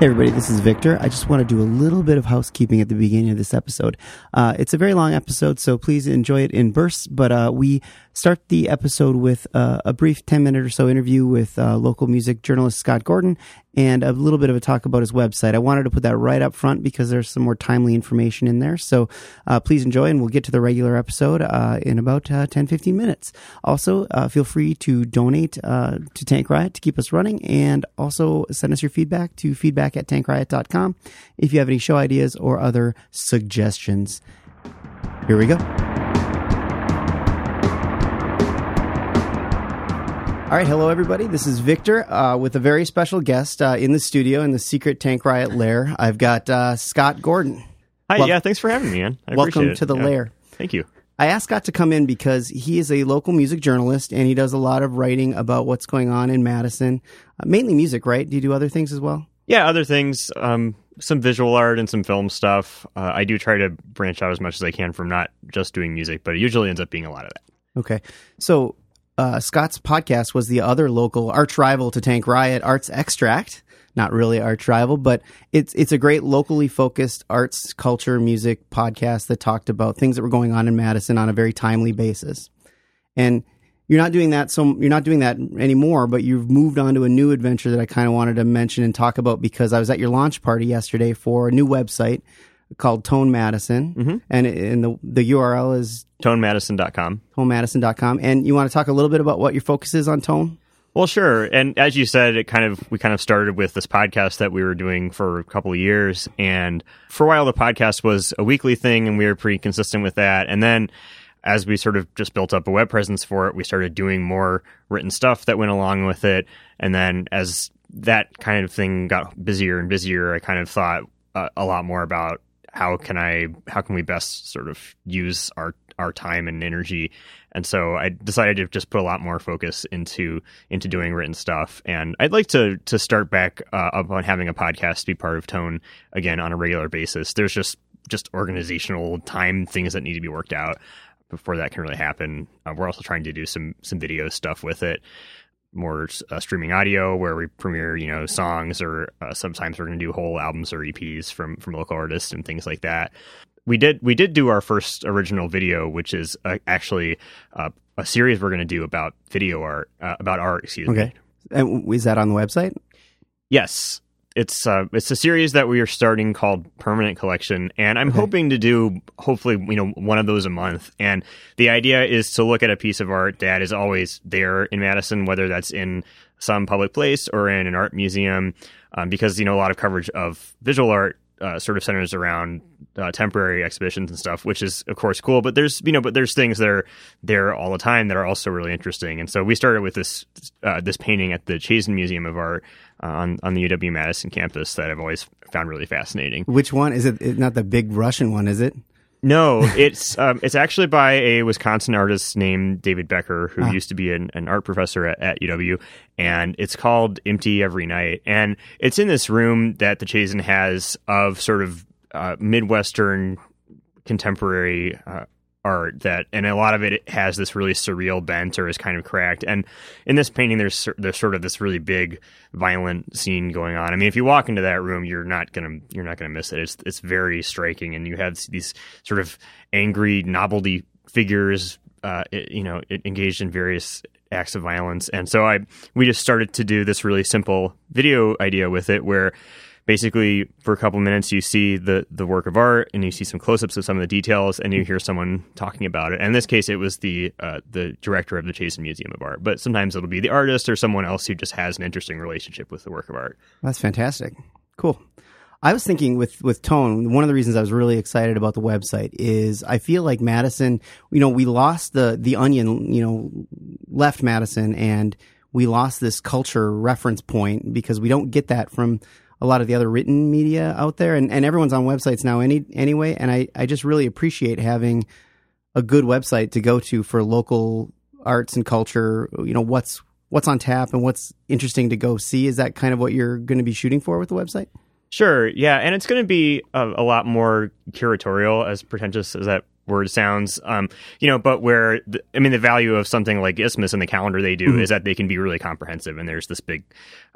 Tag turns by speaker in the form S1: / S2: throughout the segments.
S1: Hey, everybody, this is Victor. I just want to do a little bit of housekeeping at the beginning of this episode. Uh, it's a very long episode, so please enjoy it in bursts, but uh, we start the episode with uh, a brief 10 minute or so interview with uh, local music journalist Scott Gordon and a little bit of a talk about his website. I wanted to put that right up front because there's some more timely information in there. So uh, please enjoy, and we'll get to the regular episode uh, in about uh, 10, 15 minutes. Also, uh, feel free to donate uh, to Tank Riot to keep us running, and also send us your feedback to feedback at tankriot.com if you have any show ideas or other suggestions. Here we go. All right, hello everybody. This is Victor uh, with a very special guest uh, in the studio in the secret Tank Riot lair. I've got uh, Scott Gordon.
S2: Hi,
S1: Wel-
S2: yeah, thanks for having me, man. I
S1: Welcome
S2: appreciate it.
S1: to the
S2: Yeah.
S1: lair.
S2: Thank you.
S1: I asked Scott to come in because he is a local music journalist and he does a lot of writing about what's going on in Madison, uh, mainly music, right? Do you do other things as well?
S2: Yeah, other things, um, some visual art and some film stuff. Uh, I do try to branch out as much as I can from not just doing music, but it usually ends up being a lot of that.
S1: Okay. So uh, Scott's podcast was the other local arch rival to Tank Riot, Arts Extract. Not really arch rival, but it's it's a great locally focused arts, culture, music podcast that talked about things that were going on in Madison on a very timely basis. And you're not doing that so you're not doing that anymore, but you've moved on to a new adventure that I kind of wanted to mention and talk about because I was at your launch party yesterday for a new website called Tone Madison, and and the the URL is
S2: ToneMadison.com.
S1: tonemadison.com. And you want to talk a little bit about what your focus is on tone?
S2: Well, sure. And as you said, it kind of we kind of started with this podcast that we were doing for a couple of years, and for a while the podcast was a weekly thing, and we were pretty consistent with that. And then as we sort of just built up a web presence for it, we started doing more written stuff that went along with it. And then as that kind of thing got busier and busier, I kind of thought uh, a lot more about how can I how can we best sort of use our our time and energy. And so I decided to just put a lot more focus into into doing written stuff. And I'd like to to start back uh, up on having a podcast be part of Tone again on a regular basis. There's just just organizational time things that need to be worked out before that can really happen. Uh, we're also trying to do some some video stuff with it more uh, streaming audio where we premiere you know songs or uh, sometimes we're going to do whole albums or EPs from from local artists and things like that. We did we did do our first original video, which is uh, actually uh, a series we're going to do about video art uh, about art. Excuse me.
S1: And w- is that on the website?
S2: Yes. It's uh, it's a series that we are starting called Permanent Collection, and I'm hoping to do hopefully you know one of those a month. And the idea is to look at a piece of art that is always there in Madison, whether that's in some public place or in an art museum, um, because you know a lot of coverage of visual art uh, sort of centers around uh, temporary exhibitions and stuff, which is of course cool. But there's you know, but there's things that are there all the time that are also really interesting. And so we started with this uh, this painting at the Chazen Museum of Art uh, on on the UW Madison campus that I've always found really fascinating.
S1: Which one is it? it- Not the big Russian one, is it?
S2: No, it's um, it's actually by a Wisconsin artist named David Becker, who used to be an, an art professor at, at UW, and it's called Empty Every Night, and it's in this room that the Chazen has of sort of uh, Midwestern contemporary uh, art that, and a lot of it has this really surreal bent or is kind of cracked. And in this painting, there's sor- there's sort of this really big, violent scene going on. I mean, if you walk into that room, you're not gonna you're not gonna miss it. It's it's very striking, and you have these sort of angry novelty figures, uh, i- you know, e- engaged in various acts of violence. And so I we just started to do this really simple video idea with it where basically for a couple minutes you see the the work of art and you see some close-ups of some of the details and you hear someone talking about it and in this case it was the uh, the director of the Chasen Museum of Art but sometimes it'll be the artist or someone else who just has an interesting relationship with the work of art
S1: That's fantastic. Cool. I was thinking with, with tone, one of the reasons I was really excited about the website is I feel like Madison, you know, we lost the, the onion, you know, left Madison and we lost this culture reference point because we don't get that from a lot of the other written media out there and, and everyone's on websites now any, anyway. And I, I just really appreciate having a good website to go to for local arts and culture you know what's what's on tap and what's interesting to go see is that kind of what you're going to be shooting for with the website
S2: Sure, yeah, and it's going to be a, a lot more curatorial, as pretentious as that word sounds. Um, you know, but where the, I mean, the value of something like Isthmus and the calendar they do is that they can be really comprehensive, and there's this big,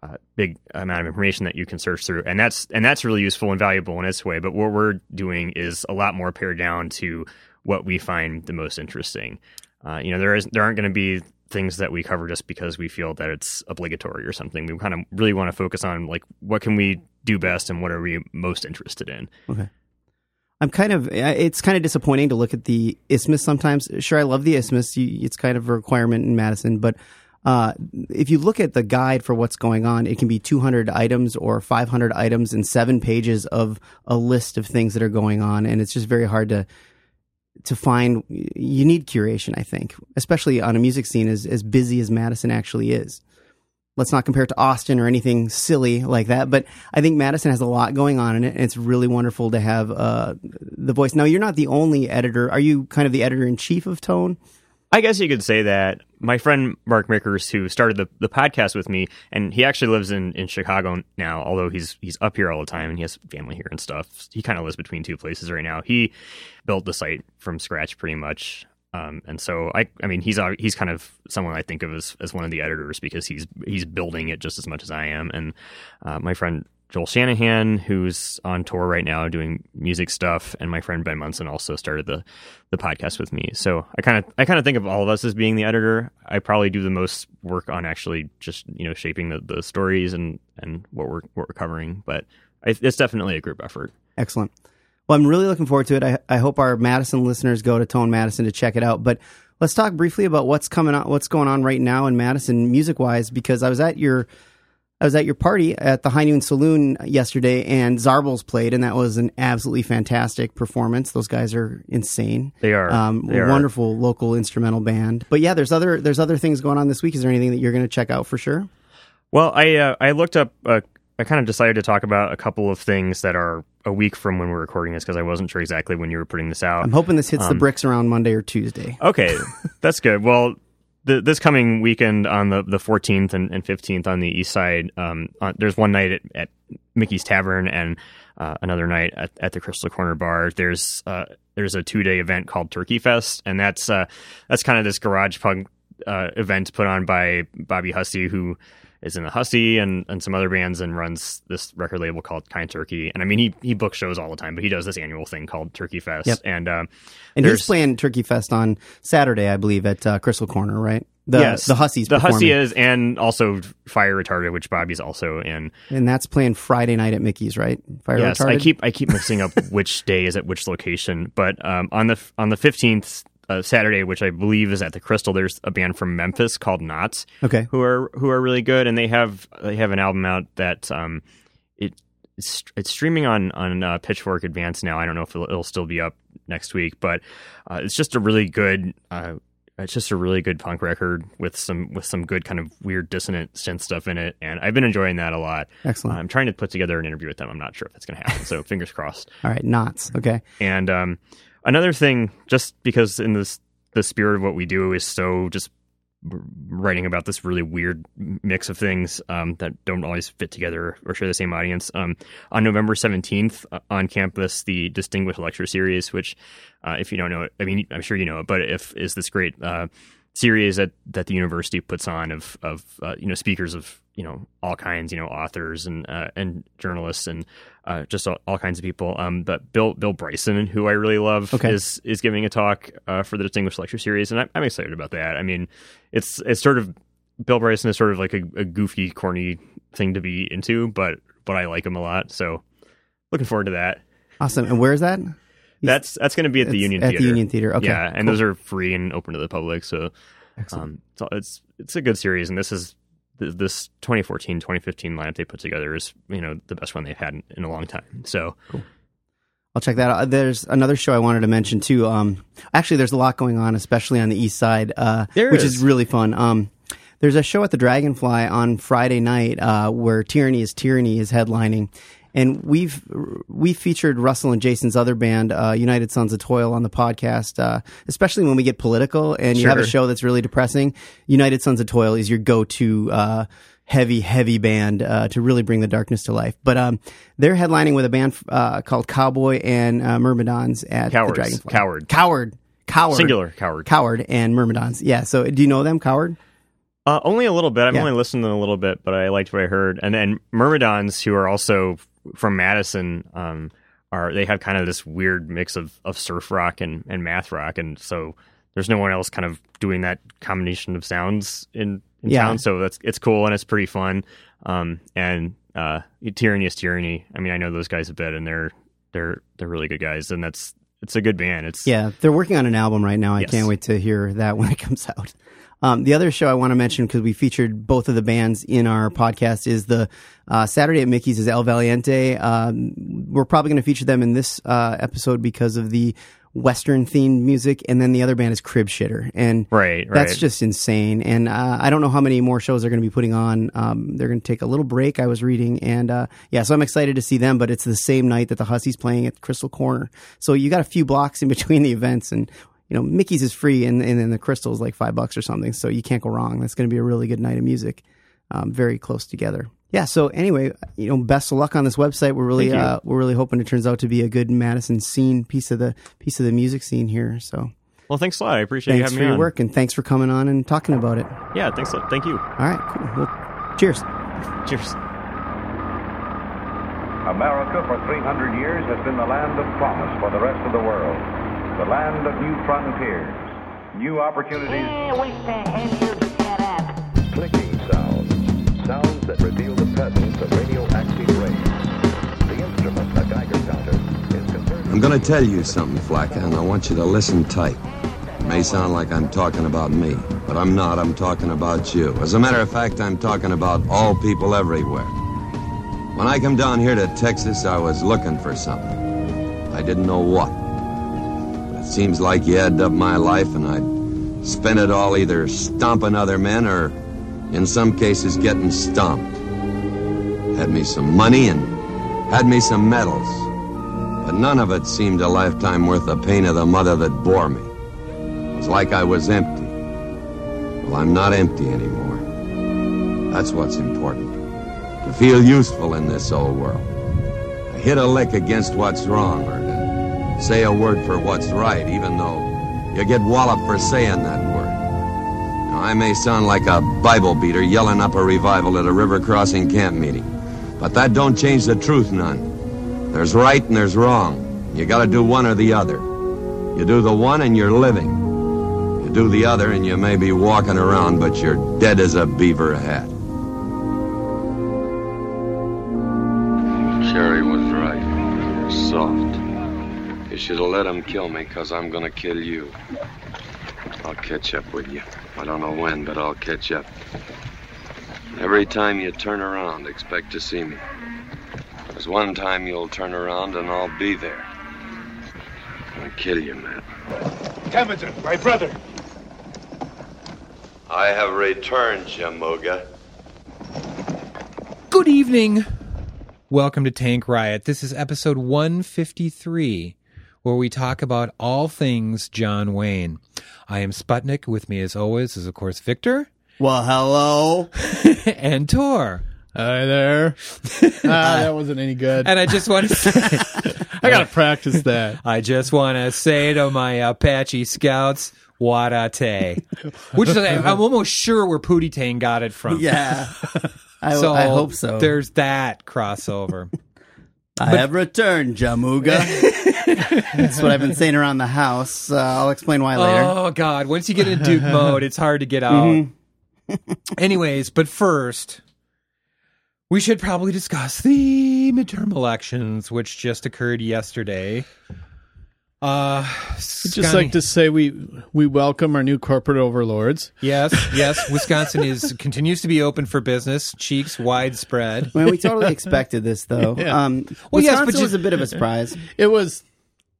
S2: uh, big amount of information that you can search through, and that's and that's really useful and valuable in its way. But what we're doing is a lot more pared down to what we find the most interesting. Uh, you know, there is there aren't going to be things that we cover just because we feel that it's obligatory or something. We kind of really want to focus on like what can we do best and what are we most interested in.
S1: Okay. I'm kind of it's kind of disappointing to look at the isthmus sometimes. Sure, I love the isthmus. You, it's kind of a requirement in Madison, but uh, if you look at the guide for what's going on, it can be 200 items or 500 items and seven pages of a list of things that are going on, and it's just very hard to to find. You need curation, I think, especially on a music scene as as busy as Madison actually is let's not compare it to Austin or anything silly like that. But I think Madison has a lot going on in it, and it's really wonderful to have uh, the voice. Now, you're not the only editor. Are you kind of the editor in chief of Tone?
S2: I guess you could say that my friend Mark Makers, who started the, the podcast with me, and he actually lives in, in Chicago now, although he's he's up here all the time and he has family here and stuff. He kind of lives between two places right now. He built the site from scratch pretty much. Um, and so I, I mean, he's al- he's kind of someone I think of as, as one of the editors because he's he's building it just as much as I am. And uh, my friend Joel Shanahan, who's on tour right now doing music stuff, and my friend Ben Munson also started the the podcast with me. So I kind of I kind of think of all of us as being the editor. I probably do the most work on actually just you know shaping the, the stories and and what we're what we're covering, but I, it's definitely a group effort.
S1: Excellent. Well, I'm really looking forward to it. I, I hope our Madison listeners go to Tone Madison to check it out. But let's talk briefly about what's coming on, what's going on right now in Madison music wise, because I was at your I was at your party at the High Noon Saloon yesterday, and Zarbles played, and that was an absolutely fantastic performance. Those guys are insane.
S2: They are.
S1: um,
S2: They are.
S1: wonderful local instrumental band. But yeah, there's other there's other things going on this week. Is there anything that you're going to check out for sure?
S2: Well, I uh, I looked up. Uh, I kind of decided to talk about a couple of things that are a week from when we're recording this because I wasn't sure exactly when you were putting this out.
S1: I'm hoping this
S2: Um,
S1: hits the bricks around Monday or Tuesday.
S2: Okay, that's good. Well, th this coming weekend on the the 14th and, and 15th on the east side, um, on, there's one night at, at Mickey's Tavern and uh, another night at, at the Crystal Corner Bar. There's uh, there's a two day event called Turkey Fest, and that's uh, that's kind of this garage punk uh, event put on by Bobby Hussey, who is in the Hussey and, and some other bands and runs this record label called Kind Turkey. And I mean, he, he books shows all the time, but he does this annual thing called Turkey Fest.
S1: Yep.
S2: And um,
S1: And
S2: There's-
S1: he's playing Turkey Fest on Saturday, I believe, at uh, Crystal Corner, right? The,
S2: yes,
S1: The Hussies.
S2: The
S1: performing.
S2: Hussey is, and also Fire Retarded, which Bobby's also in.
S1: And that's playing Friday night at Mickey's, right? Fire
S2: yes, I
S1: Retarded?
S2: keep I keep mixing up which day is at which location, but um, on the on the fifteenth. Uh, Saturday, which I believe is at the Crystal, there's a band from Memphis called Knots,
S1: Okay.
S2: who are who are really good, and they have they have an album out that um, it it's, it's streaming on on uh, Pitchfork Advance now. I don't know if it'll, it'll still be up next week, but uh, it's just a really good uh, it's just a really good punk record with some with some good kind of weird dissonant synth stuff in it, and I've been enjoying that a lot.
S1: Excellent.
S2: I'm trying to put together an interview with them. I'm not sure if that's going to happen, so fingers crossed.
S1: All right. Knots. Okay.
S2: And um, another thing, just because in this the spirit of what we do is so just r- writing about this really weird mix of things um, that don't always fit together or share the same audience. Um, on November seventeenth uh, on campus, the Distinguished Lecture Series, which uh, if you don't know it, I mean I'm sure you know it, but if is this great. Uh, series that, that the university puts on of of uh, you know speakers of you know all kinds you know authors and uh, and journalists and uh, just all, all kinds of people. Um, but Bill Bill Bryson, who I really love,
S1: Okay.
S2: is is giving a talk uh, for the Distinguished Lecture Series, and I'm, I'm excited about that. I mean, it's it's sort of Bill Bryson is sort of like a, a goofy, corny thing to be into, but but I like him a lot, so looking forward to that.
S1: Awesome. And where is that?
S2: That's that's going to be at the
S1: It's
S2: Union
S1: at
S2: Theater.
S1: the Union Theater. Okay.
S2: Yeah, and those are free and open to the public. So, um, so it's it's a good series, and this is th- this 2014 2015 lineup they put together is you know the best one they've had in, in a long time. So
S1: I'll check that out. There's another show I wanted to mention too. Um, actually, there's a lot going on, especially on the east side, uh,
S2: There
S1: which
S2: is.
S1: is really fun. Um, there's a show at the Dragonfly on Friday night uh, where Tyranny is Tyranny is headlining, and we've we featured Russell and Jason's other band, uh, United Sons of Toil, on the podcast. Uh, especially when we get political and you have a
S2: Sure.
S1: show that's really depressing, United Sons of Toil is your go-to. Uh, heavy, heavy band uh, to really bring the darkness to life. But um, they're headlining with a band uh, called Cowboy and uh, Myrmidons at the
S2: Cowards.
S1: Dragonfly.
S2: Coward.
S1: Coward. Coward.
S2: Singular coward.
S1: Coward and Myrmidons. Yeah. So do you know them, Coward?
S2: Uh, only a little bit. I've
S1: Yeah.
S2: only listened to them a little bit, but I liked what I heard. And then Myrmidons, who are also from Madison, um, are they have kind of this weird mix of, of surf rock and, and math rock, and so there's no one else kind of doing that combination of sounds in, in
S1: Yeah.
S2: town. So that's it's cool and it's pretty fun. Um, and uh, Tyranny is Tyranny. I mean, I know those guys a bit, and they're they're they're really good guys, and that's it's a good band. It's
S1: Yeah, they're working on an album right now. I
S2: Yes.
S1: can't wait to hear that when it comes out. Um, the other show I want to mention because we featured both of the bands in our podcast is the uh, Saturday at Mickey's is El Valiente. Um, we're probably going to feature them in this uh, episode because of the Western themed music, and then the other band is Crib Shitter, and
S2: right, right.
S1: that's just insane. And uh, I don't know how many more shows they're going to be putting on. Um, they're going to take a little break. I was reading, and uh, yeah, so I'm excited to see them. But it's the same night that the Hussies playing at Crystal Corner, so you got a few blocks in between the events. And you know, Mickey's is free, and and then the Crystal is like five bucks or something, so you can't go wrong. That's going to be a really good night of music, um, very close together. Yeah. So anyway, you know, best of luck on this website. We're really
S2: Thank you.
S1: uh, we're really hoping it turns out to be a good Madison scene piece of the piece of the music scene here. So
S2: well, thanks a lot. I appreciate
S1: thanks
S2: you
S1: for
S2: having
S1: your
S2: me
S1: work and thanks for coming on and talking about it.
S2: on. Yeah, thanks. a lot. Thank you.
S1: All right, cool. Well, cheers.
S2: Cheers.
S3: America for 300 years has been the land of promise for the rest of the world, the land of new frontiers, new opportunities,
S4: Yeah, we can handle the cat app.
S5: clicking sounds, sounds that reveal the presence of radioactive rays. The instrument, a Geiger counter, is converted.
S6: I'm gonna tell you something, Flacker, and I want you to listen tight. It may sound like I'm talking about me, but I'm not. I'm talking about you. As a matter of fact, I'm talking about all people everywhere. When I come down here to Texas, I was looking for something. I didn't know what. But it seems like you added up my life, and I'd spent it all either stomping other men or, in some cases, getting stomped. Had me some money and had me some medals but none of it seemed a lifetime worth the pain of the mother that bore me. It was like I was empty. Well, I'm not empty anymore. That's what's important. To feel useful in this old world. To hit a lick against what's wrong or to say a word for what's right, even though you get walloped for saying that word. Now, I may sound like a Bible beater yelling up a revival at a river crossing camp meeting, but that don't change the truth none. There's right and there's wrong. You gotta do one or the other. You do the one and you're living. You do the other and you may be walking around, but you're dead as a beaver hat. Sherry was right. Soft. You should have let him kill me, cause I'm gonna kill you. I'll catch up with you. I don't know when, but I'll catch up. Every time you turn around, expect to see me. There's one time you'll turn around and I'll be there. I'll kill you, man.
S7: Temujin, my brother.
S6: I have returned, Jamoga.
S8: Good evening. Welcome to Tank Riot. This is episode 153, where we talk about all things John Wayne. I am Sputnik. With me, as always, is of course Victor
S1: Well, hello.
S8: and Tor.
S9: Hi there. ah, that wasn't any good.
S8: And I just want to say,
S9: I gotta practice that.
S8: I just want to say to my Apache scouts, Wadate, which is, I'm almost sure where Pootie Tang got it from.
S1: Yeah. I, I hope so.
S8: There's that crossover.
S1: I have returned, Jamuga. That's what I've been saying around the house. Uh, I'll explain why later.
S8: Oh God! Once you get in Duke mode, it's hard to get out.
S1: Mm-hmm.
S8: Anyways, but first, we should probably discuss the midterm elections, which just occurred yesterday. Uh,
S9: I'd just like to say we we welcome our new corporate overlords.
S8: yes, yes. Wisconsin is continues to be open for business. Cheeks widespread.
S1: Well, we totally expected this, though. Um,
S8: Well, yes,
S1: Wisconsin
S8: but you-
S1: was a bit of a surprise.
S9: It was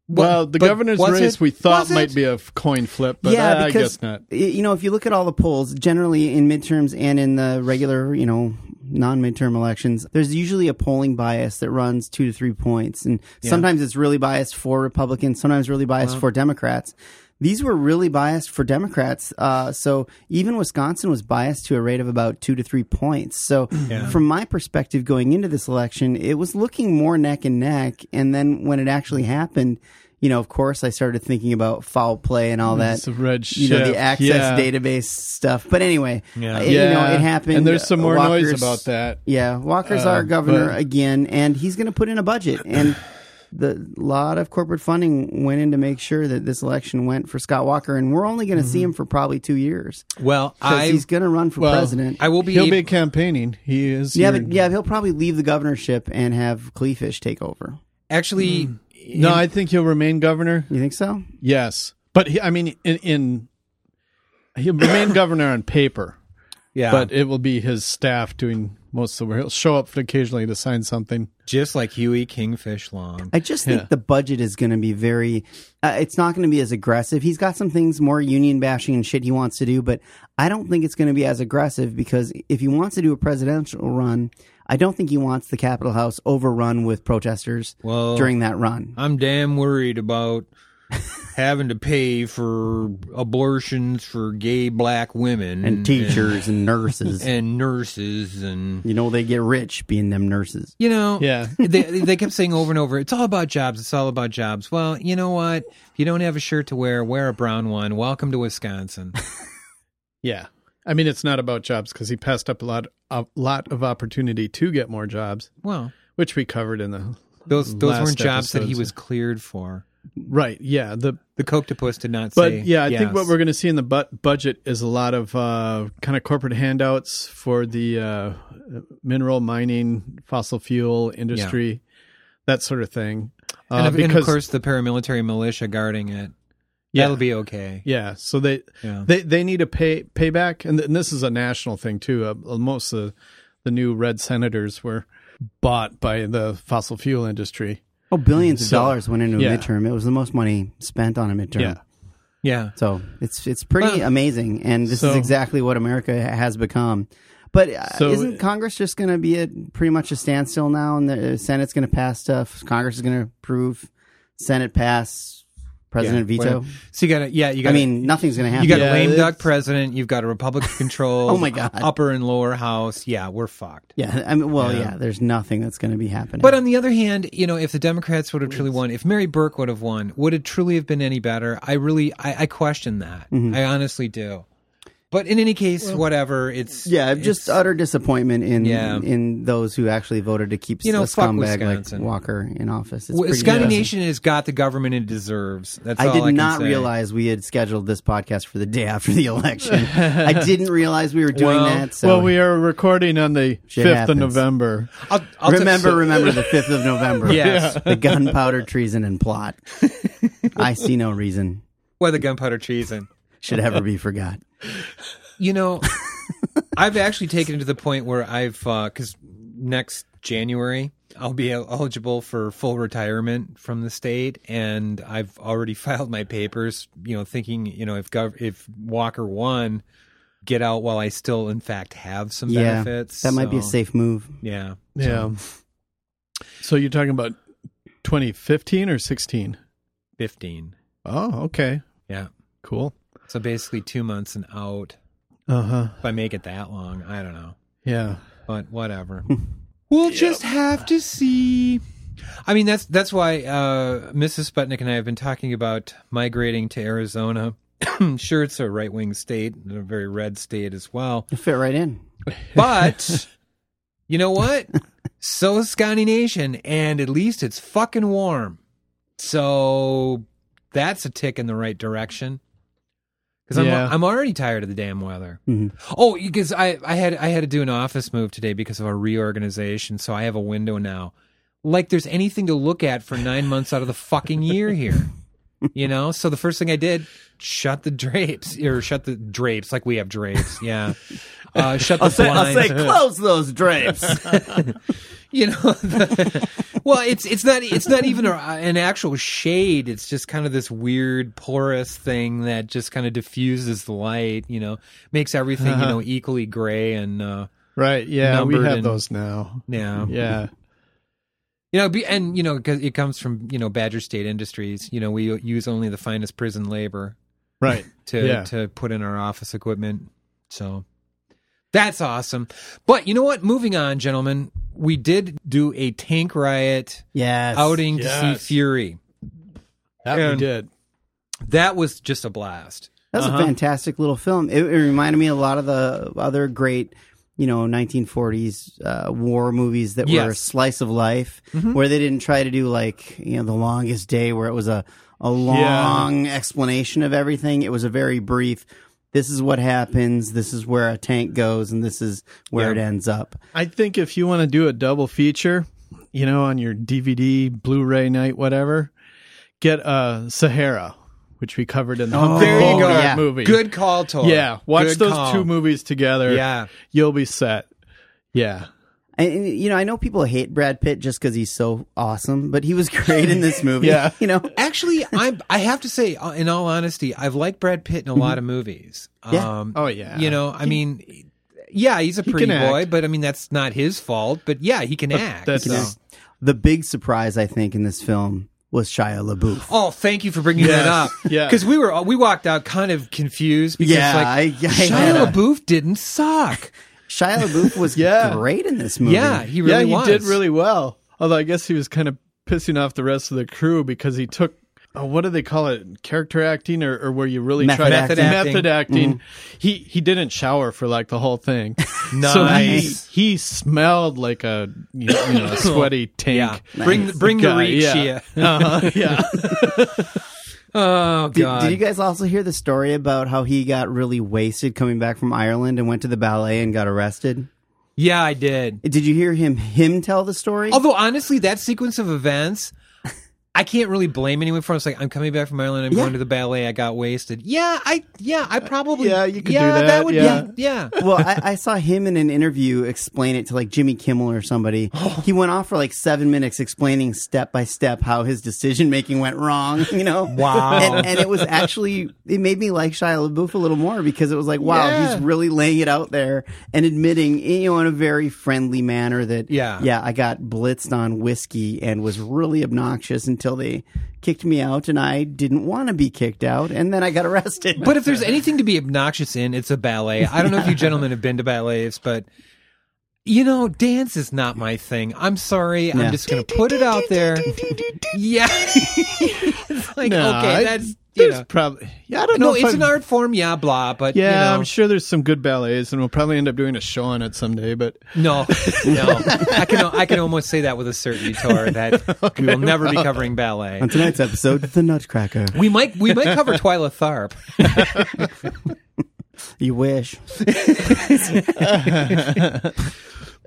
S9: well, the
S8: but
S9: governor's
S8: was
S9: race
S8: it?
S9: we thought
S8: Was it?
S9: might be a f- coin flip, but uh, I, I guess not.
S1: y- You know, if you look at all the polls, generally in midterms and in the regular, you know, non midterm elections, there's usually a polling bias that runs two to three points. And sometimes it's really biased for Republicans, sometimes really biased for Democrats. these were really biased for Democrats. Uh, so even Wisconsin was biased to a rate of about two to three points. So from my perspective, going into this election, it was looking more neck and neck. And then when it actually happened, you know, of course, I started thinking about foul play and all that.
S9: It's a red
S1: you know, the
S9: shift,
S1: access
S9: yeah.
S1: database stuff. But anyway,
S8: Yeah.
S1: uh, it- you know, it happened. uh,
S9: And there's some
S8: uh,
S9: more noise
S1: Walker's-
S9: about that. Uh,
S1: yeah, Walker's our governor
S9: but-
S1: again, and he's going to put in a budget. And the lot of corporate funding went in to make sure that this election went for Scott Walker, and we're only going to see him for probably two years
S8: Well,
S1: because
S8: I
S1: he's going to run for
S9: Mm-hmm. well,
S1: president.
S8: I will be.
S9: He'll
S8: ab-
S9: be campaigning. He is.
S1: yeah,
S9: here.
S1: but yeah, he'll probably leave the governorship and have Cleefish take over.
S8: actually.
S9: No, I think he'll remain governor.
S1: You think so?
S9: Yes, but he, I mean, in, in he'll remain governor on paper,
S8: Yeah,
S9: but it will be his staff doing most of the work. He'll show up occasionally to sign something.
S8: just like Huey Kingfish Long.
S1: I just think
S9: Yeah.
S1: the budget is going to be very. Uh, it's not going to be as aggressive. He's got some things more union bashing and shit he wants to do, but I don't think it's going to be as aggressive because if he wants to do a presidential run, I don't think he wants the Capitol House overrun with protesters
S8: Well-
S1: during that run.
S8: I'm damn worried about having to pay for abortions for gay black women
S1: And teachers and nurses,
S8: and, and nurses and
S1: you know, they get rich being them nurses.
S8: you know
S9: Yeah.
S8: they they kept saying over and over it's all about jobs it's all about jobs well you know what if you don't have a shirt to wear wear a brown one welcome to wisconsin
S9: Yeah, I mean, it's not about jobs because he passed up a lot, a lot of opportunity to get more jobs,
S8: well
S9: which we covered in the
S8: those those
S9: Last
S8: weren't jobs that he
S9: episodes.
S8: was cleared for
S9: right. Yeah, the
S8: the coctopus did not
S9: But
S8: say
S9: yeah, I think
S8: yes.
S9: what we're going to see in the bu- budget is a lot of uh, kind of corporate handouts for the uh, mineral mining, fossil fuel industry, that sort of thing. Uh,
S8: and, of, and
S9: because
S8: of course the paramilitary militia guarding it
S9: Yeah.
S8: that'll be okay
S9: yeah, so they
S8: Yeah.
S9: they they need a pay payback, and, th- and this is a national thing too. Uh, most of the new red senators were bought by the fossil fuel industry.
S1: Oh, billions of
S9: So,
S1: dollars went into a
S9: yeah.
S1: midterm. It was the most money spent on a midterm.
S9: Yeah.
S8: yeah
S1: So it's it's pretty
S8: Well-
S1: amazing, and this is
S9: So-
S1: exactly what America ha- has become. But uh,
S9: So-
S1: isn't Congress just going to be at pretty much a standstill now, and the uh, Senate's going to pass stuff? Congress is going to approve, Senate pass, President
S8: Yeah,
S1: veto.
S8: whatever. So you got to yeah, you got.
S1: I mean, nothing's going to happen.
S8: you got
S9: Yeah,
S8: a lame
S9: it's-
S8: duck president. You've got a Republican control.
S1: Oh my God.
S8: upper and lower house. Yeah, we're fucked.
S1: yeah, I mean, well, yeah. there's nothing that's going to be happening.
S8: But um, on the other hand, you know, if the Democrats would have truly won, if Mary Burke would have won, would it truly have been any better? I really, I, I question that.
S1: Mm-hmm.
S8: I honestly do. But in any case, whatever. It's
S1: yeah, just
S8: it's-
S1: utter disappointment in
S8: Yeah.
S1: in those who actually voted to keep
S8: You know,
S1: a
S8: fuck
S1: scumbag like
S8: Wisconsin.
S1: Walker in office. It's
S8: Well,
S1: pretty
S8: Scotty
S1: depressing.
S8: Nation has got the government it deserves. That's
S1: I
S8: all
S1: did
S8: I can
S1: not
S8: say.
S1: realize we had scheduled this podcast for the day after the election. I didn't realize we were doing
S8: Well-
S1: that. So
S9: well, we are recording on the
S1: Shit
S9: fifth of
S1: happens.
S9: November.
S8: I'll, I'll t-
S1: remember,
S8: so-
S1: remember the fifth of November.
S8: Yes.
S1: the gunpowder treason and plot. I see no reason
S8: why the gunpowder treason.
S1: should ever be forgot.
S8: You know, I've actually taken it to the point where I've because next January I'll be el- eligible for full retirement from the state, and I've already filed my papers. You know, thinking you know if gov- if Walker won, get out while I still in fact have some
S1: Yeah,
S8: benefits.
S1: that might be a
S8: so-
S1: safe move.
S8: Yeah,
S9: Yeah. So you're talking about 2015 or 16?
S8: fifteen.
S9: Oh, okay.
S8: Yeah,
S9: Cool.
S8: so basically two months and out.
S9: Uh huh.
S8: If I make it that long, I don't know.
S9: Yeah.
S8: but whatever. we'll just have to see. I mean, that's that's why uh, Mrs. Sputnik and I have been talking about migrating to Arizona. sure, it's a right wing state, and a very red state as well.
S1: Fit right in.
S8: But you know what? So is Scotty Nation, and at least it's fucking warm. So that's a tick in the right direction. Because I'm,
S9: Yeah.
S8: I'm already tired of the damn weather. Oh, because I, I had I had to do an office move today because of our reorganization, so I have a window now. Like there's anything to look at for nine months out of the fucking year here. You know? So the first thing I did, shut the drapes. Or shut the drapes, like we have drapes, yeah. Uh, shut the blinds.
S1: close those drapes.
S8: you know the- well it's it's not it's not even a, an actual shade it's just kind of this weird porous thing that just kind of diffuses the light you know makes everything you know equally gray and uh
S9: Right. Yeah.
S8: Numbered
S9: we have
S8: and-
S9: those now.
S8: yeah
S9: Yeah.
S8: you know be, and you know 'cause it comes from you know badger state industries you know we use only the finest prison labor
S9: Right.
S8: to
S9: Yeah.
S8: to put in our office equipment. So that's awesome. But you know what? Moving on, gentlemen, we did do a tank riot
S1: Yes.
S8: outing to
S9: Yes.
S8: see Fury.
S9: That
S8: And-
S9: we did.
S8: That was just a blast.
S1: That was
S8: Uh-huh.
S1: a fantastic little film. It, it reminded me a lot of the other great, you know, 1940s uh, war movies that were
S8: Yes. Mm-hmm.
S1: slice of life, where they didn't try to do like you know the longest day, where it was a a long explanation of everything. It was a very brief. This is what happens. This is where a tank goes, and this is where it
S8: Yeah.
S1: ends up.
S9: I think if you want to do a double feature, you know, on your DVD, Blu-ray night, whatever, get uh, Sahara, which we covered in the Humphrey
S8: Oh, There you go.
S9: Bogart
S1: yeah.
S9: movie.
S8: Good call, Tor.
S9: Yeah, watch
S8: Good
S9: those
S8: call.
S9: two movies together.
S8: Yeah.
S9: you'll be set. Yeah,
S1: And, and, you know, I know people hate Brad Pitt just because he's so awesome, but he was great in this movie.
S9: Yeah.
S1: you know,
S8: Actually, I I have to say, uh, in all honesty, I've liked Brad Pitt in a lot of movies.
S1: Yeah.
S8: Um,
S9: Oh, yeah.
S8: You know, I mean, yeah, he's a pretty
S9: can act.
S8: boy, but I mean that's not his fault. But yeah, he can act.
S9: that's-
S8: so.
S1: the big surprise I think in this film was Shia LaBeouf.
S8: Oh, thank you for bringing
S9: Yes.
S8: that up.
S9: Yeah.
S8: because we were we walked out kind of confused. Because,
S1: Yeah,
S8: like,
S1: I- I had a-
S8: Shia LaBeouf didn't suck.
S1: Shia LaBeouf was
S9: Yeah.
S1: great in this movie.
S8: Yeah, he really
S9: yeah, he
S8: was.
S9: did really well. Although I guess he was kind of pissing off the rest of the crew because he took. Oh, what do they call it? Character acting, or, or where you really
S1: Method
S9: try to-
S1: acting.
S9: method acting. He he didn't shower for like the whole thing. So he,
S8: Nice.
S9: he smelled like a you know, a sweaty
S8: yeah,
S9: tank.
S8: bring the, bring the
S9: guy,
S8: reach
S9: yeah.
S8: here.
S9: Uh-huh, yeah.
S8: Oh
S1: Did,
S8: god,
S1: did you guys also hear the story about how he got really wasted coming back from Ireland and went to the ballet and got arrested?
S8: yeah, I did.
S1: Did you hear him him tell the story?
S8: Although honestly, that sequence of events, I can't really blame anyone for. it. It's like I'm coming back from Ireland. I'm
S1: Yeah.
S8: going to the ballet. I got wasted. Yeah, I yeah I probably
S9: yeah, you could
S8: yeah,
S9: do that,
S8: would
S9: yeah.
S8: be yeah.
S1: well, I, I saw him in an interview explain it to like Jimmy Kimmel or somebody. He went off for like seven minutes explaining step by step how his decision making went wrong. You know,
S8: Wow.
S1: And, and it was actually it made me like Shia LaBeouf a little more because it was like, wow, he's really laying it out there and admitting, you know, in a very friendly manner that
S8: Yeah.
S1: yeah, I got blitzed on whiskey and was really obnoxious until they kicked me out, and I didn't want to be kicked out, and then I got arrested.
S8: But if there's anything to be obnoxious in, it's a ballet. I don't know if you gentlemen have been to ballets, but you know, dance is not my thing. I'm sorry.
S1: Yeah.
S8: I'm just going to put it out there. Yeah. it's like,
S9: No, I-
S8: okay, that's, you
S9: there's
S8: know.
S9: probably. Yeah, I don't know.
S8: No,
S9: if
S8: it's
S9: I've-
S8: an art form, yeah, blah, but
S9: Yeah,
S8: you know,
S9: I'm sure there's some good ballets, and we'll probably end up doing a show on it someday. But
S8: no, no. I can I can almost say that with a certainty, Tor, that we will never be covering ballet.
S1: On tonight's episode, The Nutcracker.
S8: We might we might cover Twyla Tharp.
S1: You wish.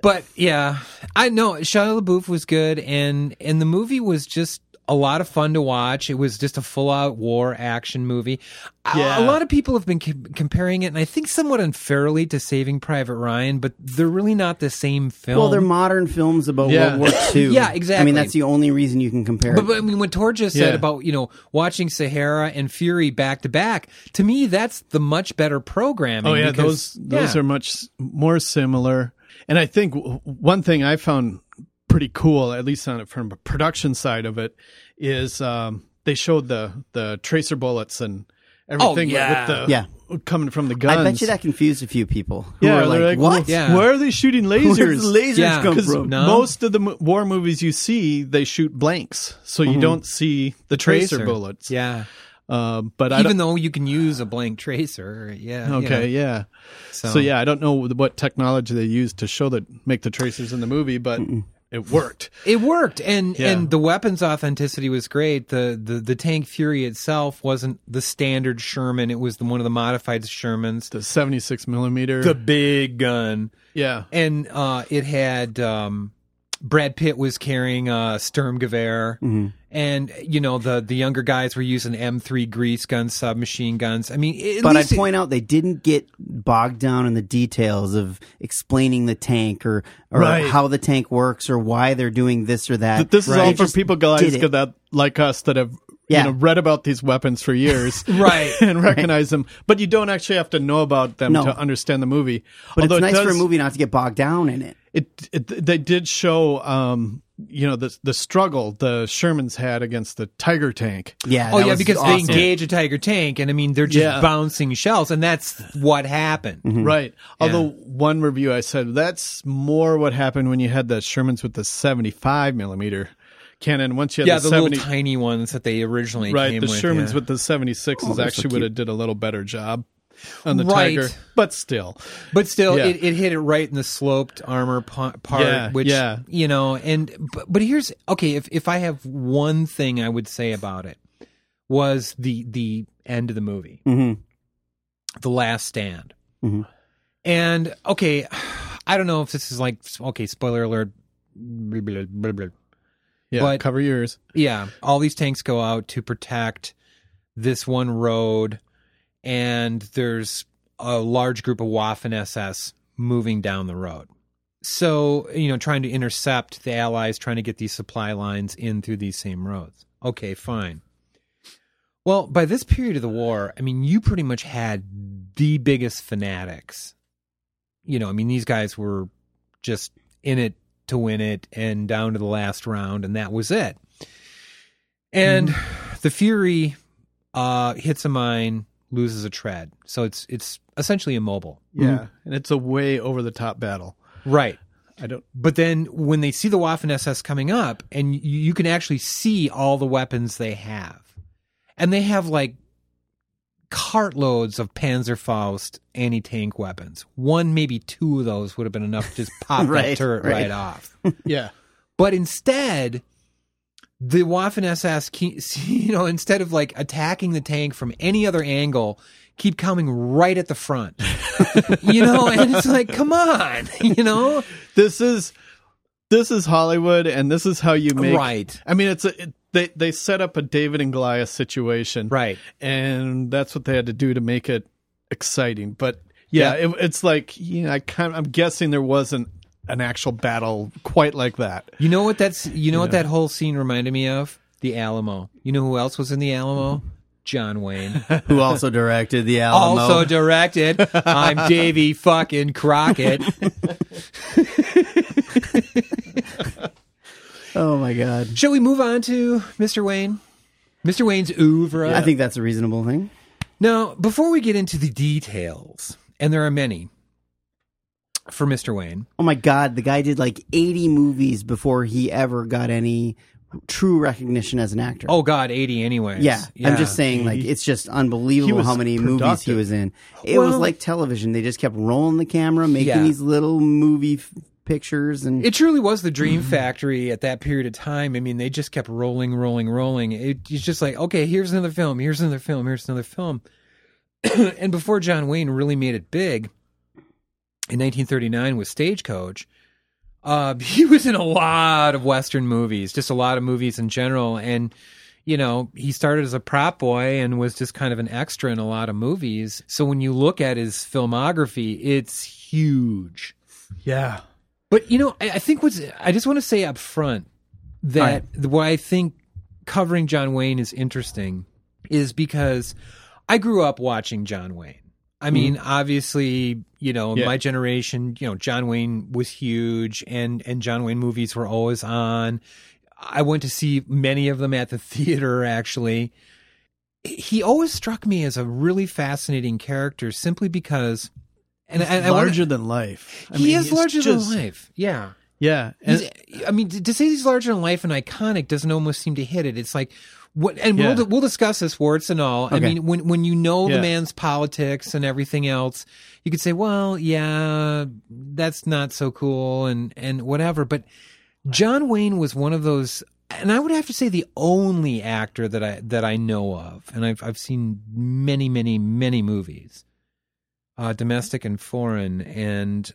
S8: But yeah, I know Shia LaBeouf was good, and and the movie was just a lot of fun to watch. It was just a full out war action movie. A-
S9: Yeah.
S8: A, lot of people have been com- comparing it, and I think somewhat unfairly to Saving Private Ryan, but they're really not the same film.
S1: Well, they're modern films about
S9: Yeah.
S1: World War II.
S8: Yeah,
S1: I
S8: exactly.
S1: mean, that's the only reason you can compare.
S8: but,
S1: it.
S8: but I mean, when Tor just said
S9: Yeah.
S8: about you know watching Sahara and Fury back to back, to me that's the much better programming.
S9: oh yeah,
S8: because-
S9: those those
S8: yeah.
S9: are much s- more similar. And I think w- one thing I found pretty cool, at least on it from a production side of it, is um, they showed the the tracer bullets and everything
S8: yeah.
S9: with the
S1: Oh, Yeah.
S9: coming from the guns.
S1: I bet you that confused a few people. Who
S9: Yeah,
S1: were
S9: they're like,
S1: like, what?
S9: "Well,
S8: Yeah.
S9: Where are they shooting lasers?
S1: Where's lasers
S8: Yeah.
S1: come
S9: 'Cause
S1: from?
S8: No.
S9: most of the mo- war movies you see, they shoot blanks, so you don't see the tracer, bullets.
S8: Mm-hmm. Yeah.
S9: Uh, but I don't,
S8: Even though you can use a blank tracer, yeah. you know.
S9: Okay, yeah. So. yeah, I don't know what technology they used to show that make the tracers in the movie, but it worked.
S8: It worked, and
S9: Yeah.
S8: and the weapons authenticity was great. The, the the tank Fury itself wasn't the standard Sherman; it was the, one of the modified Shermans,
S9: The seventy-six millimeter.
S8: the big gun,
S9: yeah.
S8: and uh, it had um, Brad Pitt was carrying a Sturmgewehr,
S9: Mm-hmm.
S8: and you know the the younger guys were using M3 grease guns, submachine guns. I mean, at
S1: But I
S8: least it-
S1: point out they didn't get bogged down in the details of explaining the tank or, or
S9: Right.
S1: how the tank works or why they're doing this or that.
S9: Th- This
S1: They
S9: is all for
S1: just
S9: people
S1: did
S9: guys
S1: it.
S9: that like us that have
S1: Yeah.
S9: you know read about these weapons for years,
S8: Right.
S9: and recognize them. But you don't actually have to know about them
S1: No.
S9: to understand the movie.
S1: But
S9: Although
S1: it's
S9: it
S1: nice for a
S9: does-
S1: movie not to get bogged down in it.
S9: It, it they did show um, you know the the struggle the Shermans had against the Tiger tank.
S1: Yeah.
S8: oh
S1: that
S8: yeah,
S1: was
S8: because they
S1: awesome.
S8: engage a tiger tank, and I mean they're just
S9: Yeah. Mm-hmm.
S8: bouncing shells, and that's what happened.
S9: Right. Although one review I said that's more what happened when you had the Shermans with the 75 millimeter cannon. Once you had
S8: Yeah,
S9: the,
S8: the
S9: 70,
S8: little tiny ones that they originally
S9: right,
S8: came
S9: the
S8: with, Oh,
S9: Shermans
S8: yeah.
S9: with the 76 is actually would have did a little better job on the
S8: Right.
S9: Tiger, but still.
S8: But still,
S9: Yeah.
S8: it, it hit it right in the sloped armor pa- part,
S9: Yeah,
S8: which
S9: yeah.
S8: you know. And but, but here's okay. If if I have one thing I would say about it was the the end of the movie,
S1: Mhm.
S8: the last stand,
S1: Mhm.
S8: and okay, I don't know if this is like okay. Spoiler alert. blah, blah, blah, blah.
S9: Yeah,
S8: But-
S9: cover yours.
S8: Yeah, all these tanks go out to protect this one road, and there's a large group of Waffen SS moving down the road. So, you know, trying to intercept the Allies, trying to get these supply lines in through these same roads. Okay, fine. Well, by this period of the war, I mean, you pretty much had the biggest fanatics. You know, I mean, these guys were just in it to win it and down to the last round, and that was it. And the Fury uh, hits a mine, loses a tread, so it's it's essentially immobile.
S9: Yeah. Mm-hmm. And it's a way over the top battle.
S8: Right.
S9: I don't
S8: But then when they see the Waffen SS coming up, and you, you can actually see all the weapons they have, and they have like cartloads of Panzerfaust anti tank weapons. One, maybe two of those would have been enough to just pop that
S1: Right,
S8: turret
S1: right.
S8: right off.
S9: Yeah.
S8: But instead, the Waffen SS, ke- you know, instead of like attacking the tank from any other angle, keep coming right at the front. you know, and it's like, come on, you know?
S9: This is this is Hollywood and this is how you make
S8: Right.
S9: I mean it's a it, they they set up a David and Goliath situation.
S8: Right.
S9: and that's what they had to do to make it exciting. But yeah, It, it's like yeah, I kind of, I'm guessing there wasn't an actual battle quite like that.
S8: You know what that's you know what that whole scene reminded me of? The Alamo. You know who else was in the Alamo? John Wayne.
S10: Who also directed the Alamo?
S8: also directed. I'm Davy fucking Crockett.
S1: Oh my god.
S8: Shall we move on to Mr. Wayne? Mr. Wayne's oeuvre.
S1: I think that's a reasonable thing.
S8: Now, before we get into the details, and there are many for Mr. Wayne,
S1: Oh my god, the guy did like 80 movies before he ever got any true recognition as an actor.
S8: oh God, 80 anyways.
S1: yeah. I'm just saying like it's just unbelievable
S9: was
S1: how many movies he
S9: productive.
S1: was in. It was
S8: Well-
S1: like television. They just kept rolling the camera, making
S8: Yeah.
S1: these little movie f- pictures and
S8: It truly was the dream factory at that period of time. I mean, they just kept rolling, rolling, rolling. It, it's just like, okay, here's another film, here's another film, here's another film. and before John Wayne really made it big in 1939 with Stagecoach, uh, he was in a lot of Western movies, just a lot of movies in general. And, you know, he started as a prop boy and was just kind of an extra in a lot of movies. So when you look at his filmography, it's huge.
S9: Yeah,
S8: But you know, I, I think what's I just want to say up front that what I think covering John Wayne is interesting is because I grew up watching John Wayne. I mean, obviously, you know,
S9: Hmm. Yeah.
S8: my generation, you know, John Wayne was huge and and John Wayne movies were always on. I went to see many of them at the theater actually. He always struck me as a really fascinating character simply because and, and I wanna-
S9: larger than life. I
S8: he
S9: mean,
S8: is
S9: he's
S8: larger
S9: just-
S8: than life. Yeah.
S9: Yeah, and-
S8: He's, I mean, to to say he's larger than life and iconic doesn't almost seem to hit it. It's like what, and
S9: Yeah.
S8: we'll we'll discuss this warts and all. I
S1: Okay.
S8: mean, when when you know
S9: Yeah.
S8: the man's politics and everything else, you could say, well, yeah, that's not so cool and and whatever. But John Wayne was one of those, and I would have to say the only actor that I that I know of, and I've I've seen many many many movies, uh, domestic and foreign, and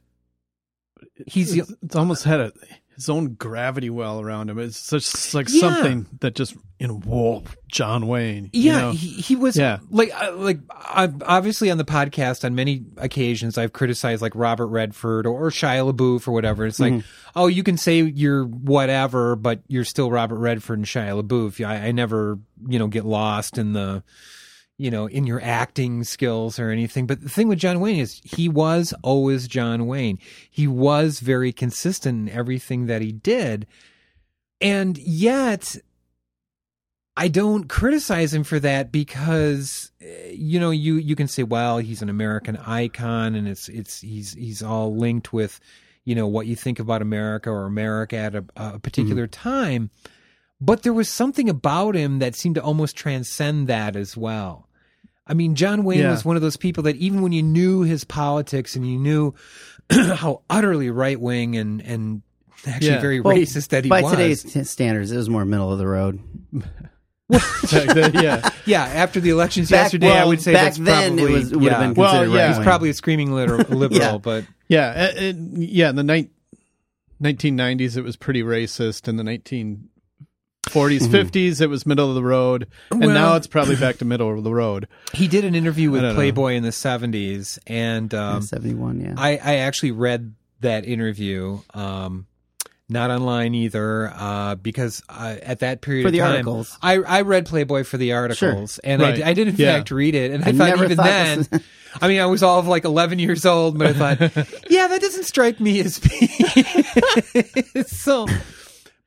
S8: he's the
S9: it's, it's almost had a his own gravity well around him. It's just like
S8: Yeah.
S9: something that just you know, whoa, John Wayne. you
S8: Yeah,
S9: know?
S8: he, he was
S9: Yeah.
S8: like I- like I've obviously on the podcast on many occasions I've criticized like Robert Redford or, or Shia LaBeouf or whatever. It's like,
S9: Mm-hmm.
S8: oh, you can say you're whatever, but you're still Robert Redford and Shia LaBeouf. I, I never you know get lost in the you know in your acting skills or anything. But the thing with John Wayne is he was always John Wayne. He was very consistent in everything that he did And yet, I don't criticize him for that because uh, you know you you can say well he's an American icon and it's it's he's he's all linked with you know what you think about America or America at a, a particular
S1: Mm-hmm.
S8: time but there was something about him that seemed to almost transcend that as well I mean John Wayne
S9: Yeah.
S8: was one of those people that even when you knew his politics and you knew how utterly right wing and and actually
S9: Yeah.
S8: very
S1: Well,
S8: racist that he
S1: Oh, by
S8: was
S1: today's t- standards, it was more middle of the road.
S9: yeah.
S8: Yeah, after the elections
S1: Back-
S8: yesterday, I
S1: well,
S8: would say
S1: back
S8: that's
S1: then it
S8: probably
S1: was- would have been
S9: Well, considered yeah.
S8: he's
S1: right-wing.
S8: probably a screaming liter- liberal, but
S9: Yeah, a- and- yeah. In the ni- 1990s, it was pretty racist. In the 1940s,
S1: Mm-hmm.
S9: 50s, it was middle of the road, and
S8: Well-
S9: now it's probably back to middle of the road.
S8: he did an interview with
S9: I don't know.
S8: Playboy in the '70s, and um,
S1: 71, yeah.
S8: I, I actually read that interview, um, not online either, uh, because uh, at that period
S1: For
S8: of
S1: the
S8: time,
S1: articles.
S8: I, I read Playboy for the articles, and I
S9: Right.
S8: d- I, did in
S9: Yeah.
S8: fact read it, and I,
S1: I
S8: thought
S1: never
S8: even
S1: thought
S8: then,
S1: this was-
S8: I mean, I was all of like 11 years old, but I thought, yeah, that doesn't strike me as being so.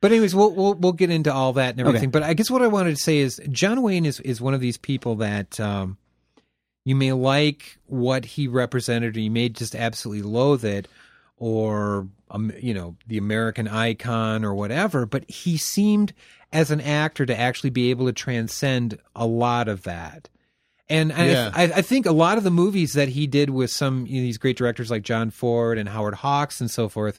S8: But anyways, we'll, we'll we'll get into all that and everything. But I guess what I wanted to say is John Wayne is is one of these people that. Um, you may like what he represented, or you may just absolutely loathe it, or um, you know the American icon or whatever. But he seemed, as an actor, to actually be able to transcend a lot of that. And I,
S9: Yeah.
S8: I, I think a lot of the movies that he did with some you know, these great directors like John Ford and Howard Hawks and so forth,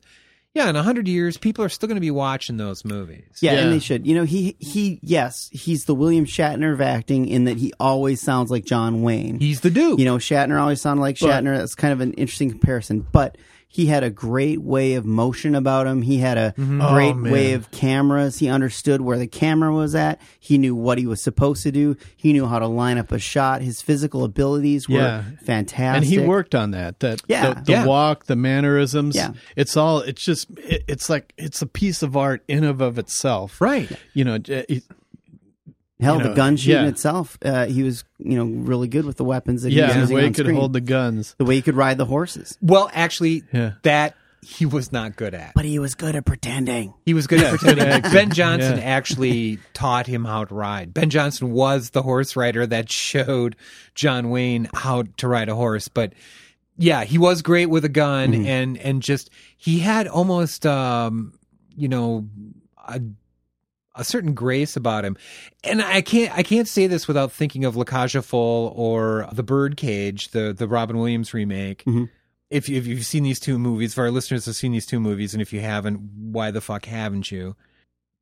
S8: yeah, in a hundred years, people are still going to be watching those movies.
S1: yeah,
S9: Yeah.
S1: and they should. You know, he he yes, he's the William Shatner of acting in that he always sounds like John Wayne.
S8: he's the dude.
S1: You know, Shatner always sounded like
S9: But-
S1: Shatner. That's kind of an interesting comparison, but he had a great way of motion about him. He had a great
S9: Oh, man.
S1: way of cameras. He understood where the camera was at. He knew what he was supposed to do. He knew how to line up a shot. His physical abilities were
S9: Yeah.
S1: fantastic.
S9: And he worked on that. That
S1: Yeah.
S9: the, the
S8: Yeah.
S9: walk, the mannerisms.
S1: Yeah.
S9: It's all. It's just. It, it's like it's a piece of art in of of itself.
S8: right?
S9: You know. j- It,
S1: Hell,
S9: you
S1: the
S9: know,
S1: gun shooting
S9: yeah.
S1: itself. Uh, he was, you know, really good with the weapons that
S9: yeah.
S1: he was
S9: The
S1: using
S9: way
S1: on
S9: it could
S1: screen.
S9: hold the guns.
S1: the way he could ride the horses.
S8: Well, actually,
S9: Yeah.
S8: that he was not good at.
S1: But he was good at pretending.
S8: He was good at pretending. ben Johnson
S9: Yeah.
S8: actually taught him how to ride. Ben Johnson was the horse rider that showed John Wayne how to ride a horse. But yeah, he was great with a gun
S9: Mm-hmm.
S8: and and just he had almost um, you know a a certain grace about him. And I can't I can't say this without thinking of La Caja Full or The Birdcage, the the Robin Williams remake if, if you've seen these two movies, if our listeners have seen these two movies, and if you haven't, why the fuck haven't you?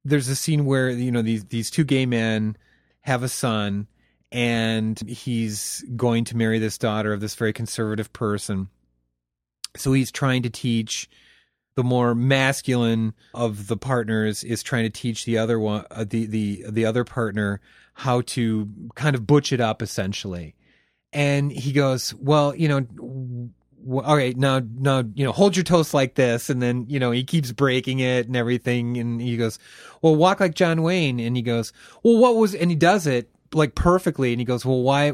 S8: There's a scene where you know these these two gay men have a son, and he's going to marry this daughter of this very conservative person. So he's trying to teach the more masculine of the partners is trying to teach the other one, uh, the the the other partner, how to kind of butch it up essentially and he goes, "Well, you know, w- all right, now, now, you know, hold your toast like this," and then you know he keeps breaking it and everything, and he goes, "Well, walk like John Wayne," and he goes, "Well, what was?" And he does it like perfectly, and he goes, "Well, why?"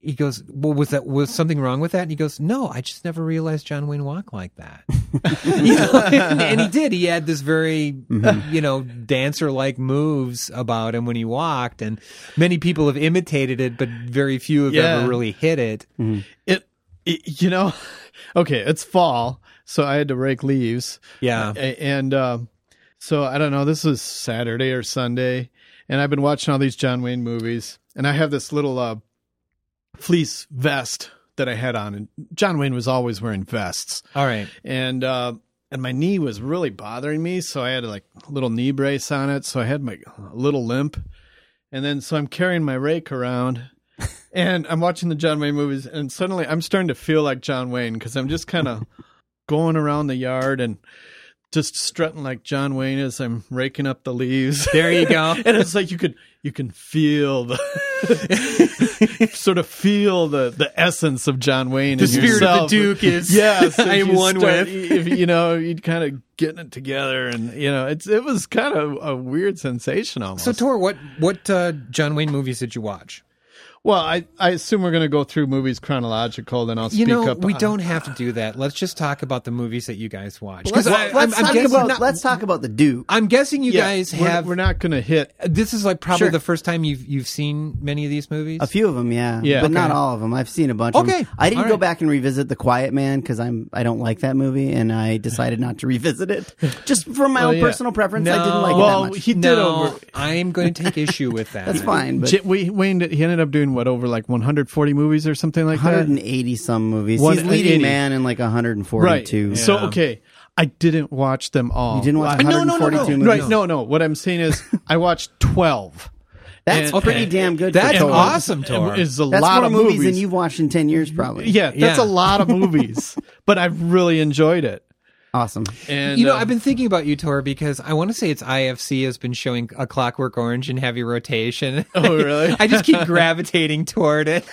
S8: He goes, "Well, was that was something wrong with that?" And he goes, "No, I just never realized John Wayne walked like that." You know, and, and he did. He had this very, you know, dancer like moves about him when he walked, and many people have imitated it, but very few have
S9: Yeah.
S8: ever really hit it.
S9: It, it you know okay it's fall so i had to rake leaves
S8: Yeah.
S9: A- and um so i don't know this was saturday or sunday and i've been watching all these john wayne movies and i have this little uh fleece vest that i had on and john wayne was always wearing vests
S8: All right.
S9: and uh, and my knee was really bothering me, so I had like a little knee brace on it, so I had my a little limp, and then so I'm carrying my rake around, and I'm watching the John Wayne movies, and suddenly I'm starting to feel like John Wayne because I'm just kind of going around the yard and just strutting like John Wayne as I'm raking up the leaves.
S8: There you go.
S9: and it's like you could you can feel the sort of feel the the essence of John Wayne.
S8: The
S9: in
S8: spirit of the
S9: yourself.
S8: Duke is-
S9: yes. if
S8: I am
S9: you
S8: one
S9: start-
S8: with.
S9: if you know you'd kind of getting it together, and you know it's it was kind of a weird sensation almost.
S8: So, Tor, what what uh, John Wayne movies did you watch?
S9: Well, I, I assume we're going to go through movies chronological, then I'll speak
S8: you know,
S9: up. uh,
S8: we
S9: on-
S8: don't have to do that. Let's just talk about the movies that you guys watch.
S10: Let's,
S8: 'Cause I-
S10: let's
S8: I'm- I'm
S10: talk
S8: guessing
S10: about,
S8: not-
S10: let's talk about the Duke.
S8: I'm guessing you
S9: Yeah,
S8: guys
S9: we're-
S8: have.
S9: We're not going to hit.
S8: this is like probably
S10: Sure.
S8: the first time you've you've seen many of these movies.
S1: A few of them, yeah,
S9: Yeah.
S1: but not
S9: Okay.
S1: all of them. I've seen a bunch. of
S8: Okay.
S1: them. I didn't go
S8: All right.
S1: back and revisit The Quiet Man because I'm I don't like that movie, and I decided not to revisit it just from my
S9: Oh,
S1: own
S9: yeah.
S1: personal preference. I didn't like
S9: Well,
S1: that much.
S9: he did
S8: no,
S9: over-
S8: I'm going to take issue with that.
S1: That's fine, but
S9: J- we Wayne did- he ended up doing what over like 140 movies or something like that.
S1: 180 some movies. He's
S9: 180.
S1: leading man in like 142.
S9: right. So okay, I didn't watch them all.
S1: You didn't watch
S9: I- no, no, no,
S1: 142
S9: no.
S1: movies?
S9: Right? No, no. What I'm saying is, I watched 12.
S1: that's
S9: Okay.
S1: pretty damn good.
S8: That's
S1: for Tor.
S8: awesome, Tor.
S9: Is a
S1: That's
S9: lot
S1: more
S9: of
S1: movies, than you've watched in 10 years, probably.
S9: Yeah, that's
S8: Yeah.
S9: a lot of movies, but I really enjoyed it.
S1: awesome.
S9: And
S8: You know,
S9: uh,
S8: I've been thinking about you, Tor, because I want to say it's IFC has been showing a Clockwork Orange in heavy rotation.
S9: Oh, really?
S8: I just keep gravitating toward it.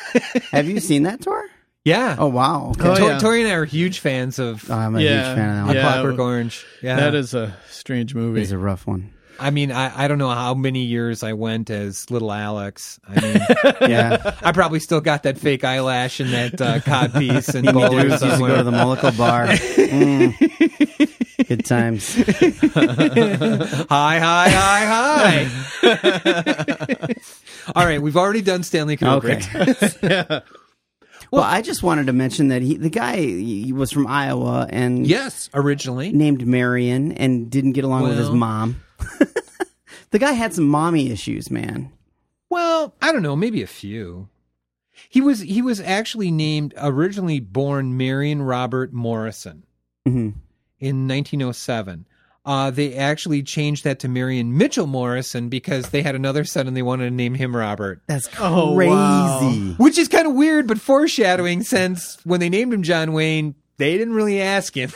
S1: Have you seen that tour?
S8: yeah.
S1: Oh, wow. Okay. Oh,
S9: Oh,
S8: Tor-
S9: yeah.
S8: Tori and I are huge fans of
S1: I'm a
S9: Yeah.
S1: huge fan of that one.
S9: Yeah.
S8: Clockwork Orange. Yeah.
S9: that is a strange movie.
S1: It's a rough one.
S8: I mean, I, I don't know how many years I went as little Alex. I mean,
S1: Yeah.
S8: I probably still got that fake eyelash and that uh, codpiece and
S1: Me and Drew
S8: bowler
S1: used to go to
S8: somewhere.
S1: the Moloko bar. Mm. Good times.
S8: hi, hi, hi, hi. All right, we've already done Stanley Kubrick.
S1: Okay. Well, I just wanted to mention that he, the guy he was from Iowa and
S8: Yes, originally.
S1: named Marion and didn't get along with his
S8: Well.
S1: mom. the guy had some mommy issues, man.
S8: Well, I don't know, maybe a few. He was he was actually named originally born Marion Robert Morrison
S1: Mhm.
S8: in 1907. Uh, they actually changed that to Marion Mitchell Morrison because they had another son and they wanted to name him Robert,
S1: That's
S9: Oh,
S1: crazy.
S9: wow.
S8: which is kind of weird but foreshadowing since when they named him John Wayne, they didn't really ask him.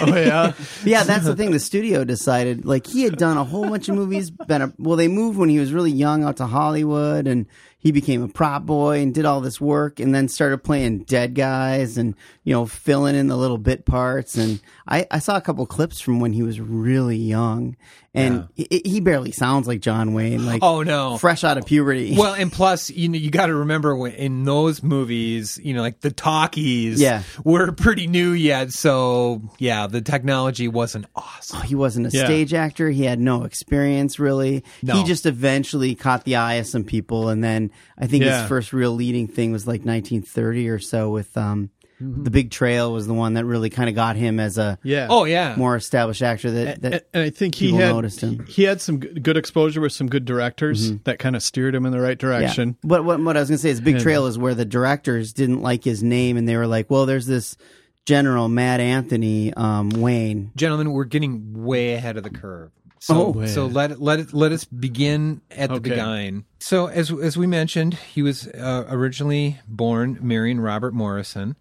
S9: oh yeah,
S1: Yeah, that's the thing. The studio decided like he had done a whole bunch of movies. Been a, well, they moved when he was really young out to Hollywood, and he became a prop boy and did all this work, and then started playing dead guys and you know filling in the little bit parts. And I, I saw a couple clips from when he was really young, and he, he barely sounds like John Wayne. Like
S8: Oh, no.
S1: fresh out of puberty.
S8: Well, and plus, you know, you got to remember when, in those movies, you know, like the talkies
S1: Yeah.
S8: were pretty new yet. So, yeah, the technology wasn't awesome.
S1: he wasn't a
S9: Yeah.
S1: stage actor. He had no experience really.
S8: No.
S1: He just eventually caught the eye of some people, and then I think
S9: Yeah.
S1: his first real leading thing was like 1930 or so with um, the Big Trail was the one that really kind of got him as a
S9: Mm-hmm. yeah.
S8: Oh, yeah.
S1: more established actor. That,
S9: and,
S1: that
S9: and I think he
S1: people
S9: had
S1: noticed him. Mm-hmm.
S9: he had some g- good exposure with some good directors that kind of steered him in the right
S1: yeah.
S9: direction.
S1: But what what I was gonna say is Big Trail is where the directors didn't like his name, and they were like, "Well, there's this general Matt Anthony um, Wayne."
S8: Gentlemen, we're getting way ahead of the curve. So,
S9: Oh.
S8: so let it, let it, let us begin at the
S9: Okay.
S8: beginning. So, as as we mentioned, he was uh, originally born Marion Robert Morrison.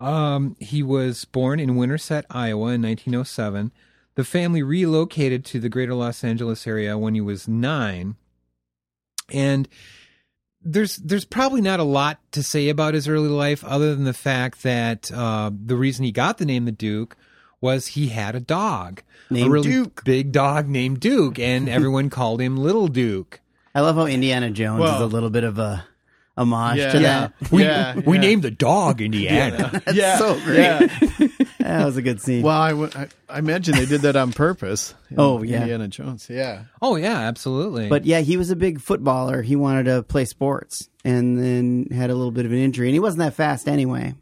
S8: Um, he was born in Winterset, Iowa, in 1907. The family relocated to the greater Los Angeles area when he was nine, and there's there's probably not a lot to say about his early life other than the fact that uh, the reason he got the name the Duke was he had a dog, a
S1: Named
S8: really
S1: Duke.
S8: big dog named Duke, and everyone called him Little Duke.
S1: I love how Indiana Jones is
S9: Well-
S1: a little bit of a homage
S9: Yeah,
S1: to
S9: yeah,
S1: that.
S8: Uh, We,
S9: yeah,
S8: we
S9: yeah.
S8: named the dog Indiana.
S9: That's yeah,
S1: so great.
S9: yeah.
S1: That was a good scene.
S9: Well, I, would- I, I imagine they did that on purpose. in
S1: Oh, yeah.
S9: Indiana Jones. Yeah,
S8: oh yeah, absolutely.
S1: But yeah, he was a big footballer. He wanted to play sports and then had a little bit of an injury. And he wasn't that fast anyway.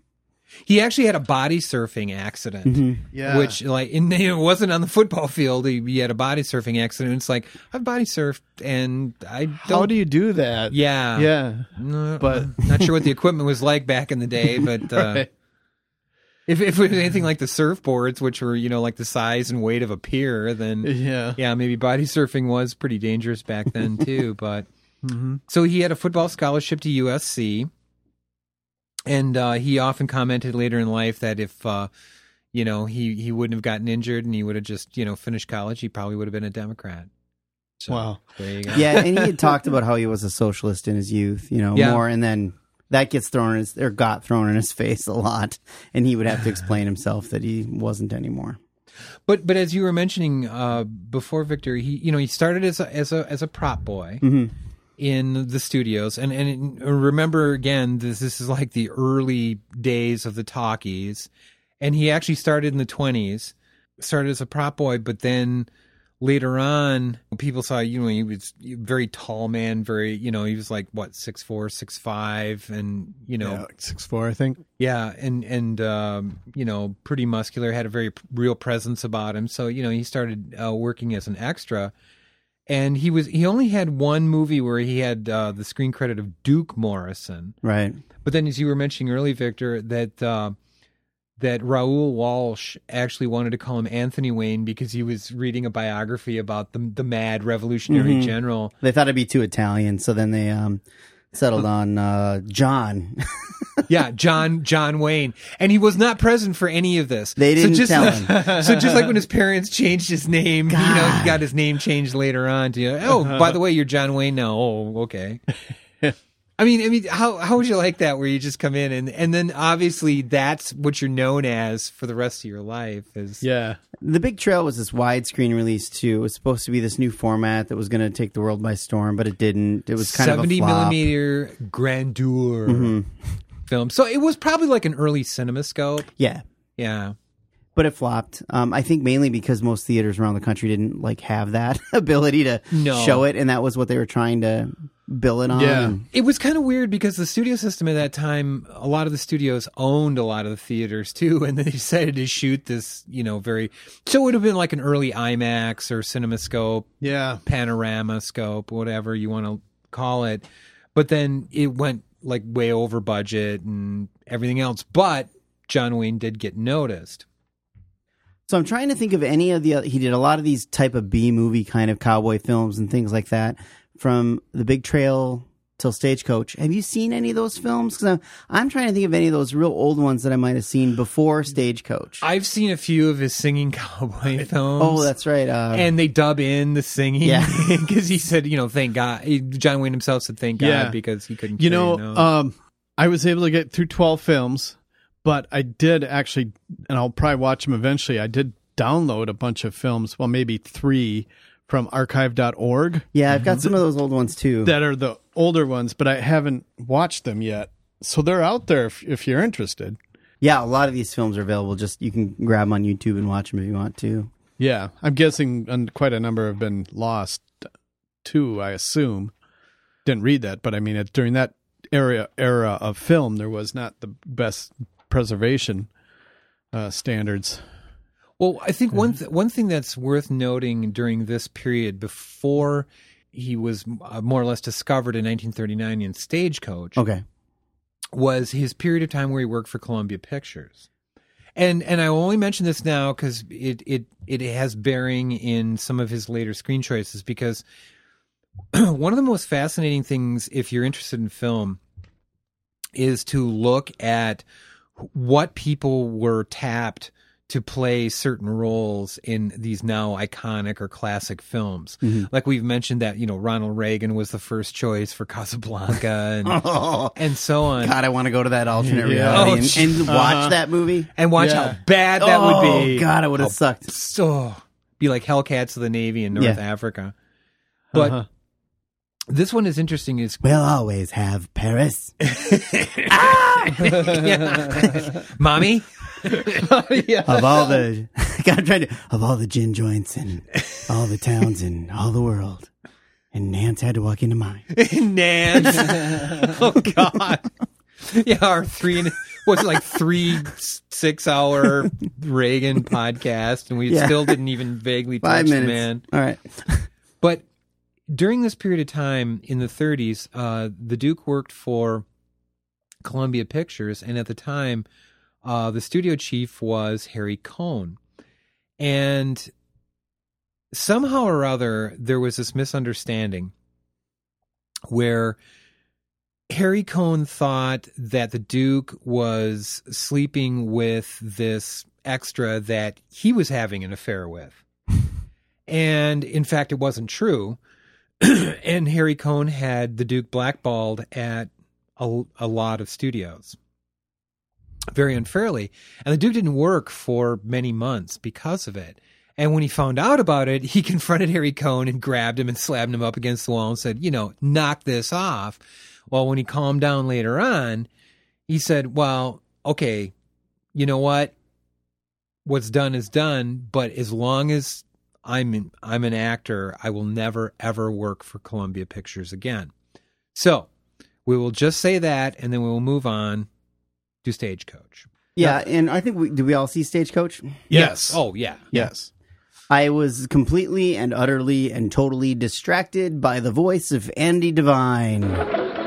S8: he actually had a body surfing accident.
S9: yeah.
S8: Which like in, it wasn't on the football field. He, he had a body surfing accident. It's like I've body surfed and I don't.
S9: how do you do that?
S8: Yeah.
S9: yeah.
S8: No,
S9: But-
S8: I'm not sure what the equipment was like back in the day, but uh,
S9: Right.
S8: if, if it was anything like the surfboards, which were you know like the size and weight of a pier, then
S9: Yeah.
S8: yeah, maybe body surfing was pretty dangerous back then too. But
S9: Mm-hmm.
S8: so he had a football scholarship to USC, and uh, he often commented later in life that if uh, you know he he wouldn't have gotten injured and he would have just you know finished college, he probably would have been a Democrat. So,
S9: Wow.
S8: there you go.
S1: Yeah, and he had talked about how he was a socialist in his youth, you know,
S8: Yeah.
S1: more. And then that gets thrown in his, or got thrown in his face a lot. And he would have to explain himself that he wasn't anymore.
S8: But but as you were mentioning uh, before, Victor, he you know he started as a as a as a prop boy, in the studios. And and remember again, this this is like the early days of the talkies. And he actually started in the twenties, started as a prop boy, but then later on people saw you know he was a very tall man very you know he was like what six four six five and you know
S9: Yeah, like six four, I think.
S8: yeah, and and um, you know, pretty muscular, had a very p- real presence about him. So you know, he started uh, working as an extra, and he was he only had one movie where he had uh, the screen credit of Duke Morrison.
S1: Right.
S8: But then, as you were mentioning earlier, Victor, that uh, that Raoul Walsh actually wanted to call him Anthony Wayne because he was reading a biography about the the mad revolutionary
S1: Mhm.
S8: general.
S1: They thought it'd be too Italian, so then they um, settled on uh, John.
S8: yeah, John John Wayne, and he was not present for any of this.
S1: They didn't
S8: so just,
S1: tell him.
S8: so just like when his parents changed his name, you know, he got his name changed later on to oh, by the way, you're John Wayne now. Oh, okay. I mean, I mean, how how would you like that? Where you just come in and and then obviously that's what you're known as for the rest of your life is
S9: Yeah.
S1: the Big Trail was this widescreen release too. It was supposed to be this new format that was going to take the world by storm, but it didn't. It was kind of a
S8: seventy
S1: flop. Mm-hmm.
S8: millimeter grandeur film. So it was probably like an early CinemaScope.
S1: Yeah,
S8: Yeah.
S1: but it flopped. Um, I think mainly because most theaters around the country didn't like have that ability to
S8: No.
S1: show it, and that was what they were trying to bill it on.
S9: Yeah.
S1: and-
S8: It was kind of weird because the studio system at that time, a lot of the studios owned a lot of the theaters too, and they decided to shoot this, you know, very. So it would have been like an early IMAX or CinemaScope,
S9: Yeah.
S8: panorama scope, whatever you want to call it. But then it went like way over budget and everything else. But John Wayne did get noticed.
S1: So I'm trying to think of any of the other, he did a lot of these type of B movie kind of cowboy films and things like that from The Big Trail till Stagecoach. Have you seen any of those films? Because I'm, I'm trying to think of any of those real old ones that I might have seen before Stagecoach.
S8: I've seen a few of his singing cowboy films.
S1: oh, that's right. Uh,
S8: and they dub in the singing
S1: Yeah.
S8: because he said, you know, thank God. He- John Wayne himself said, thank God
S9: Yeah.
S8: because he couldn't.
S9: You
S8: carry
S9: know,
S8: a note.
S9: um, I was able to get through 12 films, but I did actually, and I'll probably watch them eventually. I did download a bunch of films, well, maybe three from archive.org
S1: yeah, I've got some of those old ones too.
S9: that are the older ones, but I haven't watched them yet. So they're out there if, if you're interested.
S1: yeah, a lot of these films are available. Just you can grab them on YouTube and watch them if you want to.
S9: Yeah. I'm guessing um, quite a number have been lost too, I assume. Didn't read that, but I mean, it, during that era, era of film, there was not the best preservation uh, standards.
S8: well, I think one th- one thing that's worth noting during this period before he was uh, more or less discovered in 1939 in Stagecoach
S1: Okay.
S8: was his period of time where he worked for Columbia Pictures. And and I only mention this now because it, it it has bearing in some of his later screen choices because one of the most fascinating things if you're interested in film is to look at what people were tapped to play certain roles in these now iconic or classic films.
S1: Mm-hmm.
S8: Like we've mentioned that, you know, Ronald Reagan was the first choice for Casablanca and,
S1: Oh,
S8: and so on.
S1: God, I want to go to that alternate reality
S8: Oh,
S1: and,
S8: gee.
S1: and watch that movie.
S8: and watch
S9: Yeah.
S8: how bad that
S1: oh,
S8: would be.
S1: God, it uh-huh. would have sucked.
S8: So be like Hellcats of the Navy in North
S1: Yeah.
S8: Africa. But
S9: Uh-huh.
S8: this one is interesting. Is
S1: We'll always have Paris.
S8: mommy?
S1: of all the God, I'm trying to of all the gin joints and all the towns and all the world. And Nance had to walk into mine.
S8: Nance. oh God. Yeah, our three and was it like three six hour Reagan podcast, and we
S1: Yeah.
S8: still didn't even vaguely touch
S1: Five
S8: the
S1: minutes.
S8: man.
S1: All right.
S8: But during this period of time in the 30s, uh, the Duke worked for Columbia Pictures, and at the time, uh, the studio chief was Harry Cohn. And somehow or other, there was this misunderstanding where Harry Cohn thought that the Duke was sleeping with this extra that he was having an affair with. And in fact, it wasn't true. and Harry Cohn had the Duke blackballed at a, a lot of studios very unfairly. And the Duke didn't work for many months because of it. And when he found out about it, he confronted Harry Cohn and grabbed him and slammed him up against the wall and said, you know, knock this off. Well, when he calmed down later on, he said, well, okay, you know what? What's done is done, but as long as I'm I'm an actor, I will never ever work for Columbia Pictures again. So, we will just say that and then we will move on to Stagecoach.
S1: Yeah, and I think we did we all see Stagecoach?
S9: Yes.
S8: Oh, yeah.
S9: Yes.
S1: I was completely and utterly and totally distracted by the voice of Andy Devine.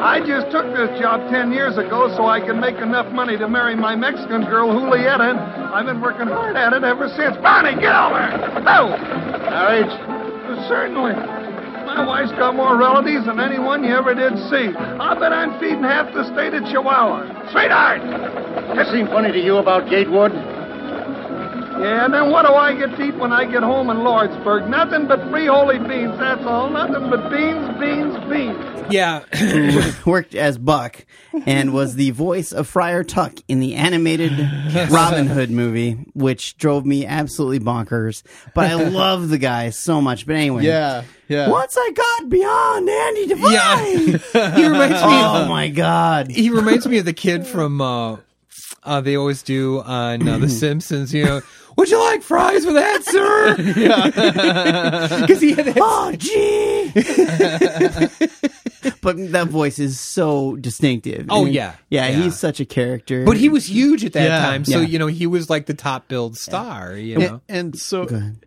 S11: I just took this job 10 years ago so I could make enough money to marry my Mexican girl, Julieta, and I've been working hard at it ever since. Bonnie, get over! No! Marriage? Certainly. My wife's got more relatives than anyone you ever did see. I bet I'm feeding half the state of Chihuahua. Sweetheart!
S12: That seemed funny to you about Gatewood?
S11: Yeah, and then what do I get to eat when I get home in Lordsburg? Nothing but free holy beans, that's all. Nothing but beans, beans, beans.
S8: Yeah.
S1: worked as Buck and was the voice of Friar Tuck in the animated Robin Hood movie, which drove me absolutely bonkers. But I love the guy so much. But anyway.
S9: Yeah. Yeah.
S1: Once I got beyond Andy Devine.
S8: Yeah. he reminds me
S1: Oh my god.
S8: He reminds me of the kid from uh, uh, they always do on uh, The Simpsons. You know, would you like fries with that, sir? Because he had that.
S1: Oh gee. but that voice is so distinctive.
S8: Oh,
S1: And-
S8: yeah.
S1: yeah.
S8: Yeah.
S1: he's such a character.
S8: But he was huge at that
S9: Yeah.
S8: time, so
S1: Oh, Yeah.
S8: you know he was like the top billed star. You
S9: And-
S8: know,
S9: And so,
S1: Go ahead.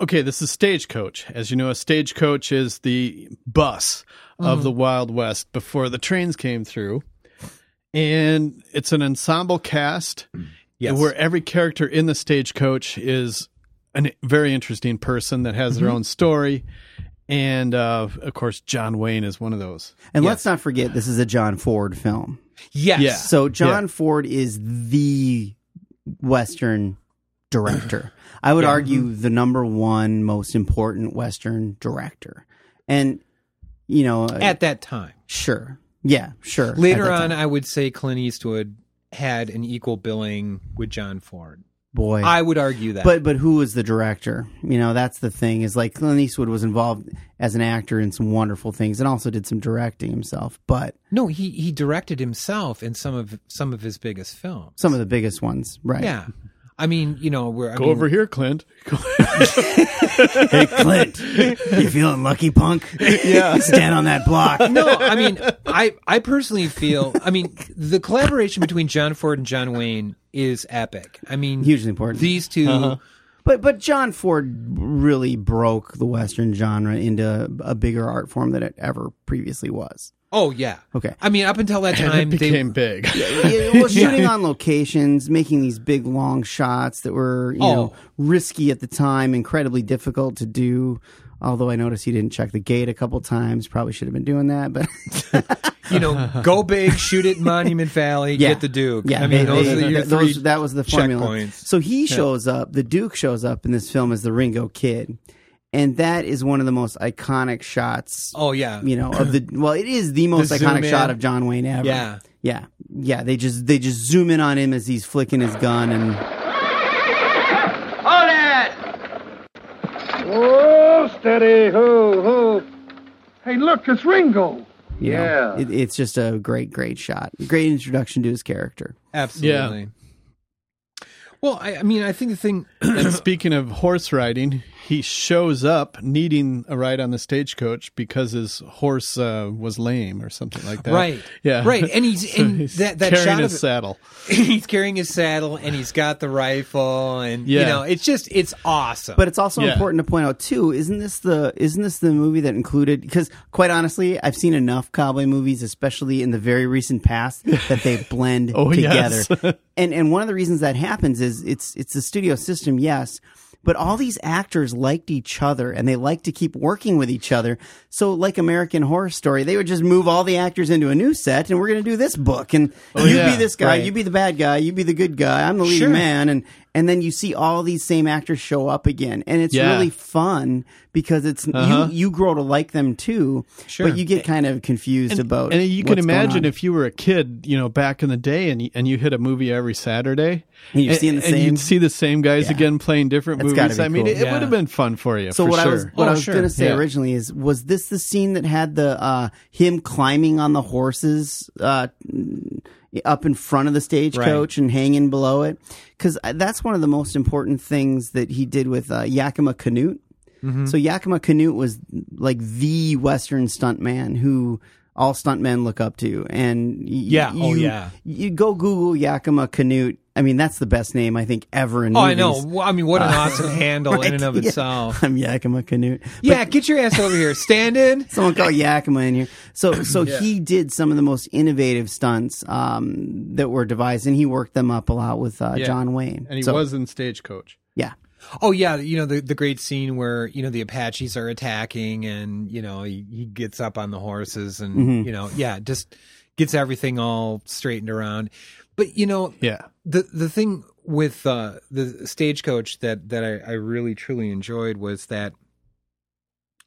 S9: okay, this is stagecoach. As you know, a stagecoach is the bus
S8: Mm-hmm.
S9: of the Wild West before the trains came through. And it's an ensemble cast
S8: Yes.
S9: where every character in the stagecoach is a very interesting person that has their
S8: Mm-hmm.
S9: own story. And uh, of course, John Wayne is one of those.
S1: and let's not forget this is a John Ford film.
S8: yes,
S9: Yeah.
S1: So John Ford is the Western director. I would argue
S8: Mm-hmm.
S1: the number one most important Western director. And you know, uh,
S8: at that time.
S1: sure, yeah, sure. at
S8: Later
S1: that
S8: on,
S1: time.
S8: I would say Clint Eastwood had an equal billing with John Ford.
S1: boy,
S8: I would argue that,
S1: but but who was the director? You know, that's the thing. Is like Clint Eastwood was involved as an actor in some wonderful things, and also did some directing himself. But
S8: no, he he directed himself in some of some of his biggest films.
S1: some of the biggest ones, right?
S8: yeah, I mean, you know, we're I
S9: Go
S8: mean,
S9: over here, Clint.
S1: Hey Clint, you feeling lucky, punk? Yeah. Stand on that block.
S8: no, I mean, I I personally feel, I mean, the collaboration between John Ford and John Wayne is epic. I mean,
S1: Hugely important. Uh-huh.
S8: These 2
S1: But but John Ford really broke the Western genre into a bigger art form than it ever previously was.
S8: oh yeah,
S1: Okay.
S8: I mean, up until that
S9: And
S8: time,
S9: it became
S8: they,
S9: big.
S1: It was shooting on locations, making these big long shots that were you know
S8: Oh.
S1: risky at the time, incredibly difficult to do. Although I noticed he didn't check the gate a couple times, probably should have been doing that. But
S8: you know, go big, shoot it in Monument Valley,
S1: Yeah.
S8: get the Duke.
S1: yeah,
S8: I mean,
S1: they-
S8: those
S1: they-
S8: are your
S1: th- those-
S8: three
S1: that was the formula.
S8: checkpoints.
S1: So he shows up. The Duke shows up in this film as the Ringo Kid, and that is one of the most iconic shots
S8: Oh yeah,
S1: you know of the well it is the most
S8: The zoom
S1: iconic
S8: in.
S1: shot of john wayne ever
S8: Yeah.
S1: yeah yeah they just they just zoom in on him as he's flicking his gun and
S11: Hold it! Whoa, Oh, steady, hoo, hoo. Hey, look, it's Ringo.
S1: you know,
S11: Yeah.
S1: it, it's just a great great shot great introduction to his character
S8: absolutely. Well, I, I mean, I think the thing.
S9: and speaking of horse riding, he shows up needing a ride on the stagecoach because his horse uh, was lame or something like that.
S8: Right.
S9: Yeah.
S8: Right, and he's- and that- that
S9: carrying
S8: shot of
S9: his
S8: it-
S9: saddle.
S8: he's carrying his saddle and he's got the rifle and you
S9: Yeah.
S8: know it's just it's awesome
S1: but it's also
S9: Yeah.
S1: important to point out too isn't this the isn't this the movie that included because quite honestly i've seen enough cowboy movies especially in the very recent past that they blend
S9: Oh,
S1: together
S9: yes.
S1: and and one of the reasons that happens is it's it's the studio system yes but all these actors liked each other and they liked to keep working with each other so like american horror story they would just move all the actors into a new set and we're going to do this book and you
S9: Oh, yeah,
S1: be this guy
S9: right.
S1: you be the bad guy you be the good guy i'm the leading
S8: Sure.
S1: man and and then you see all these same actors show up again, and it's
S9: Yeah.
S1: really fun because it's
S9: Uh-huh.
S1: you you grow to like them too,
S9: Sure.
S1: but you get kind of confused
S9: and,
S1: about.
S9: and you can
S1: what's going on.
S9: imagine if you were a kid, you know, back in the day, and you, and you hit a movie every Saturday,
S1: And you're seeing the
S9: and
S1: same-
S9: you'd see the same guys again playing different
S1: That's gotta
S9: movies.
S1: be
S9: I mean,
S1: cool.
S9: it,
S1: Yeah.
S9: would have been fun for you.
S1: So
S9: for
S1: what I
S9: sure.
S1: was
S8: Oh,
S1: what I was going to say originally is was this the scene that had the uh, him climbing on the horses uh, up in front of the stagecoach and hanging below it? Because that's one of the most important things that he did with uh, Yakima Canute.
S8: Mm-hmm.
S13: Mhm.
S1: So Yakima Canute was like the Western stuntman who all stuntmen look up to, and y-
S8: Yeah.
S1: you,
S8: Oh, yeah.
S1: you go Google Yakima Canute. I mean, that's the best name I think ever in
S8: Oh, I
S1: movies.
S8: know. Well, I mean, what an
S1: Uh,
S8: awesome handle in and of
S1: yeah.
S8: itself.
S1: I'm Yakima Canute.
S8: Yeah, get your ass over here. Stand in.
S1: Someone call Yakima in here. So, so
S8: Yeah.
S1: he did some of the most innovative stunts um, that were devised, and he worked them up a lot with uh,
S8: Yeah.
S1: John Wayne.
S9: and he
S1: So-
S9: was in Stagecoach.
S1: yeah.
S8: Oh yeah, you know the the great scene where you know the Apaches are attacking, and you know he, he gets up on the horses, and
S9: Mhm.
S8: you know yeah, just gets everything all straightened around. But you know
S9: Yeah.
S8: the the thing with uh, the stagecoach that that I, I really truly enjoyed was that,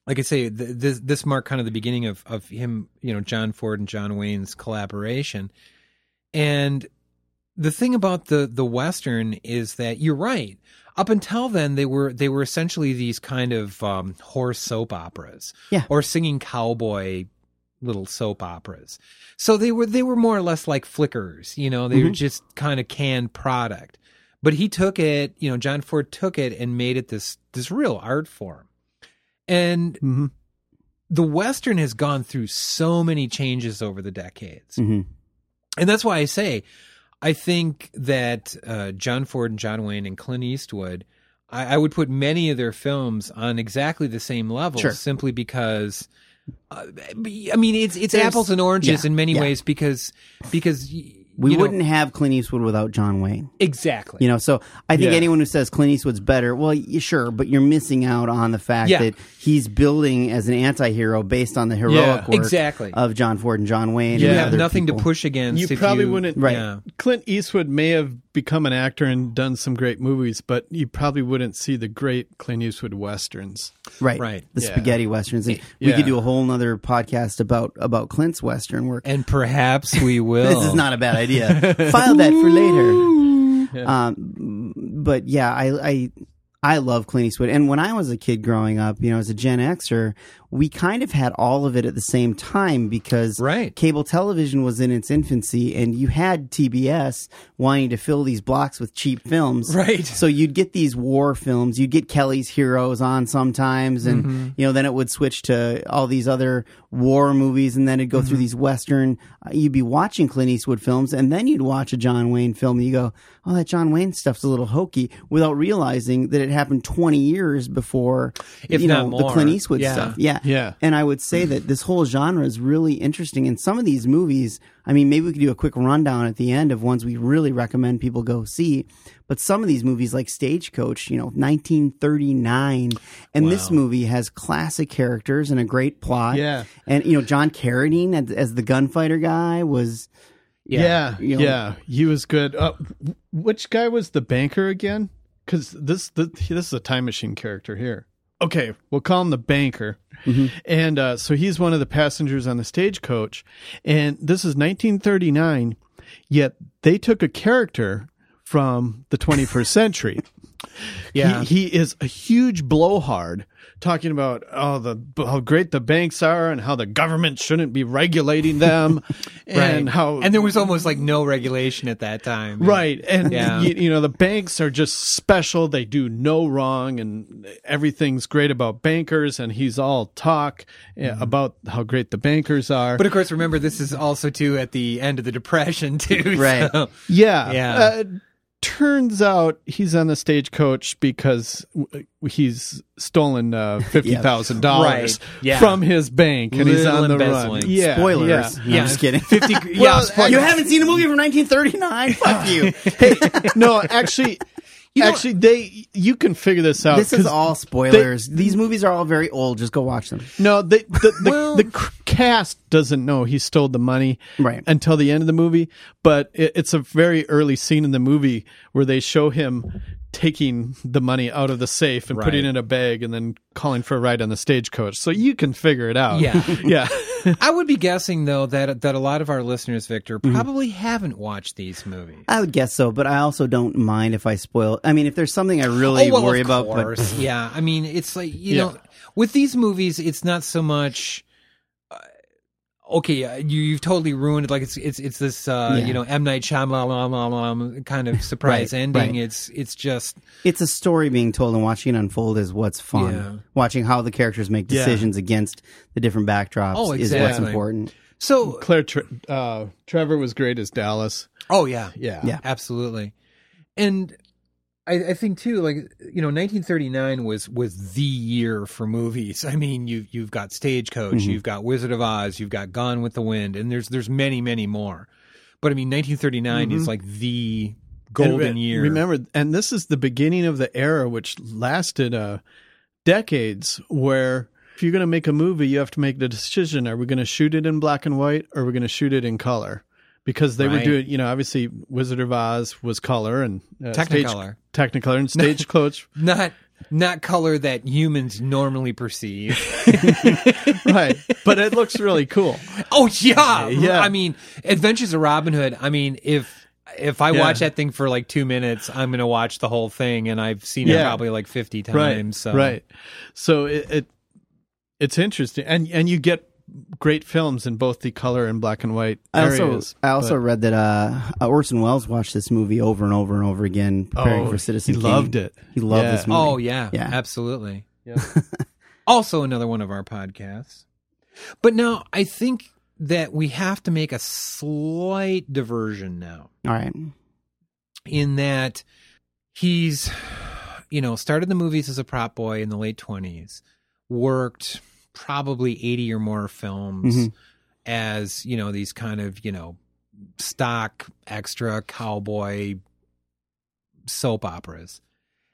S8: like I say, th- this this marked kind of the beginning of of him, you know, John Ford and John Wayne's collaboration, and the thing about the the western is that you're right. Up until then, they were they were essentially these kind of um, horse soap operas,
S1: yeah.
S8: or singing cowboy little soap operas. So they were they were more or less like flickers, you know. They were
S14: Mhm.
S8: just kind of canned product. But he took it, you know, John Ford took it and made it this this real art form. And the western has gone through so many changes over the decades.
S1: Mhm.
S8: And that's why I say, I think that uh, John Ford and John Wayne and Clint Eastwood, I, I would put many of their films on exactly the same level,
S14: Sure.
S8: simply because, uh, I mean, it's it's
S14: There's-
S8: apples and oranges
S1: yeah,
S8: in many
S1: yeah.
S8: ways because because y-
S1: We
S8: you know-
S1: wouldn't have Clint Eastwood without John Wayne.
S8: exactly.
S1: You know, so I think
S8: Yeah.
S1: anyone who says Clint Eastwood's better, well, y sure, but you're missing out on the fact
S8: Yeah.
S1: that he's building as an anti-hero based on the heroic
S8: Yeah.
S1: work
S8: Exactly.
S1: of John Ford and John Wayne.
S8: You
S1: and
S8: have
S1: other
S8: nothing to
S1: people.
S8: push against.
S9: You
S8: if
S9: probably wouldn't.
S1: Right.
S8: yeah.
S9: Clint Eastwood may have become an actor and done some great movies, but you probably wouldn't see the great Clint Eastwood westerns.
S1: Right, The
S9: Yeah.
S1: spaghetti westerns, and we
S9: Yeah.
S1: could do a whole nother podcast about about Clint's western work.
S8: And perhaps we will.
S1: this is not a bad idea. File that for later. Um, but yeah, I, I I love Clint Eastwood. And when I was a kid growing up, you know, as a Gen Xer, we kind of had all of it at the same time because cable television was in its infancy, and you had TBS wanting to fill these blocks with cheap films,
S8: Right.
S1: So you'd get these war films, you'd get Kelly's Heroes on sometimes, and
S8: Mhm.
S1: you know, then it would switch to all these other war movies, and then it'd go through
S8: Mhm.
S1: these Western. Uh, you'd be watching Clint Eastwood films, and then you'd watch a John Wayne film, and you go, "Oh, that John Wayne stuff's a little hokey," without realizing that it happened twenty years before,
S8: If
S1: you know,
S8: not
S1: the Clint
S8: more.
S1: Eastwood
S8: Yeah.
S1: stuff. Yeah,
S9: Yeah.
S1: And I would say that this whole genre is really interesting, and some of these movies. I mean, maybe we could do a quick rundown at the end of ones we really recommend people go see. But some of these movies, like Stagecoach, you know, 1939, and this
S9: Wow.
S1: movie has classic characters and a great plot.
S9: Yeah.
S1: And, you know, John Carradine as, as the gunfighter guy was.
S9: Yeah, yeah,
S1: you know,
S9: he was good. Uh, w- which guy was the banker again? Because this the, this is a time machine character here. Okay, we'll call him the banker, and uh, so he's one of the passengers on the stagecoach, and this is 1939. Yet they took a character from the 21st century.
S8: Yeah.
S9: he, he is a huge blowhard, talking about oh the how great the banks are and how the government shouldn't be regulating them, and
S8: Right.
S9: how
S8: and there was almost like no regulation at that time.
S9: Right. And,
S8: Yeah.
S9: you, you know, the banks are just special. They do no wrong, and everything's great about bankers. And he's all talk eh, about how great the bankers are.
S8: Mm-hmm. But of course, remember this is also too at the end of the depression too.
S9: Right.
S8: so-
S9: yeah.
S8: Yeah.
S9: Uh, turns out he's on the stagecoach because w- he's stolen uh, $50,000
S8: Right. Yeah.
S9: from his bank and he's
S8: Little
S9: on the
S8: embezzling.
S9: run. Yeah.
S1: Spoilers.
S9: Yeah.
S1: No, I'm just kidding.
S8: 50
S1: well, you haven't seen a movie from 1939? Fuck you.
S9: no, actually, You know, Actually, they you can figure this out.
S1: This is all spoilers. They, These movies are all very old. Just go watch them.
S9: No, they, the the, well, the, the cast doesn't know he stole the money
S1: right.
S9: until the end of the movie. But it, it's a very early scene in the movie where they show him taking the money out of the safe and right. putting it in a bag and then calling for a ride on the stagecoach. So you can figure it out.
S8: Yeah,
S9: yeah.
S8: I would be guessing though that that a lot of our listeners, Victor, probably mm-hmm. haven't watched these movies.
S1: I would guess so, but I also don't mind if I spoil. I mean, if there's something I really
S8: oh, well,
S1: worry about,
S8: but... yeah. I mean, it's like you yeah. know, with these movies, it's not so much. Uh, okay, uh, you, you've totally ruined it. Like it's it's it's this uh, yeah. you know M Night Shyamalan kind of surprise right, ending. Right. It's it's just
S1: it's a story being told and watching it unfold is what's fun. Yeah. Watching how the characters make decisions against the different backdrops oh, exactly. is what's important.
S8: So
S9: Claire, uh, Trevor was great as Dallas.
S8: Oh yeah,
S9: yeah,
S8: yeah, absolutely. And I, I, think too, like you know, 1939 was was the year for movies. I mean, you you've got Stagecoach, mm-hmm. you've got Wizard of Oz, you've got Gone with the Wind, and there's there's many many more. But I mean, 1939 mm-hmm. is like the golden
S9: and,
S8: year.
S9: Remember, and this is the beginning of the era which lasted uh, decades, where if you're going to make a movie, you have to make the decision: are we going to shoot it in black and white, or are we going to shoot it in color? Because they right. were doing, you know, obviously Wizard of Oz was color and
S8: uh, Technicolor,
S9: stage, Technicolor, and stagecoach.
S8: not not color that humans normally perceive.
S9: right, but it looks really cool.
S8: Oh yeah, yeah. I mean, Adventures of Robin Hood. I mean, if if I yeah. watch that thing for like two minutes, I'm going to watch the whole thing, and I've seen yeah. it probably like 50 times.
S9: Right,
S8: so.
S9: right. So it, it it's interesting, and and you get great films in both the color and black and white areas.
S1: I also, I also read that uh, Orson Welles watched this movie over and over and over again, preparing
S9: oh,
S1: for Citizen.
S9: He
S1: King.
S9: loved it.
S1: He loved
S8: yeah.
S1: this movie.
S8: Oh yeah, yeah, absolutely. Yeah. also, another one of our podcasts. But now I think that we have to make a slight diversion now.
S1: All right.
S8: In that he's, you know, started the movies as a prop boy in the late twenties, worked probably 80 or more films mm-hmm. as you know these kind of you know stock extra cowboy soap operas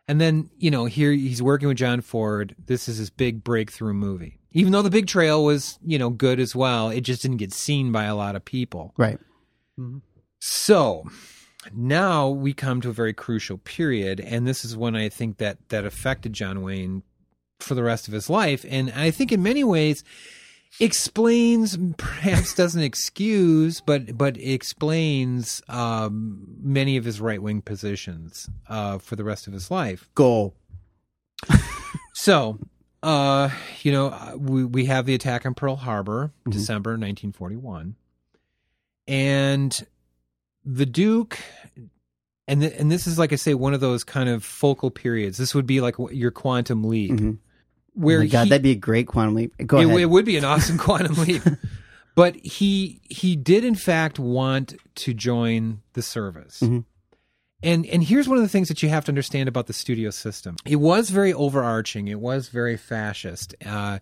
S8: and then you know here he's working with john ford this is his big breakthrough movie even though the big trail was you know good as well it just didn't get seen by a lot of people
S1: right
S8: mm-hmm. so now we come to a very crucial period and this is when i think that that affected john wayne for the rest of his life. And I think in many ways explains, perhaps doesn't excuse, but but explains um, many of his right wing positions uh, for the rest of his life.
S1: Goal.
S8: so, uh, you know, we we have the attack on Pearl Harbor, mm-hmm. December 1941, and the Duke and th- and this is like I say one of those kind of focal periods. This would be like your quantum leap. Mm-hmm.
S1: Where oh God, he, that'd be a great quantum leap. Go
S8: it,
S1: ahead.
S8: It would be an awesome quantum leap. But he he did in fact want to join the service. Mm-hmm. And and here's one of the things that you have to understand about the studio system. It was very overarching. It was very fascist. Uh,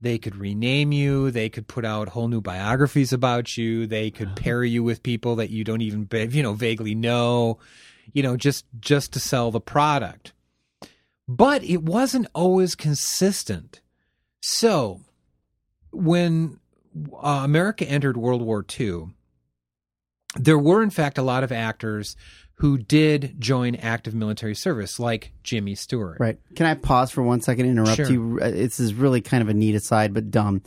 S8: they could rename you they could put out whole new biographies about you they could
S1: Uh-huh.
S8: pair you with people that you don't even you know vaguely know you know just just to sell the product but it wasn't always consistent so when uh, america entered world war ii there were in fact a lot of actors who did join active military service, like Jimmy Stewart.
S1: Right. Can I pause for one second and interrupt
S8: sure.
S1: you? Uh, This is really kind of a neat aside, but dumb.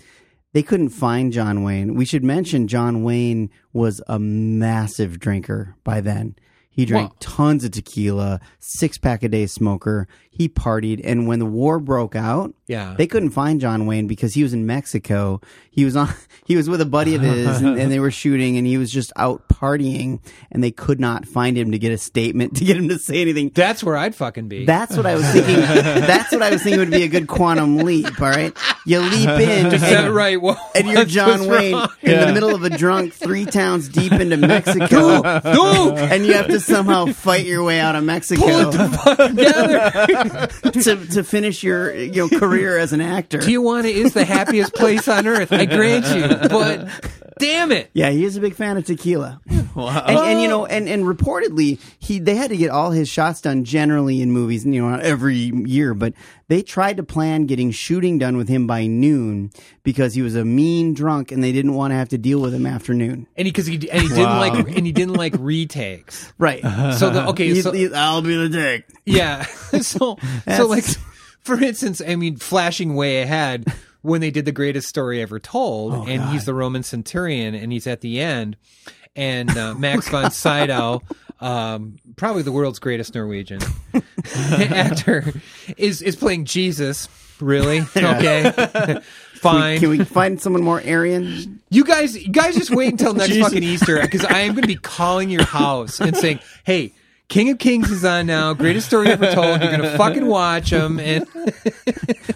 S1: They couldn't find John Wayne. We should mention John Wayne was a massive drinker by then. He drank wow. tons of tequila, six pack a day smoker. He partied, and when the war broke out,
S8: yeah,
S1: they couldn't find John Wayne because he was in Mexico. He was on, he was with a buddy of his, and, and, they were shooting, and he was just out partying, and they could not find him to get a statement to get him to say anything.
S8: That's where I'd fucking be.
S1: That's what I was thinking. that's what I was thinking would be a good quantum leap. All right, you leap in,
S8: Is that right? Well,
S1: and you're John Wayne wrong? in yeah. the middle of a drunk three towns deep into Mexico,
S8: Duke,
S1: and you have to somehow fight your way out of Mexico. to, to finish your you know, career as an actor.
S8: Tijuana is the happiest place on earth, I grant you. But damn it.
S1: Yeah, he is a big fan of tequila. Wow. And, and you know, and, and reportedly, he they had to get all his shots done generally in movies, you know, not every year, but they tried to plan getting shooting done with him by noon because he was a mean drunk, and they didn't want to have to deal with him after noon.
S8: And he, cause he, and he didn't
S1: Wow.
S8: like, and he didn't like retakes.
S1: Right.
S8: So the, okay.
S1: You-
S8: so,
S1: you- I'll be the dick.
S8: Yeah. so so
S1: That's-
S8: like for instance, I mean flashing way ahead when they did the greatest story ever told
S1: Oh,
S8: and he's the Roman centurion and he's at the end and uh, Max
S1: Oh,
S8: von Sydow um, probably the world's greatest Norwegian actor is is playing Jesus really okay fine
S1: Can we, can we find someone more Aryan?
S8: you guys, you guys just wait until next
S1: Jesus.
S8: fucking Easter because I am going to be calling your house and saying, "Hey, King of Kings is on now. Greatest story ever told. You're going to fucking watch them." And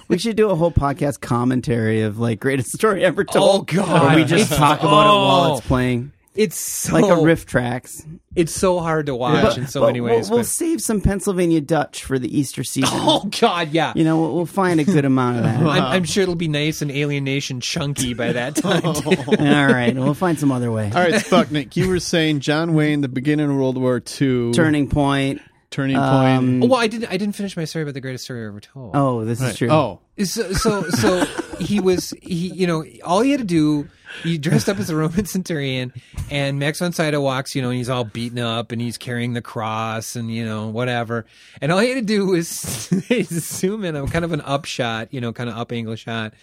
S1: We should do a whole podcast commentary of like greatest story ever told.
S8: Oh, God.
S1: Where we just
S8: It's-
S1: talk about it while
S8: oh.
S1: it's playing.
S8: it's so,
S1: like a riff tracks.
S8: It's so hard to watch
S1: But-
S8: in so
S1: but
S8: many ways.
S1: We'll, we'll
S8: but-
S1: save some Pennsylvania Dutch for the Easter season.
S8: oh God, yeah.
S1: You uh, know, we'll, we'll find a good amount of that.
S8: I'm, I'm sure it'll be nice and alienation chunky by that time. too.
S1: All right, we'll find some other way.
S9: All right, Sputnik, you were saying John Wayne, the beginning of World War II,
S1: Turning point.
S9: turning
S1: Um,
S8: Oh, well, I didn't. I didn't finish my story about the greatest story ever told.
S1: Oh, this is
S9: Right.
S1: true.
S9: Oh,
S8: So, so, so he was, he, you know, all he had to do, he dressed up as a Roman centurion, and Max von Sydow walks, you know, and he's all beaten up, and he's carrying the cross, and you know, whatever. And all he had to do was, is zoom in on kind of an up shot, you know, kind of up angle shot,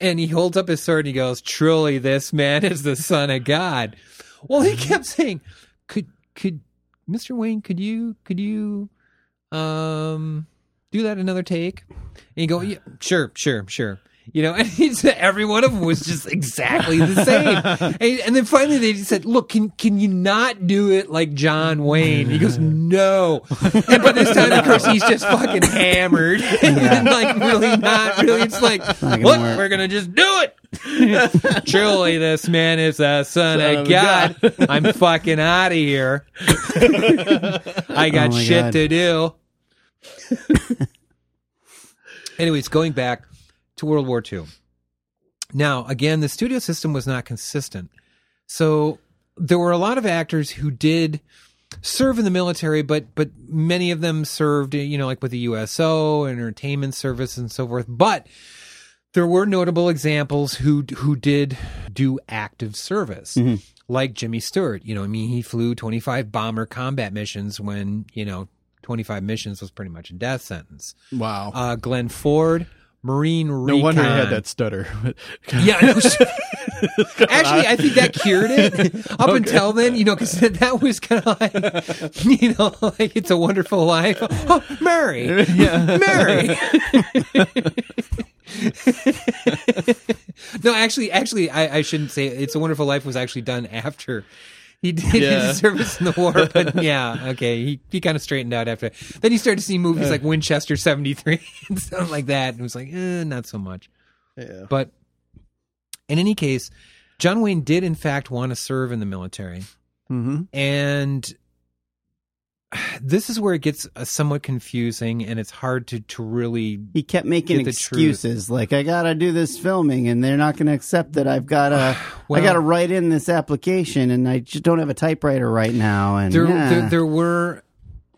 S8: and he holds up his sword and he goes, "Truly, this man is the son of God." Well, he kept saying, "Could, could, Mister Wayne, could you, could you, um, do that another take?" And you go, yeah, sure, sure, sure. You know, and he said every one of them was just exactly the same. And, and then finally they just said, look, can, can you not do it like John Wayne? He goes, no. And by this time, of course, he's just fucking hammered. and like, really not, really. It's like,
S1: not gonna
S8: look,
S1: work."
S8: we're going to just do it. Truly, this man is the son, of, God. I'm fucking out of here. I got
S1: Oh my
S8: shit
S1: God.
S8: to do. Anyways, going back to World War II. Now, again, the studio system was not consistent. So there were a lot of actors who did serve in the military, but but many of them served, you know, like with the USO, entertainment service, and so forth. But there were notable examples who who did do active service,
S9: Mm-hmm.
S8: like Jimmy Stewart. You know, I mean, he flew 25 bomber combat missions when you know 25 missions was pretty much a death sentence.
S9: wow.
S8: Uh, Glenn Ford, Marine
S9: no
S8: Recon.
S9: wonder he had that stutter.
S8: Yeah. I know. Actually, I think that cured it. Up until then, you know, because that was kind of like, you know, like it's a wonderful life. Oh, Mary, Mary. no, actually, actually, I, I shouldn't say it. it's a wonderful life was actually done after. He did
S9: Yeah.
S8: his service in the war, but yeah, okay. He he kind of straightened out after. Then he started to see movies like Winchester '73 and stuff like that, and was like, eh, not so much.
S9: Yeah.
S8: But in any case, John Wayne did in fact want to serve in the military,
S9: hmm
S8: and this is where it gets uh, somewhat confusing, and it's hard to to really.
S1: He kept making
S8: Get the
S1: excuses like I gotta do this filming and they're not gonna accept that I've gotta
S8: Well-
S1: I gotta write in this application and I just don't have a typewriter right now and
S8: There,
S1: yeah.
S8: there, there were,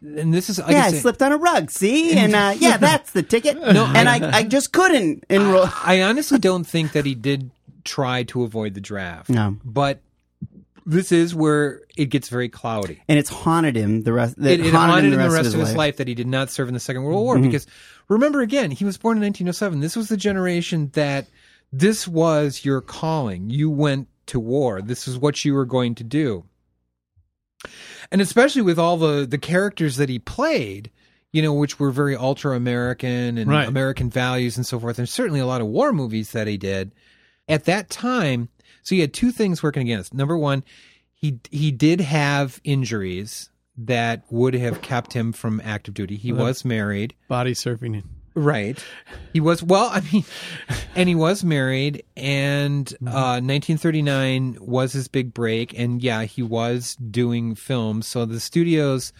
S8: and this is like
S1: yeah,
S8: I
S1: I
S8: said-
S1: slipped on a rug. See, and uh, yeah, that's the ticket. and I, I just couldn't enroll.
S8: I honestly don't think that he did try to avoid the draft.
S1: No.
S8: but this is where it gets very cloudy.
S1: and it's haunted him the rest.
S8: it, it haunted him the rest,
S1: of his life. Mm-hmm.
S8: that he did not serve in the Second World War. Because remember, again, he was born in 1907. This was the generation that this was your calling. You went to war. This is what you were going to do. And especially with all the the characters that he played, you know, which were very ultra American and
S9: Right.
S8: American values and so forth. And certainly a lot of war movies that he did at that time. So he had two things working against. Number one, he he did have injuries that would have kept him from active duty. He was married.
S9: Body surfing.
S8: Right. He was well, I mean, and he was married and uh 1939 was his big break and yeah, he was doing films. So the studios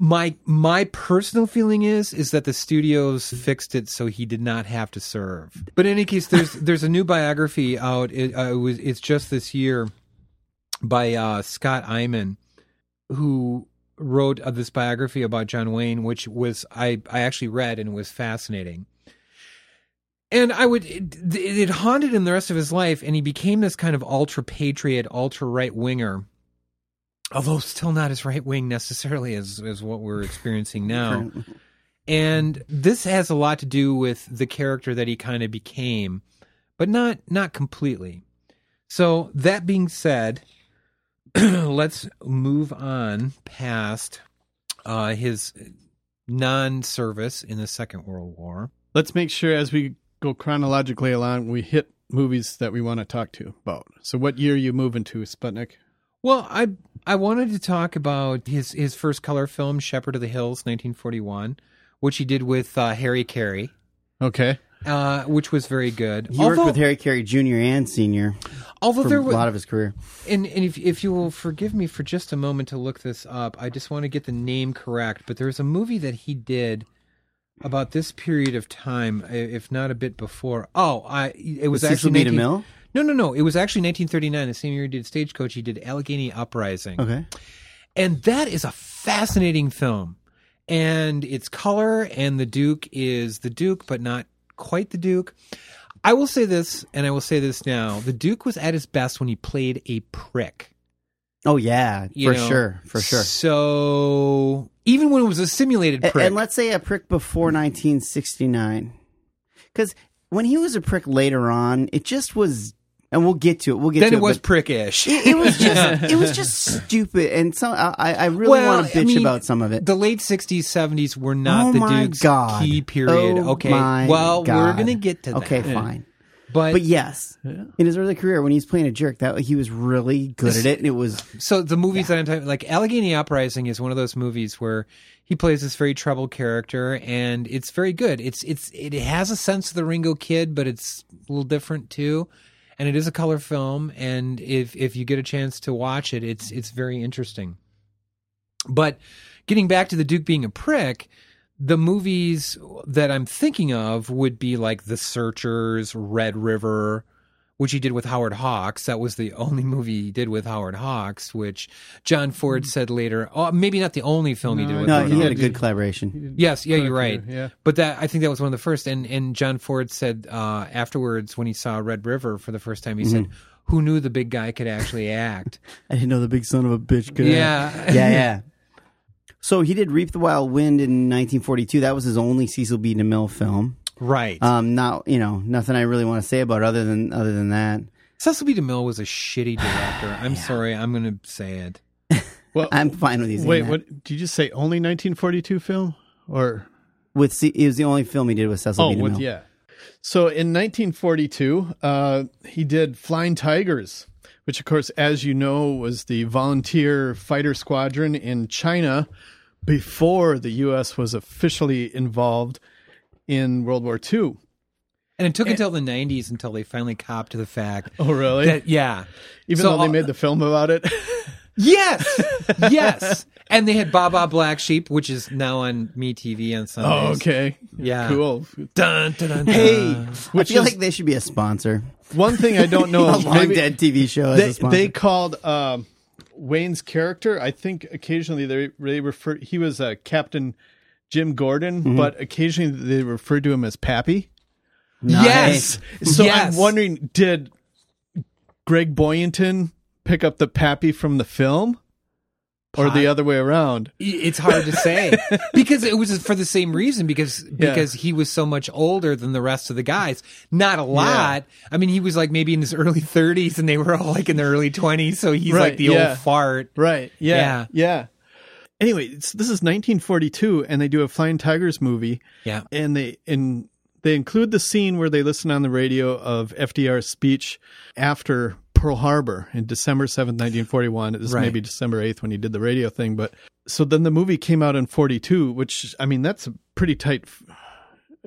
S8: my my personal feeling is is that the studios fixed it so he did not have to serve. But in any case, there's there's a new biography out. It, uh, it was it's just this year by uh, Scott Iman, who wrote uh, this biography about John Wayne, which was I I actually read and was fascinating. And I would it, it it haunted him the rest of his life, and he became this kind of ultra patriot, ultra right winger. Although still not as right wing necessarily as as what we're experiencing now. and this has a lot to do with the character that he kind of became but not not completely so that being said let's move on past uh, his non-service in the second world war
S9: Let's make sure as we go chronologically along, we hit movies that we want to talk to about. So, what year are you moving to, Sputnik?
S8: well i i wanted to talk about his his first color film shepherd of the hills 1941 which he did with uh, harry carey
S9: Okay.
S8: uh, which was very good
S1: He worked with Harry Carey Jr. and Senior.
S8: Although
S1: for
S8: there
S1: a
S8: wa-
S1: lot of his career,
S8: And, and if if you will forgive me for just a moment to look this up, I just want to get the name correct. But there's a movie that he did about this period of time, i- if not a bit before. Oh, I it was
S1: With Cecil
S8: actually
S1: B.
S8: 19
S1: DeMille?
S8: No, no, no. It was actually 1939, the same year he did Stagecoach. He did Allegheny Uprising.
S1: Okay.
S8: and that is a fascinating film, and it's color, and the Duke is the Duke, but not quite the Duke. I will say this, and I will say this now: the Duke was at his best when he played a prick.
S1: oh yeah,
S8: you
S1: for
S8: know?
S1: sure, for sure.
S8: So even when it was a simulated
S1: A-
S8: prick,
S1: And let's say a prick before 1969. Because when he was a prick later on, it just was, and we'll get to it. We'll get
S8: then
S1: to
S8: it was
S1: but
S8: prickish.
S1: It, it was just, it was just stupid. And so I, I I really
S8: Well,
S1: want to
S8: I
S1: bitch
S8: mean,
S1: about some of it.
S8: The late '60s, '70s were not
S1: Oh
S8: the
S1: my
S8: Duke's
S1: God.
S8: key period.
S1: Oh
S8: okay,
S1: my
S8: well, we're
S1: God.
S8: gonna get to that.
S1: Okay, fine.
S8: but,
S1: But yes,
S9: Yeah.
S1: in his early career, when he's playing a jerk, that he was really good at it, and it was
S8: So the movies that I'm talking like Allegheny Uprising is one of those movies where he plays this very troubled character and it's very good. It's it's it has a sense of the Ringo Kid, but it's a little different too. And it is a color film and if if you get a chance to watch it, it's it's very interesting. But getting back to the Duke being a prick, the movies that I'm thinking of would be like The Searchers, Red River, which he did with Howard Hawks. That was the only movie he did with Howard Hawks, which John Ford said later, oh, maybe not the only film he did with
S1: Hmm. no.
S8: Howard
S1: He had a
S8: Hawks.
S1: good collaboration.
S8: Yes, yeah, you're right.
S9: Yeah.
S8: But that I think that was one of the first. And and John Ford said uh, afterwards when he saw Red River for the first time, he said,
S1: Mm-hmm.
S8: "Who knew the big guy could actually act?"
S1: I didn't know the big son of a bitch could.
S8: Yeah.
S1: yeah, yeah. So he did "Reap the Wild Wind" in 1942. That was his only Cecil B. DeMille film.
S8: right.
S1: Um, not you know nothing I really want to say about it other than other than that.
S8: Cecil B. DeMille was a shitty director. I'm sorry. I'm going to say it.
S9: Well,
S1: I'm fine with these.
S9: wait, what did you say? Only 1942 film or
S1: With C- it was the only film he did with Cecil
S9: oh,
S1: B. DeMille.
S9: with, yeah. So in 1942, uh, he did Flying Tigers, which, of course, as you know, was the volunteer fighter squadron in China before the U.S. was officially involved in World War II.
S8: And it took until the 90s until they finally copped to the fact.
S9: Oh, really?
S8: That, yeah.
S9: Even
S8: So
S9: though they
S8: all-
S9: made the film about it.
S8: Yes. yes. And they had Baba Black Sheep, which is now on Me TV on
S9: oh,
S8: Sundays.
S9: okay.
S8: Yeah.
S9: Cool.
S8: Dun, dun, dun,
S9: Hey,
S8: dun.
S9: which
S1: I feel
S9: is
S1: like they should be a sponsor.
S9: one thing I don't know.
S1: a
S9: is
S1: long
S9: maybe-
S1: dead TV show. As a
S9: they,
S1: sponsor.
S9: they called um, Wayne's character. I think occasionally they they refer. He was uh, Captain Jim Gordon,
S1: Mm-hmm.
S9: but occasionally they referred to him as Pappy.
S8: Yes.
S9: So
S8: Yes.
S9: I'm wondering, did Greg Boyington pick up the Pappy from the film, or the other way around?
S8: It's hard to say because it was for the same reason because because he was so much older than the rest of the guys. Not a lot. I mean, he was like maybe in his early 30s, and they were all like in their early 20s. So he's
S9: Right,
S8: like the
S9: yeah.
S8: old fart.
S9: Right.
S8: Yeah.
S9: Yeah. Yeah. Anyway, it's, this is 1942, and they do a Flying Tigers movie.
S8: Yeah.
S9: and they and they include the scene where they listen on the radio of FDR's speech after Pearl Harbor in December seventh, nineteen forty one. This may
S8: Right.
S9: be December eighth when he did the radio thing, but so then the movie came out in forty two, which I mean that's a pretty tight f-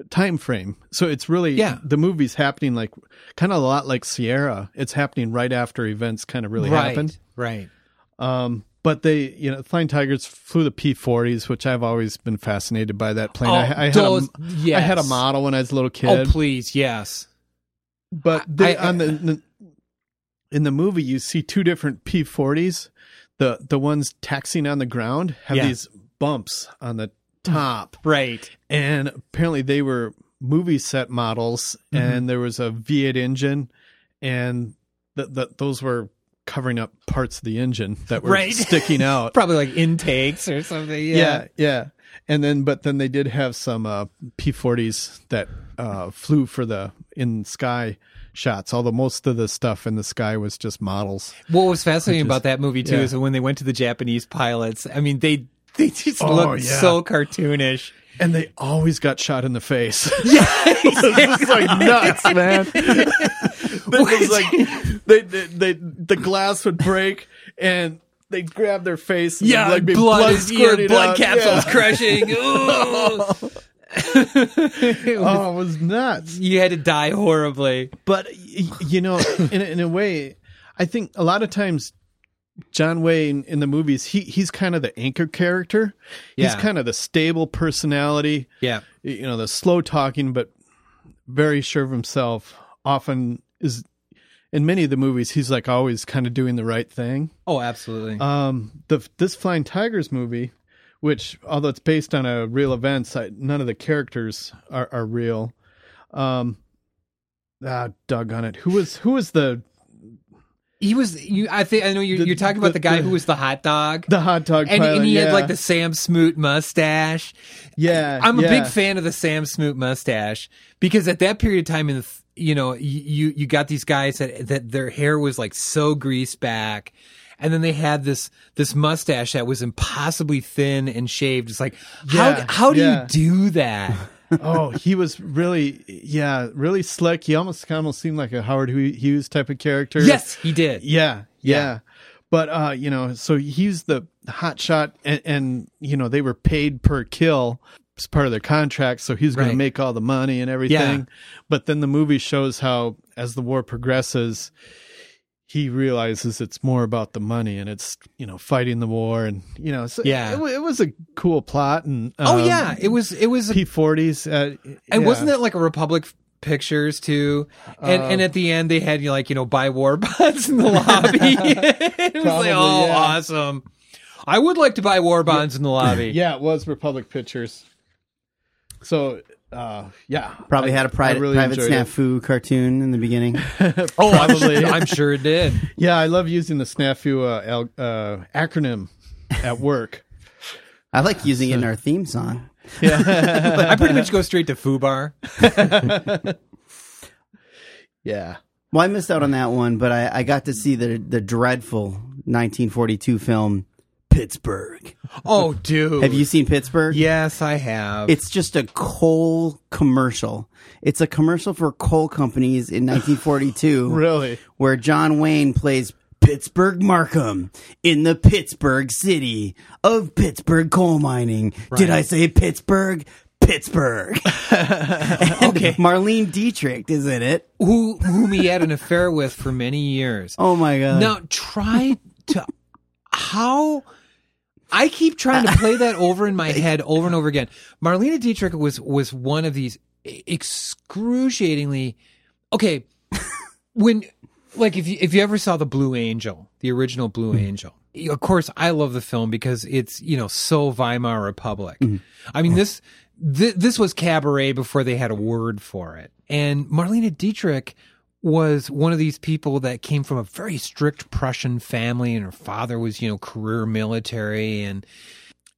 S9: time frame. So it's really
S8: Yeah.
S9: the movie's happening like kind of a lot like Sierra. It's happening right after events kind of really
S8: right.
S9: happened.
S8: Right.
S9: Um, but they, you know, Flying Tigers flew the P-40s, which I've always been fascinated by that plane.
S8: Oh,
S9: I, I, had
S8: those-
S9: a, I had a
S8: yes.
S9: model when I was a little
S8: Oh,
S9: kid,
S8: please. Yes.
S9: but they,
S8: I-
S9: on the, the in the movie you see two different P40s. The the ones taxiing on the ground have
S8: Yeah.
S9: these bumps on the top.
S8: Right.
S9: And apparently they were movie set models
S8: Mhm.
S9: and there was a V8 engine and th- th- those were covering up parts of the engine that were
S8: Right.
S9: sticking out.
S8: Probably like intakes or something. Yeah.
S9: yeah, yeah. And then, but then they did have some uh, P40s that uh, flew for the in sky shots. Although most of the stuff in the sky was just models.
S8: What was fascinating
S9: Which is-
S8: about that movie too
S9: yeah.
S8: is when they went to the Japanese pilots. I mean, they they just
S9: Oh,
S8: looked
S9: yeah.
S8: so cartoonish.
S9: And they always got shot in the face. Yeah, this is like nuts, man. this was like they, they, they, the glass would break and they'd grab their face. And
S8: Yeah,
S9: like be
S8: blood
S9: blood
S8: is- yeah,
S9: squirting
S8: blood
S9: out.
S8: capsules
S9: Yeah.
S8: crushing. Ooh.
S9: oh, it was nuts.
S8: You had to die horribly.
S9: but y- you know in, a- in a way i think a lot of times john wayne in the movies he he's kind of the anchor character he's
S8: Yeah.
S9: kind of the stable personality
S8: Yeah.
S9: y- you know the slow talking but very sure of himself often is in many of the movies he's like always kind of doing the right thing
S8: Oh, absolutely.
S9: um, the this Flying Tigers movie, which although it's based on a real event, I, none of the characters are, are real. Um, ah, dug on it. Who was who was the
S8: he was. You, I think I know you're,
S9: The-
S8: you're talking about the,
S9: the-
S8: guy
S9: the-
S8: who was the hot dog.
S9: the hot dog
S8: and,
S9: pilot?
S8: and he had
S9: Yeah.
S8: like the Sam Smoot mustache.
S9: yeah.
S8: I'm a
S9: yeah.
S8: big fan of the Sam Smoot mustache because at that period of time in the th- you know you you- you got these guys that that their hair was like so greased back and then they had this this mustache that was impossibly thin and shaved it's like
S9: Yeah,
S8: how how do
S9: yeah.
S8: you do that
S9: oh, he was really yeah, really slick. He almost almost seemed like a Howard Hughes type of character.
S8: yes he did
S9: Yeah,
S8: Yeah.
S9: yeah. But uh, you know, so he's the hot shot, and, and you know they were paid per kill. It's part of their contract, so he's going
S8: Right.
S9: to make all the money and everything. But then the movie shows how, as the war progresses, he realizes it's more about the money and it's you know fighting the war and you know so
S8: Yeah.
S9: it, wa- it was a cool plot and
S8: oh
S9: um,
S8: yeah it was it was
S9: P40s uh,
S8: and
S9: yeah.
S8: wasn't that like a republic pictures too and and at the end they had you know, like you know buy war bonds in the lobby it was
S9: Probably,
S8: like oh
S9: yeah.
S8: awesome i would like to buy war bonds in the lobby
S9: yeah it was Republic Pictures. So uh, yeah,
S1: Probably
S9: I-
S1: had a
S9: I
S1: private,
S9: really
S1: private
S9: enjoyed it.
S1: snafu cartoon in the beginning.
S8: Oh, I'm
S9: Probably.
S8: sure, I'm sure it did.
S9: Yeah, I love using the snafu uh, al- uh, acronym at work.
S1: I like using it in our theme song.
S8: I pretty much go straight to Fubar.
S9: yeah.
S1: Well, I missed out on that one, but I, I got to see the the dreadful 1942 film Pittsburgh.
S8: Oh, dude.
S1: Have you seen Pittsburgh?
S8: Yes, I have.
S1: It's just a coal commercial. It's a commercial for coal companies in 1942.
S9: Really?
S1: Where John Wayne plays Pittsburgh Markham in the Pittsburgh city of Pittsburgh coal mining. Did I say Pittsburgh? Pittsburgh. and Marlene Dietrich is in it.
S8: who whom he had an affair with for many years.
S1: Oh my god.
S8: Now try to how I keep trying to play that over in my head over and over again. Marlena Dietrich was was one of these e-, excruciatingly okay when like if you if you ever saw the Blue Angel, the original Blue Angel. Of course, I love the film because it's you know so Weimar Republic. I mean this th- this was cabaret before they had a word for it, and Marlena Dietrich was one of these people that came from a very strict Prussian family, and her father was you know career military, and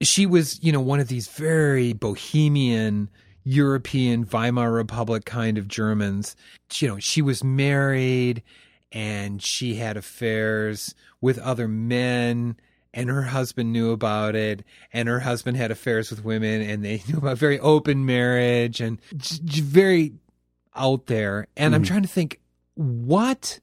S8: she was, you know, one of these very bohemian European Weimar Republic kind of Germans. You know, she was married and she had affairs with other men and her husband knew about it and her husband had affairs with women and they knew about very open marriage and j- j- very out there and i'm trying to think what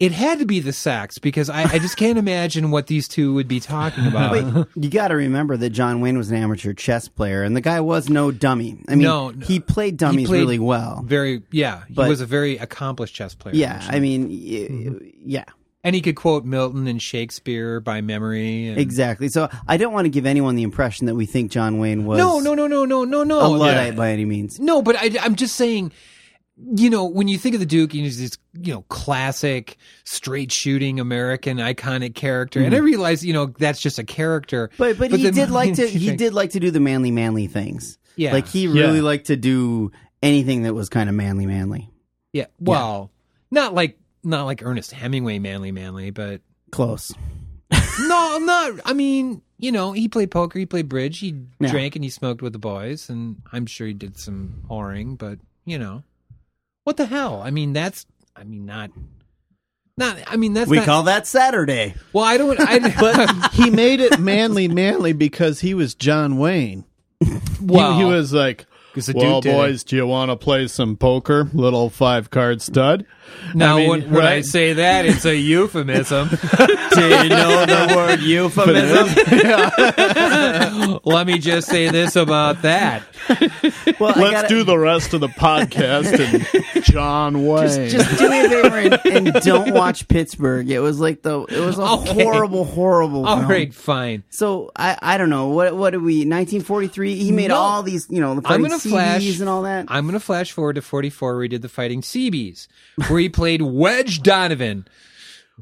S8: it had to be the sex because I, I just can't imagine what these two would be talking about
S1: Wait, you got to remember that John Wayne was an amateur chess player, and the guy was no dummy. I mean,
S8: No, no.
S1: he played dummies
S8: played
S1: really well.
S8: Very, yeah. He
S1: But-
S8: was a very accomplished chess player.
S1: Yeah,
S8: actually.
S1: I mean, y-
S8: Mm-hmm.
S1: yeah,
S8: and he could quote Milton and Shakespeare by memory. And,
S1: exactly. So I don't want to give anyone the impression that we think John Wayne was
S8: No, no, no, no, no, no,
S1: a
S8: no.
S1: luddite by any means.
S8: No, but I, I'm just saying you know, when you think of the Duke, he's this, you know, classic straight shooting American iconic character. And I
S1: Mhm.
S8: realize, you know, that's just a character.
S1: But but, he
S8: the
S1: did like to
S8: moment you
S1: he
S8: think-
S1: did like to do the manly manly things.
S8: Yeah.
S1: like he
S8: Yeah.
S1: really liked to do anything that was kind of manly manly.
S8: Yeah. Well, not like not like Ernest Hemingway manly manly, but
S1: Close.
S8: no, I'm not. I mean, you know, he played poker, he played bridge, he
S1: Yeah.
S8: drank and he smoked with the boys, and I'm sure he did some whoring, but you know, what the hell? I mean, that's. I mean, not. Not. I mean, that's.
S1: we
S8: not-
S1: call that Saturday.
S8: Well, I don't. I,
S9: but he made it manly, manly because he was John Wayne.
S8: Well-
S9: he, he was like,
S8: the
S9: "Well,
S8: Duke did it."
S9: boys, do you want to play some poker? Little five card stud."
S8: Now,
S9: I mean,
S8: when, when I
S9: right?
S8: say that, it's a euphemism.
S9: Do you know the
S10: word
S8: euphemism? Let me just say this about that.
S1: Well,
S9: Let's do the rest of the podcast and John Wayne.
S1: Just do me a favor and, and don't watch Pittsburgh. It was like the it was a
S8: Okay.
S1: horrible,
S9: Oh,
S1: horrible.
S8: All
S1: film.
S8: right, fine.
S1: So I I don't know what what did we 1943. He made
S8: No.
S1: all these you know the
S8: I'm
S1: fighting
S8: gonna
S1: CDs
S8: flash
S1: and all that.
S8: I'm gonna flash forward to 44, where he did the fighting Seabees, where he played Wedge Donovan.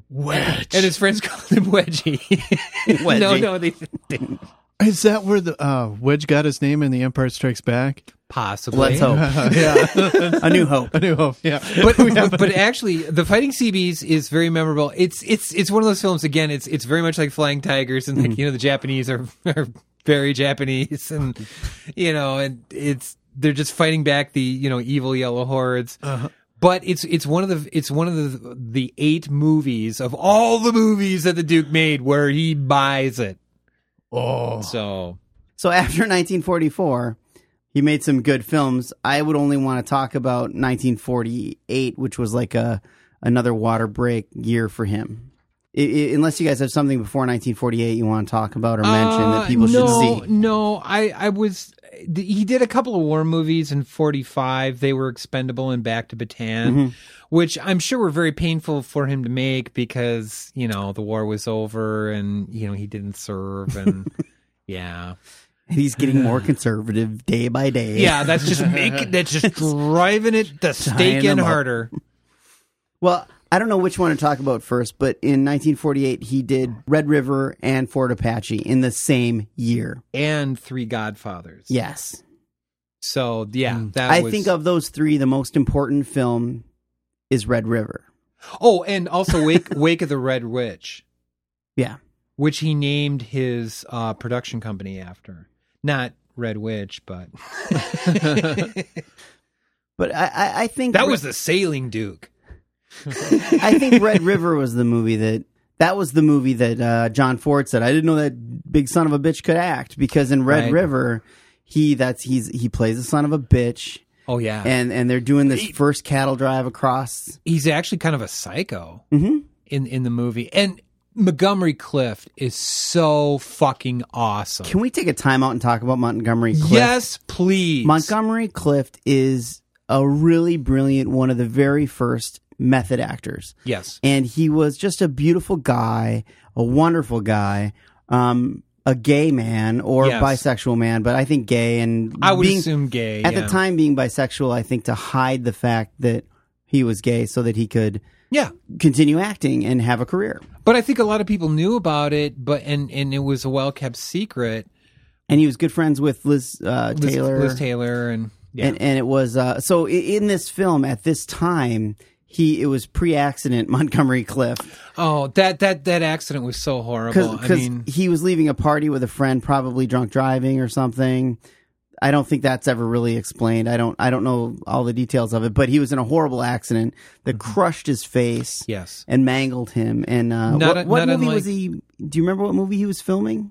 S8: Wedge, and his friends called him Wedgie. no,
S9: Wedgie.
S8: no, they, they
S9: Is that where the uh, Wedge got his name in The Empire Strikes Back?
S8: possibly.
S9: yeah,
S1: a new hope.
S9: A new hope. Yeah,
S8: but but actually, the Fighting Seabees is very memorable. It's it's it's one of those films again. It's it's very much like Flying Tigers, and like you know the Japanese are, are very Japanese, and you know, and it's they're just fighting back the you know evil yellow hordes. But it's it's one of the it's one of the the eight movies of all the movies that the Duke made where he buys it.
S9: Oh,
S8: so
S1: So after 1944, he made some good films. I would only want to talk about 1948, which was like a another water break year for him. I- I- unless you guys have something before 1948 you want to talk about or mention
S8: Uh,
S1: that people
S8: no,
S1: should see.
S8: No, I, I was. th- He did a couple of war movies in '45. They were Expendable and Back to Bataan,
S1: Mhm.
S8: which I'm sure were very painful for him to make because you know the war was over and you know he didn't serve and yeah,
S1: He's getting more conservative day by day.
S8: yeah. That's just making that's just driving it the stake in
S1: them up.
S8: harder.
S1: Well, I don't know which one to talk about first, but in 1948 he did Red River and Fort Apache in the same year.
S8: And Three Godfathers.
S1: Yes.
S8: So yeah, that
S1: Mm. I
S8: was,
S1: think of those 3 the most important film is Red River.
S8: Oh, and also Wake Wake of the Red Witch.
S1: Yeah.
S8: which he named his uh, production company after. Not Red Witch, but
S1: But I, I, I think
S8: that was the Sailing Duke.
S1: I think Red River was the movie that that was the movie that uh, John Ford said. I didn't know that big son of a bitch could act because in Red
S8: Right.
S1: River, he that's he's he plays the son of a bitch,
S8: Oh yeah,
S1: and and they're doing this first cattle drive across.
S8: he's actually kind of a psycho
S1: Mhm.
S8: in in the movie. And Montgomery Clift is so fucking awesome.
S1: Can we take a time out and talk about Montgomery Clift?
S8: yes, please.
S1: Montgomery Clift is a really brilliant one of the very first method actors.
S8: Yes.
S1: and he was just a beautiful guy, a wonderful guy, um, a gay man or
S8: Yes.
S1: bisexual man, but I think gay and
S8: I would
S1: being-
S8: assume gay
S1: at
S8: yeah.
S1: the time being bisexual. I think to hide the fact that he was gay so that he could
S8: Yeah.
S1: continue acting and have a career.
S8: But I think a lot of people knew about it, but and and it was a well kept secret.
S1: And he was good friends with Liz, uh,
S8: Liz-
S1: Taylor.
S8: Liz Taylor, and yeah,
S1: and, and it was uh, so i- in this film at this time. He it was pre-accident Montgomery Clift.
S8: Oh, that that that accident was so horrible. I
S1: because
S8: mean,
S1: he was leaving a party with a friend, probably drunk driving or something. I don't think that's ever really explained. I don't. I don't know all the details of it, but he was in a horrible accident that crushed his face
S8: Mm-hmm. yes.
S1: and mangled him. And uh,
S8: Not
S1: what,
S8: a-
S1: what
S8: not
S1: movie was
S8: unlike-
S1: he? Do you remember what movie he was filming?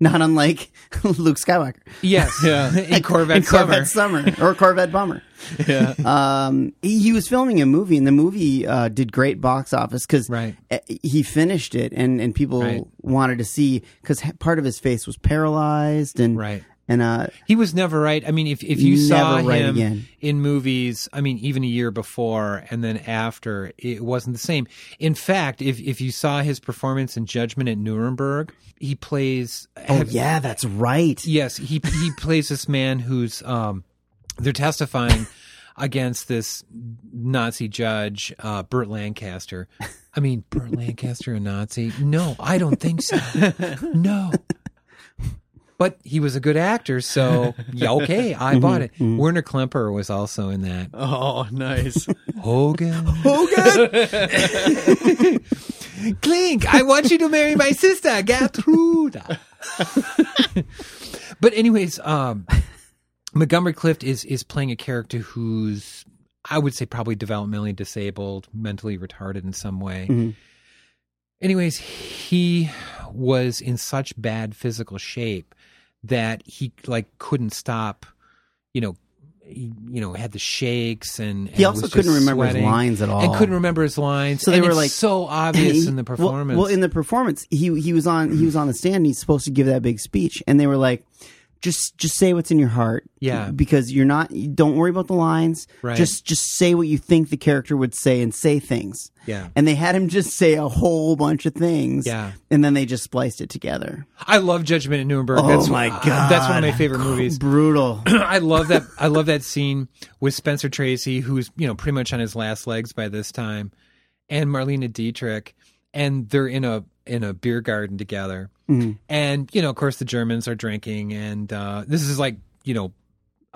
S1: Not unlike Luke Skywalker,
S8: Yes.
S9: Yeah.
S8: In Corvette,
S1: in Corvette
S8: Summer.
S1: Summer or Corvette Bummer.
S9: yeah.
S1: um, he, he was filming a movie, and the movie uh, did great box office because
S8: Right.
S1: he finished it, and, and people
S8: Right.
S1: wanted to see because part of his face was paralyzed, and
S8: Right.
S1: and uh,
S8: He was never right. I mean, if if you
S1: Never
S8: saw
S1: right
S8: him
S1: again.
S8: in movies, I mean, even a year before and then after, it wasn't the same. In fact, if if you saw his performance in Judgment at Nuremberg, he plays.
S1: oh yeah, that's right.
S8: Yes, he he plays this man who's um they're testifying against this Nazi judge, uh, Burt Lancaster. I mean, Burt Lancaster, a Nazi? No, I don't think so. No. But he was a good actor, so yeah, okay, I bought it. Werner Klemperer was also in that.
S9: Oh, nice.
S8: Hogan.
S9: Hogan?
S8: Clink, I want you to marry my sister, Gertruda. but anyways, um, Montgomery Clift is is playing a character who's I would say probably developmentally disabled, mentally retarded in some way.
S1: Mm-hmm.
S13: Mhm.
S8: Anyways, he was in such bad physical shape that he like couldn't stop, you know, he, you know, had the shakes and, and
S1: He also
S8: was just
S1: couldn't remember his
S8: sweating
S1: lines at
S8: And
S1: all.
S8: couldn't remember his lines.
S1: So they
S8: And
S1: were
S8: it's
S1: like
S8: so obvious
S1: he-
S8: in the
S1: well-
S8: performance.
S1: Well, in the performance, he he was on he was on the stand. and He's supposed to give that big speech, and they were like, "Just just say what's in your heart,
S8: Yeah.
S1: because you're not. you Don't worry about the lines.
S8: Right.
S1: Just just say what you think the character would say, and say things.
S8: Yeah.
S1: And they had him just say a whole bunch of things.
S8: Yeah.
S1: And then they just spliced it together.
S8: I love Judgment at Nuremberg.
S1: Oh
S8: that's
S1: my
S8: uh, that's one of my
S1: God.
S8: favorite movies.
S1: Brutal.
S8: I love that. I love that scene with Spencer Tracy, who's you know pretty much on his last legs by this time, and Marlena Dietrich, and they're in a in a beer garden together,
S1: Mm-hmm.
S13: Mhm.
S8: and you know of course the Germans are drinking, and uh, this is like you know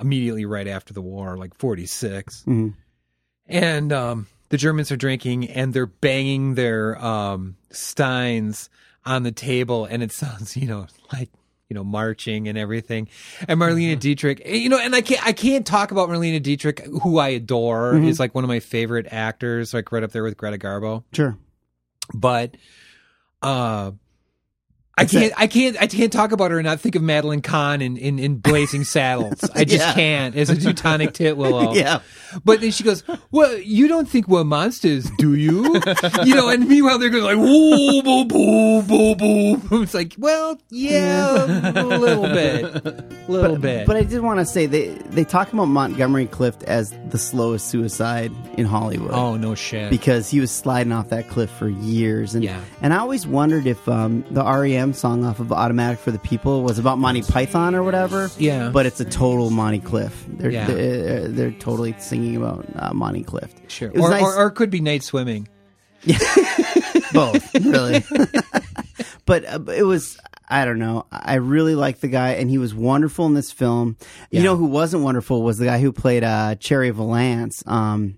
S8: immediately right after the war, like forty six
S1: Mhm.
S8: and um, the Germans are drinking and they're banging their um, steins on the table, and it sounds, you know, like you know, marching and everything. And Marlena Dietrich, eh, you know, and I can't, I can't talk about Marlena Dietrich, who I adore,
S1: Mhm.
S8: is like one of my favorite actors, like right up there with Greta Garbo.
S1: Sure.
S8: But, uh. I can't, I can't, I can't talk about her and not think of Madeline Kahn in, in, in Blazing Saddles. I just
S13: Yeah.
S8: can't as a Teutonic tit willow.
S13: Yeah.
S8: But then she goes, "Well, you don't think we're monsters, do you?" you know, and meanwhile they're going like, "Woo, boo, boo, boo, boo." It's like, well, yeah, a little bit, little
S1: but,
S8: bit.
S1: But I did want to say they they talk about Montgomery Clift as the slowest suicide in Hollywood.
S8: Oh, no shit.
S1: Because he was sliding off that cliff for years, and
S8: Yeah.
S1: and I always wondered if um, the REM song off of Automatic for the People was about Monty Python or whatever.
S8: Yeah.
S1: But it's a total Monty Cliff. They're
S8: Yeah.
S1: they're, uh, they're totally singing about uh, Monty Clift.
S8: Sure.
S1: It was
S8: Or,
S1: nice-
S8: or, or it could be night swimming.
S1: both really but uh, but it was i don't know i really liked the guy and he was wonderful in this film you know who wasn't wonderful was the guy who played uh cherry valance um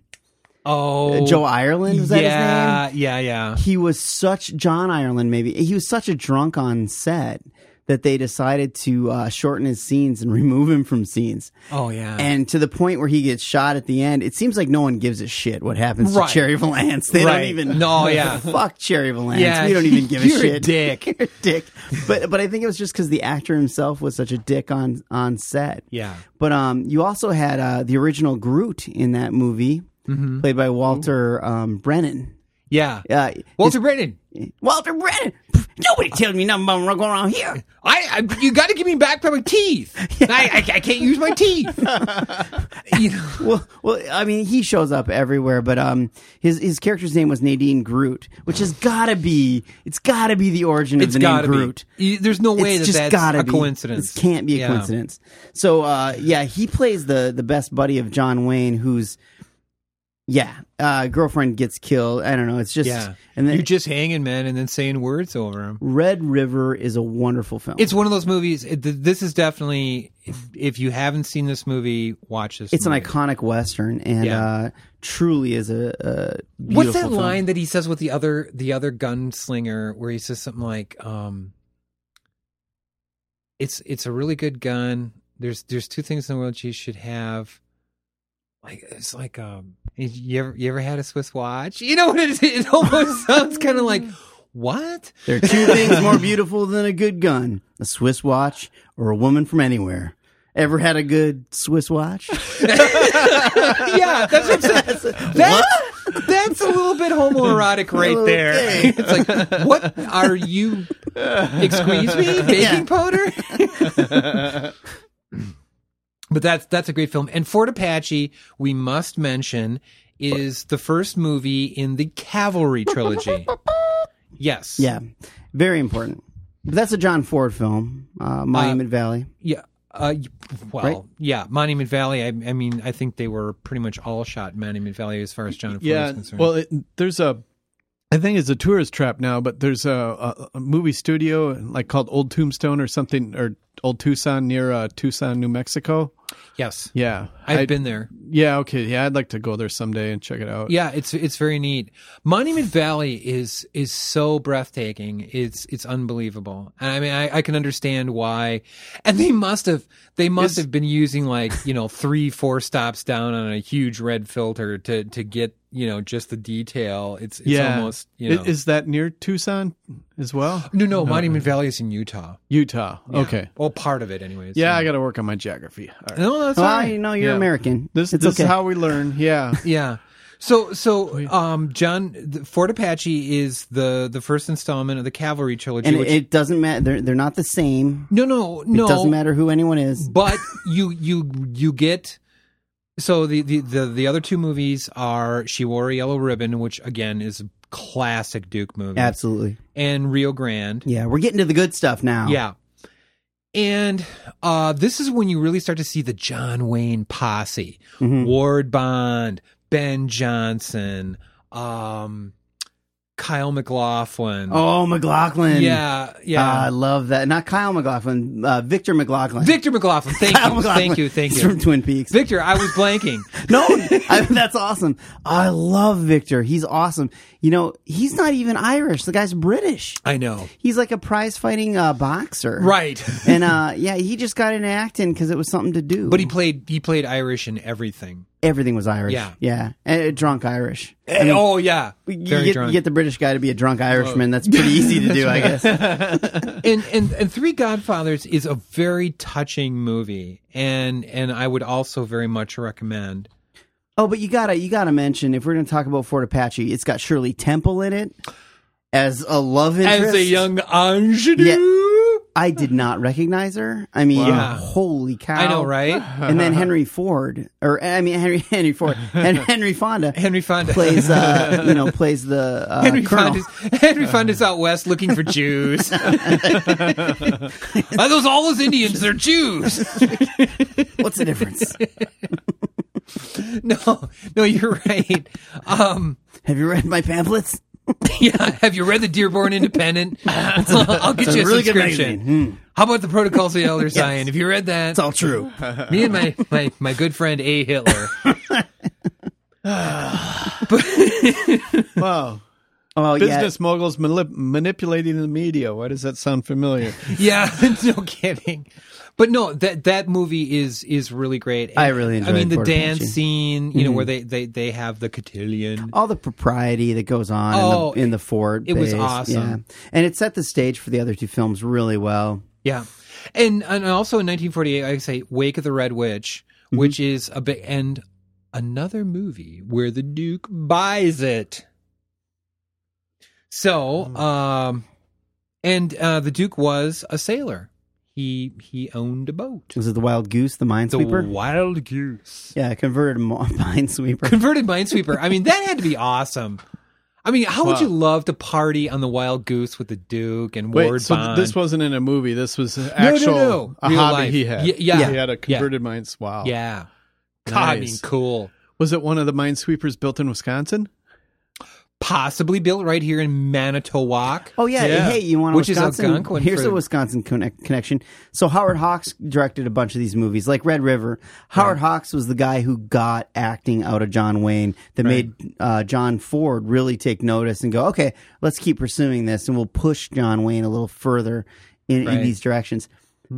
S8: Oh,
S1: Uh, Joe Ireland, was that his
S8: yeah, his name? Yeah, yeah,
S1: he was such john ireland maybe he was such a drunk on set that they decided to uh, shorten his scenes and remove him from scenes
S8: Oh, yeah.
S1: and to the point where he gets shot at the end, it seems like no one gives a shit what happens
S8: Right.
S1: to Cherry Valance. They
S8: Right.
S1: don't even
S8: No, yeah.
S1: fuck Cherry Valance.
S8: Yeah,
S1: we don't even give
S8: you're a
S1: a shit.
S8: dick.
S1: You're a dick. But but I think it was just because the actor himself was such a dick on on set.
S8: Yeah.
S1: But um, you also had uh, the original Groot in that movie,
S8: Mhm.
S1: played by Walter um, Brennan.
S8: yeah.
S1: Uh,
S8: Walter Brennan.
S1: Walter Brennan. Nobody telling me nothing about going around here.
S8: I, I you got to give me back my teeth. I, I, I can't use my teeth.
S1: well, well, I mean, he shows up everywhere, but um, his his character's name was Nadine Groot, which has gotta be it's gotta be the origin of
S8: It's
S1: the name
S8: gotta be.
S1: Groot.
S8: Y- there's no way
S1: It's
S8: that
S1: just
S8: that's
S1: gotta
S8: a
S1: be.
S8: coincidence.
S1: It can't be a
S8: Yeah.
S1: coincidence. So, uh, yeah, he plays the the best buddy of John Wayne, who's yeah, uh, girlfriend gets killed. I don't know. It's just
S8: yeah,
S1: and then
S8: you're just hanging, man, and then saying words over him.
S1: Red River is a wonderful film.
S8: It's one of those movies. It, th- this is definitely, if, if you haven't seen this movie, watch this.
S1: it's an
S8: movie.
S1: iconic western, and
S8: Yeah.
S1: uh, truly is a, a
S8: What's
S1: beautiful
S8: that
S1: film.
S8: line that he says with the other the other gunslinger where he says something like, um, "It's it's a really good gun. There's there's two things in the world you should have. Like it's like um, you ever you ever had a Swiss watch? You know what it is? It almost sounds kind of like what?
S1: There are two things more beautiful than a good gun a Swiss watch or a woman from anywhere. Ever had a good Swiss watch?
S8: yeah, that's what I'm saying. That's, that's a little bit homoerotic right there.
S13: Okay.
S8: It's like, what are you? Excuse me, baking
S13: Yeah.
S8: powder. but that's that's a great film. And Fort Apache, we must mention, is the first movie in the Cavalry trilogy. Yes.
S1: Yeah, very important. But that's a John Ford film, uh, Monument Valley.
S8: Yeah. Uh, y- well,
S9: Right?
S8: yeah, Monument Valley. I, I mean, I think they were pretty much all shot in Monument Valley as far as John Ford
S9: yeah
S8: is concerned.
S9: well it, there's a i think it's a tourist trap now but there's a, a, a movie studio like called old tombstone or something or old tucson near uh, tucson new mexico
S8: yes,
S9: yeah
S8: I've
S9: I-
S8: been there.
S9: yeah okay yeah i'd like to go there someday and check it out
S8: Yeah, it's it's very neat. Monument Valley is is so breathtaking. It's it's unbelievable. And I mean, I, I can understand why. And they must have they must have been using like you know three four stops down on a huge red filter to to get you know just the detail. It's, it's
S9: yeah
S8: almost you know
S9: I- is that near tucson as well
S8: no no Monument Valley is in Utah.
S9: utah
S8: Yeah.
S9: okay
S8: well part of it anyways.
S9: yeah, I got to work on my geography. All right.
S8: No, that's all
S1: well,
S8: right.
S1: you Oh, know, you're
S9: Yeah.
S1: American.
S9: This,
S1: It's
S9: this is
S1: okay.
S9: how we learn. Yeah.
S8: yeah. So so um John the Fort Apache is the the first installment of the Cavalry trilogy.
S1: and it,
S8: which-
S1: it doesn't matter. They're, they're not the same.
S8: no no no
S1: It doesn't matter who anyone is.
S8: but you you you get so the, the the the other two movies are She Wore a Yellow Ribbon, which again is a classic Duke movie,
S1: Absolutely.
S8: and Rio Grande.
S1: Yeah, we're getting to the good stuff now.
S8: Yeah. And uh, this is when you really start to see the John Wayne posse
S1: Mm-hmm.
S8: Ward Bond, Ben Johnson, um, Kyle McLaughlin.
S1: Oh, McLaughlin.
S8: Yeah, yeah.
S1: Ah, I love that. Not Kyle McLaughlin. Uh, Victor McLaughlin.
S8: Victor McLaughlin. Thank
S1: Kyle
S8: you.
S1: McLaughlin.
S8: Thank you. Thank
S1: He's
S8: you.
S1: from Twin Peaks.
S8: Victor, I was blanking.
S1: No, I, that's awesome. I love Victor. He's awesome. You know, he's not even Irish. The guy's British.
S8: I know.
S1: He's like a prize fighting uh, boxer.
S8: Right.
S1: and uh, yeah, he just got into acting because it was something to do.
S8: But he played he played Irish in everything.
S1: everything was Irish.
S8: Yeah.
S1: yeah, and, uh, drunk Irish.
S8: Eh, oh yeah.
S1: You
S8: Very
S1: get,
S8: drunk. Oh.
S1: you get the British guy to be a drunk Irishman. That's pretty easy to do, I guess.
S8: and, and and Three Godfathers is a very touching movie and and I would also very much recommend.
S1: Oh, but you gotta you gotta mention if we're gonna talk about Fort Apache, it's got Shirley Temple in it as a love interest.
S8: As a young ingenue.
S1: I did not recognize her. I mean,
S8: Wow.
S1: holy cow!
S8: I know, right?
S1: And then Henry Ford, or I mean Henry Henry Ford and Henry Fonda
S8: Henry Fonda
S1: plays uh, you know plays the uh,
S8: Henry
S1: colonel.
S8: Fonda's, Henry Fonda's out west looking for Jews. Are those all those Indians? They're Jews.
S1: What's the difference?
S8: No, no, you're right. Um,
S1: Have you read my pamphlets?
S8: yeah, have you read the Dearborn Independent? I'll get
S1: It's a
S8: you a
S1: really good Hmm.
S8: subscription. How about the Protocols of the Elder Zion? If you read that,
S1: It's all true.
S8: me and my, my, my good friend A. Hitler.
S9: Wow.
S1: Oh
S9: Business moguls manip- manipulating the media. Why does that sound familiar?
S8: yeah, no kidding. But no, that that movie is is really great. And,
S1: I really
S8: I mean,
S1: enjoyed Hmm.
S8: the
S1: Fort
S8: dance
S1: Apache.
S8: scene, you know, where they they they have the cotillion.
S1: yeah, all the propriety that goes on
S8: Oh,
S1: in, the, in the fort.
S8: it was
S1: base.
S8: awesome.
S1: Yeah. and it set the stage for the other two films really well.
S8: Yeah, and and also in 1948, I say Wake of the Red Witch,
S9: Mm-hmm.
S8: which is a big and another movie where the Duke buys it. So,
S9: Mm.
S8: um, and uh, the Duke was a sailor. He he owned a boat.
S1: Was it the Wild Goose, the Minesweeper?
S8: The Wild Goose.
S1: yeah, converted mo- Minesweeper.
S8: Converted Minesweeper. I mean, that had to be awesome. I mean, how would you love to party on the Wild Goose with the Duke and
S9: Wait,
S8: Ward
S9: so th-
S8: Bond?
S9: this wasn't in a movie. This was an actual
S8: no.
S9: a
S8: Real
S9: hobby
S8: life.
S9: he had.
S8: Y- yeah.
S9: he had a
S8: Yeah.
S9: converted mines. Wow.
S8: yeah. God, I mean,
S9: Nice.
S8: cool.
S9: Was it one of the minesweepers built in Wisconsin?
S8: possibly built right here in Manitowoc.
S1: Oh yeah.
S9: Yeah.
S1: hey, you want a
S8: Which is
S1: Wisconsin?
S8: Algonquin
S1: Here's
S8: for-
S1: a Wisconsin connect- connection. So Howard Hawks directed a bunch of these movies, like Red River. Howard Hawks was the guy who got acting out of John Wayne that made uh, John Ford really take notice and go, okay, let's keep pursuing this, and we'll push John Wayne a little further in,
S8: Right. Mm-hmm.
S1: in these directions.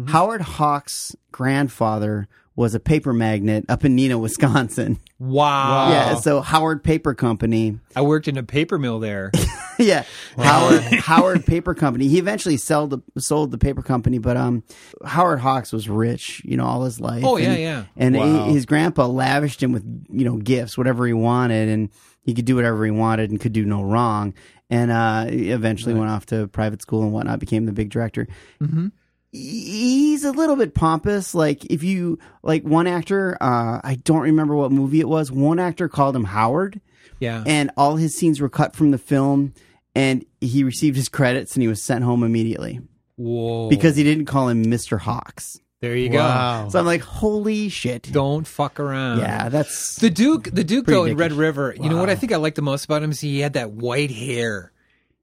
S1: Howard Hawks' grandfather was a paper magnate up in Nina, Wisconsin.
S8: Wow.
S1: Yeah, so Howard Paper Company.
S8: I worked in a paper mill there.
S1: yeah, Howard Howard Paper Company. He eventually sold the sold the paper company, but um, Howard Hawks was rich, you know, all his life.
S8: Oh, yeah,
S1: and,
S8: yeah.
S1: And
S9: Wow.
S1: he- his grandpa lavished him with you know gifts, whatever he wanted, and he could do whatever he wanted and could do no wrong. And uh, he eventually went off to private school and whatnot, became the big director
S8: Mm-hmm.
S1: he's a little bit pompous like if you like one actor uh i don't remember what movie it was one actor called him howard
S8: Yeah.
S1: and all his scenes were cut from the film and he received his credits and he was sent home immediately
S8: Whoa.
S1: because he didn't call him mr hawks
S8: There you
S1: Wow.
S8: go.
S1: So I'm like, holy shit.
S8: Oh. Don't fuck around.
S1: Yeah, that's
S8: the Duke. The Duke
S1: Pretty
S8: though in Red
S1: dickish.
S8: River. You know what I
S1: Wow.
S8: think I liked the most about him is he had that white hair.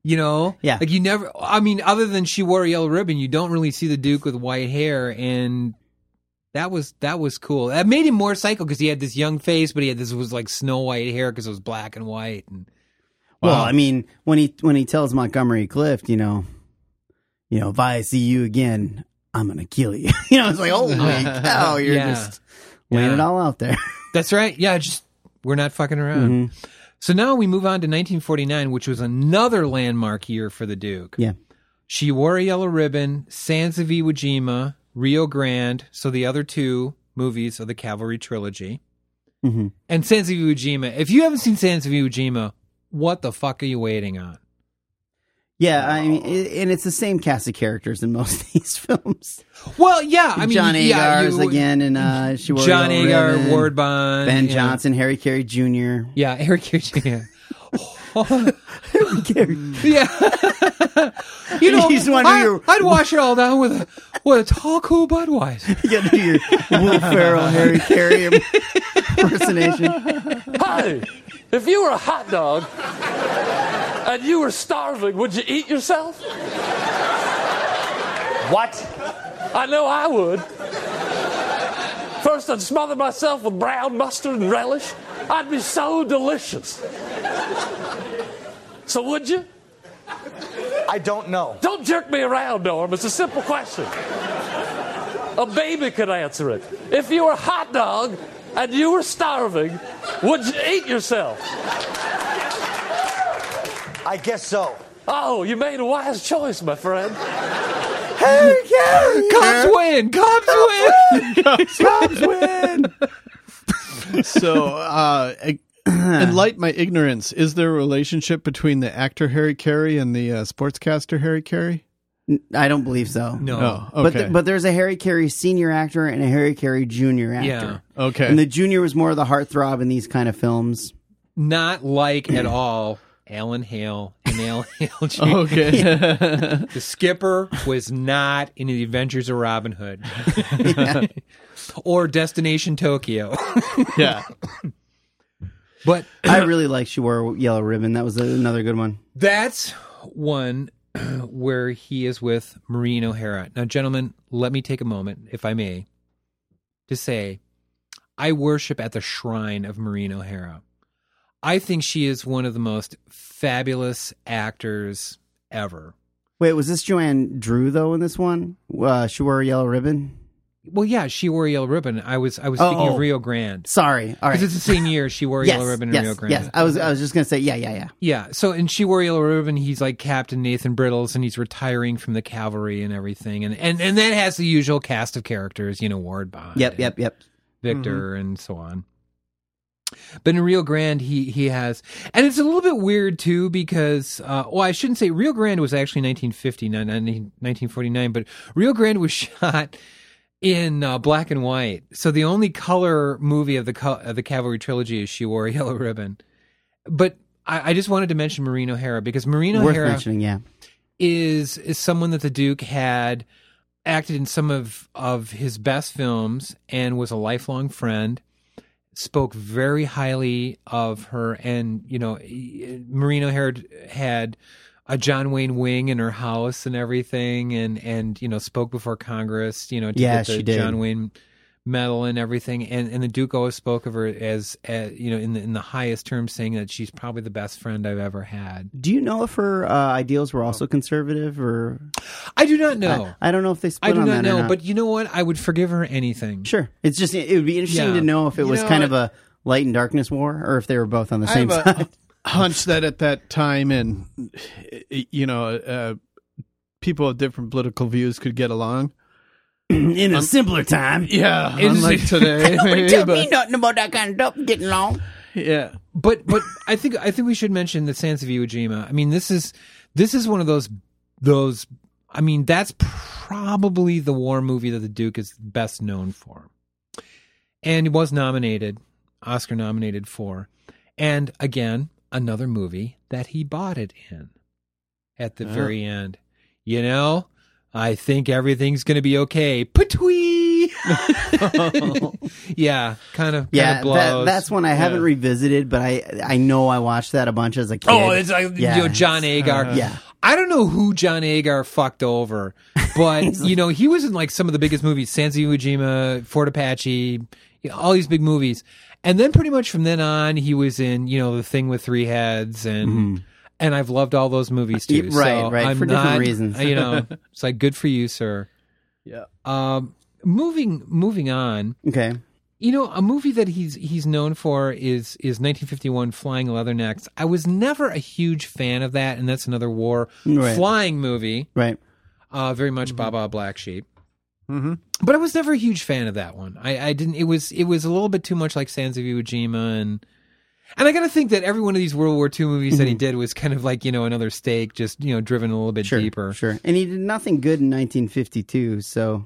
S8: You know,
S1: Yeah.
S8: Like you never. I mean, other than she wore a yellow ribbon, you don't really see the Duke with white hair, and that was that was cool. That made him more psycho because he had this young face, but he had this was like snow white hair because it was black and white. And
S1: Well, I mean, when he when he tells Montgomery Clift, you know, you know, if I see you again, I'm gonna kill you. you know, it's like, holy cow, you're
S8: Yeah.
S1: just laying it all out there.
S8: That's right. Yeah, just we're not fucking around.
S1: Mm-hmm.
S8: So now we move on to 1949, which was another landmark year for the Duke.
S1: Yeah.
S8: She wore a yellow ribbon, Sands of Iwo Jima, Rio Grande. So the other two movies of the Cavalry trilogy.
S1: Mm-hmm.
S8: And Sands of Iwo Jima. If you haven't seen Sands of Iwo Jima, what the fuck are you waiting on?
S1: Yeah, I mean, i and it's the same cast of characters in most of these films.
S8: Well, yeah. I mean,
S1: John
S8: yeah,
S1: Agar's
S8: you-
S1: again, and uh, she wore
S8: John
S1: a yellow
S8: Agar,
S1: ribbon.
S8: Ward Bond,
S1: Ben
S8: yeah.
S1: Johnson, Harry Carey Jr.
S8: Yeah, Harry Carey Jr. You
S1: You
S8: know,
S1: just wanna do
S8: I,
S1: your-
S8: would wash it all down with a with a tall, cool Budweiser.
S1: You got to do your Will Ferrell, Harry Carey impersonation.
S13: Hey, if you were a hot dog and you were starving, would you eat yourself? What? I know I would. First, I'd smother myself with brown mustard and relish. I'd be so delicious. So, would you? I don't know. Don't jerk me around, Norm. It's a simple question. A baby could answer it. If you were a hot dog and you were starving, would you eat yourself? I guess so. Oh, you made a wise choice, my friend.
S1: Harry Carey!
S8: Cops win! Cops
S1: Cops
S8: win!
S1: win!
S9: so uh eg- enlighten my ignorance is there a relationship between the actor harry carey and the uh, sportscaster harry carey
S1: I don't believe so.
S8: Oh.
S9: no
S1: But,
S9: okay
S1: th- but there's a Harry Carey senior actor and a Harry Carey junior actor.
S9: Yeah. Okay.
S1: And the junior was more of the heartthrob in these kind of films.
S8: Not like at all Alan Hale and Alan Hale Jr.
S9: Okay.
S8: the skipper was not in the Adventures of Robin Hood or Destination Tokyo.
S9: yeah.
S8: But
S1: I really like she wore a yellow ribbon. That was another good one.
S8: That's one where he is with Maureen O'Hara. Now, gentlemen, let me take a moment, if I may, to say I worship at the shrine of Maureen O'Hara. I think she is one of the most fabulous actors ever.
S1: Wait, was this Joanne Drew though in this one? Uh, she wore a yellow ribbon.
S8: Well, yeah, she wore a yellow ribbon. I was I was
S1: Oh,
S8: speaking
S1: oh.
S8: of Rio Grande.
S1: Sorry, all right.
S8: Because it's the same year she wore a
S1: yes,
S8: yellow ribbon in
S1: yes,
S8: Rio Grande.
S1: Yes, Oh. I was. I was just gonna say, yeah, yeah, yeah.
S8: Yeah. So, and she wore yellow ribbon. He's like Captain Nathan Brittles, and he's retiring from the cavalry and everything. And and and that has the usual cast of characters, you know, Ward Bond,
S1: Yep, yep, yep. Mm-hmm.
S8: Victor, and so on. But in Rio Grande, he he has, and it's a little bit weird too because, uh, well, I shouldn't say Rio Grande was actually uh, 1950, not 19- 1949, but Rio Grande was shot in uh, black and white. So the only color movie of the co- of the Cavalry trilogy is She Wore a Yellow Ribbon. But I, I just wanted to mention Maureen O'Hara because Maureen
S1: Worth
S8: O'Hara
S1: mentioning, yeah.
S8: is is someone that the Duke had acted in some of of his best films and was a lifelong friend. Spoke very highly of her, and you know, Marino had had a John Wayne wing in her house and everything, and and you know, spoke before Congress, you know, to
S1: Yeah,
S8: get the
S1: she did.
S8: John Wayne medal and everything, and and the Duke always spoke of her as, as you know, in the in the highest terms, saying that she's probably the best friend I've ever had.
S1: Do you know if her uh, ideals were also conservative, or
S8: I do not know.
S1: I, don't know if they
S8: I
S1: split
S8: do
S1: on
S8: not
S1: that or
S8: know,
S1: not.
S8: but you know what? I would forgive her anything.
S1: Sure. It's just it would be interesting
S8: Yeah.
S1: to know if it
S8: You
S1: was
S8: know
S1: kind
S8: what?
S1: of a light and darkness war, or if they were both on the
S9: I
S1: same
S9: have
S1: side.
S9: a hunch that at that time and you know uh, people of different political views could get along
S1: in a simpler time.
S9: yeah
S1: It's-
S9: unlike today
S1: Nobody
S9: maybe,
S1: tell
S9: but-
S1: me nothing about that kind of stuff getting along.
S9: yeah
S8: But but I think I think we should mention the Sands of Iwo Jima. I mean, this is this is one of those those. I mean, that's probably the war movie that the Duke is best known for, and he was nominated, Oscar nominated for, and again another movie that he bought it in at the
S9: Oh.
S8: very end. You know, I think everything's going to be okay. Patwee. yeah, kind of.
S1: Yeah,
S8: kind of
S1: that, that's one I haven't revisited, but I I know I watched that a bunch as a kid.
S8: Oh, it's like
S1: Yeah. Uh,
S8: you know, John Agar.
S1: yeah,
S8: I don't know who John Agar fucked over, but you know he was in like some of the biggest movies: Sansa Iwo Jima, Fort Apache, you know, all these big movies. And then pretty much from then on, he was in you know the thing with three heads and. And I've loved all those movies too.
S1: Yeah, Mm-hmm. right,
S8: so
S1: right,
S8: I'm
S1: for different
S8: not-
S1: reasons.
S8: You know, it's like good for you, sir.
S9: Yeah.
S8: Um, moving moving on.
S1: Okay.
S8: You know, a movie that he's he's known for is is 1951 Flying Leathernecks. I was never a huge fan of that, and that's another war
S1: Right.
S8: flying movie.
S1: Right.
S8: Uh, very much Baba Black Sheep. Mm-hmm. But I was never a huge fan of that one. I, I didn't. It was it was a little bit too much like Sands of Iwo Jima and. And I got to think that every one of these World War II movies
S1: Mm-hmm.
S8: that he did was kind of like you know another stake, just you know driven a little bit deeper.
S1: sure. And he did nothing good in 1952, so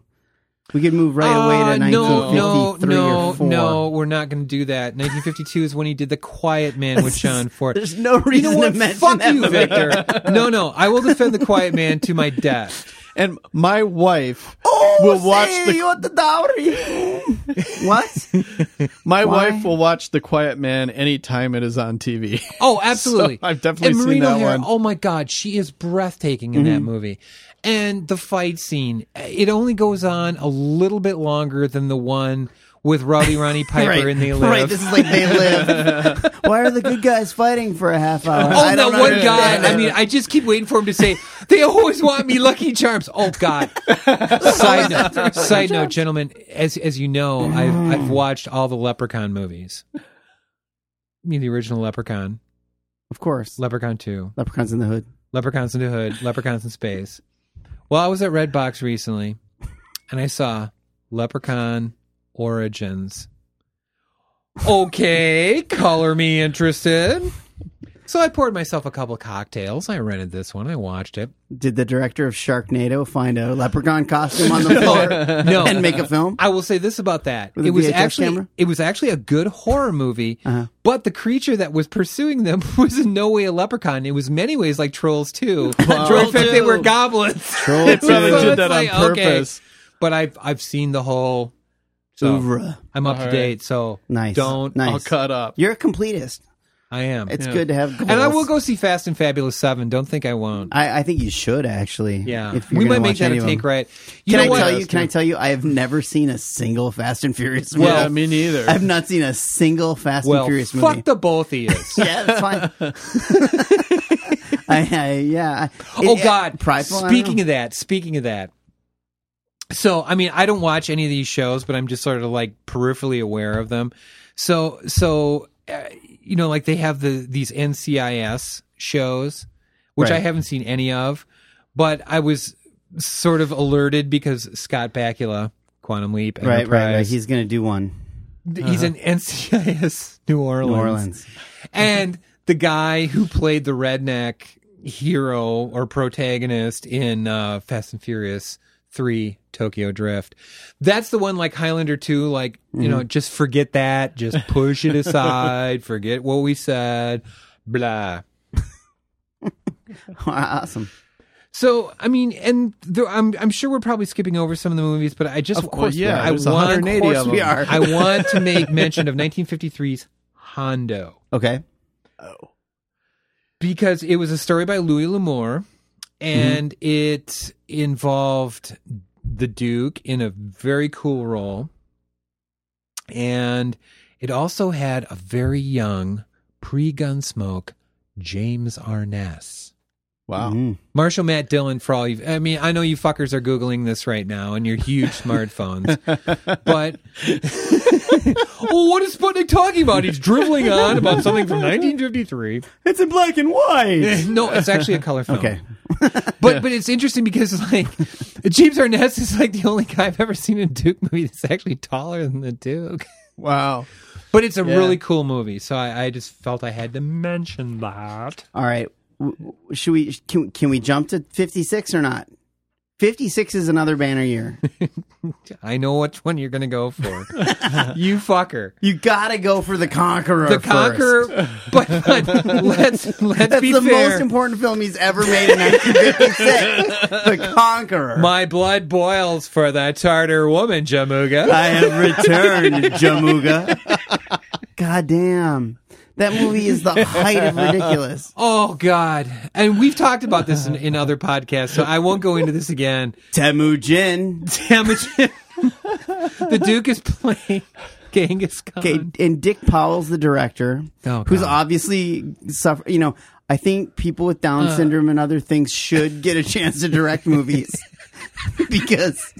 S1: we could move right away
S8: Uh,
S1: to 1953
S8: no, no,
S1: or four.
S8: No, we're not going to do that. 1952 is when he did The Quiet Man with John Ford.
S1: There's no
S8: you
S1: reason
S8: know
S1: to
S8: what?
S1: mention
S8: Fuck
S1: that
S8: you,
S1: movie.
S8: Victor. no, no, I will defend The Quiet Man to my death.
S9: And my wife will watch the
S1: Oh, want the dowry. what?
S9: My
S1: Why?
S9: wife will watch The Quiet Man anytime it is on TV.
S8: Oh, absolutely.
S9: So I've definitely
S8: and
S9: seen
S8: Marina
S9: that
S8: O'Hara,
S9: one.
S8: Oh my God, she is breathtaking in that
S1: Mm-hmm.
S9: Mhm.
S8: movie. And the fight scene, it only goes on a little bit longer than the one with Rowdy Ronnie Piper
S1: Right,
S8: and They Live.
S1: right, this is like They Live. Why are the good guys fighting for a half hour?
S8: Oh,
S1: I
S8: that
S1: don't
S8: one guy.
S1: understand.
S8: I mean, I just keep waiting for him to say, they always want me Lucky Charms. Oh, God. Side note, side note gentlemen, as, as you know, I've, I've watched all the Leprechaun movies. I mean, the original Leprechaun,
S1: of course.
S8: Leprechaun 2,
S1: Leprechauns in the Hood.
S8: Leprechauns in the Hood, Leprechauns in Space. Well, I was at Red Box recently and I saw Leprechaun Origins. Okay, color me interested. So I poured myself a couple cocktails. I rented this one. I watched it.
S1: Did the director of Sharknado find a leprechaun costume on the floor
S8: No,
S1: and make a film?
S8: I will say this about that:
S1: With a
S8: it was
S1: VHS
S8: actually
S1: camera? Uh-huh.
S8: it was actually a good horror movie, but the creature that was pursuing them was in no way a leprechaun. It was many ways like Trolls too. Troll fact, they were goblins.
S9: Troll They probably
S8: So
S9: did
S8: it's
S9: that on
S8: like, okay.
S9: purpose.
S8: But I've I've seen the whole. So
S1: Oeuvre.
S8: I'm up
S1: All
S8: to
S1: right.
S8: date. So
S1: Nice.
S8: Don't
S1: Nice.
S8: I'll cut up.
S1: You're a completist.
S8: I am.
S1: It's good to have
S8: And I
S1: goals.
S8: will go see Fast and Fabulous Seven. Don't think I won't.
S1: I, I think you should actually.
S8: Yeah.
S1: If you're
S8: we
S1: gonna
S8: might make
S1: watch
S8: that
S1: any
S8: a
S1: of 'em.
S8: take right.
S1: can
S8: know
S1: I
S8: what?
S1: tell you? Can I tell you? I have never seen a single Fast and Furious movie.
S8: Well- Yeah,
S9: me neither.
S1: I've not seen a single Fast
S8: well,
S1: and Furious
S8: fuck
S1: movie.
S8: the both of yous.
S1: yeah, that's fine. I, I, yeah. I-
S8: oh
S1: it-
S8: God!
S1: prideful. I don't
S8: Speaking
S1: know.
S8: of that, speaking of that. So I mean, I don't watch any of these shows, but I'm just sort of like peripherally aware of them. So so uh, you know, like they have the these NCIS shows, which I
S1: Right.
S8: haven't seen any of, but I was sort of alerted because Scott Bakula, Quantum Leap,
S1: right, right, right.
S8: Enterprise,
S1: He's gonna do one.
S8: he's an NCIS New Orleans.
S1: New Orleans.
S8: and the guy who played the redneck hero or protagonist in uh, Fast and Furious 3 Tokyo Drift. That's the one like Highlander 2 like, you
S9: Mm-hmm.
S8: know, just forget that, just push it aside, forget what we said, blah.
S1: awesome.
S8: So, I mean, and there, I'm I'm sure we're probably skipping over some of the movies, but I just
S9: Of course we
S8: I,
S9: are. There's
S8: want
S9: 180
S8: of
S9: of
S8: course we
S9: them.
S8: are. I want to make mention of 1953's Hondo.
S1: Okay.
S8: because it was a story by Louis L'Amour, and it involved the Duke in a very cool role, and it also had a very young pre-Gunsmoke James Arness.
S9: Wow.
S1: Mm.
S8: Marshall Matt Dillon, for all you, I mean, I know you fuckers are Googling this right now on your huge smartphones, but. well, what is Sputnik talking about? He's dribbling on about something from 1953.
S1: It's in black and white.
S8: no, it's actually a color film.
S1: Okay.
S8: But but it's interesting because like James Arness is like the only guy I've ever seen in a Duke movie that's actually taller than the Duke.
S9: Wow.
S8: But it's a
S9: Yeah.
S8: really cool movie, so I, I just felt I had to mention that.
S1: All right. W- w- Should we? Can, can we jump to 56 or not? 56 is another banner year.
S8: I know which one you're going to go for. you fucker.
S1: You got to go for The Conqueror.
S8: The Conqueror, but, but let's let's
S1: That's
S8: be
S1: the
S8: fair.
S1: most important film he's ever made in 1956. the Conqueror.
S8: My blood boils for that Tartar woman, Jamuga.
S1: I have returned, Jamuga. God damn. That movie is the height of ridiculous.
S8: Oh God! And we've talked about this in, in other podcasts, so I won't go into this again.
S1: Temujin,
S8: Temujin, the Duke is playing Genghis Khan.
S1: Okay, and Dick Powell's the director,
S8: Oh,
S1: who's
S8: God.
S1: obviously suffer. You know, I think people with Down
S8: Uh.
S1: syndrome and other things should get a chance to direct movies because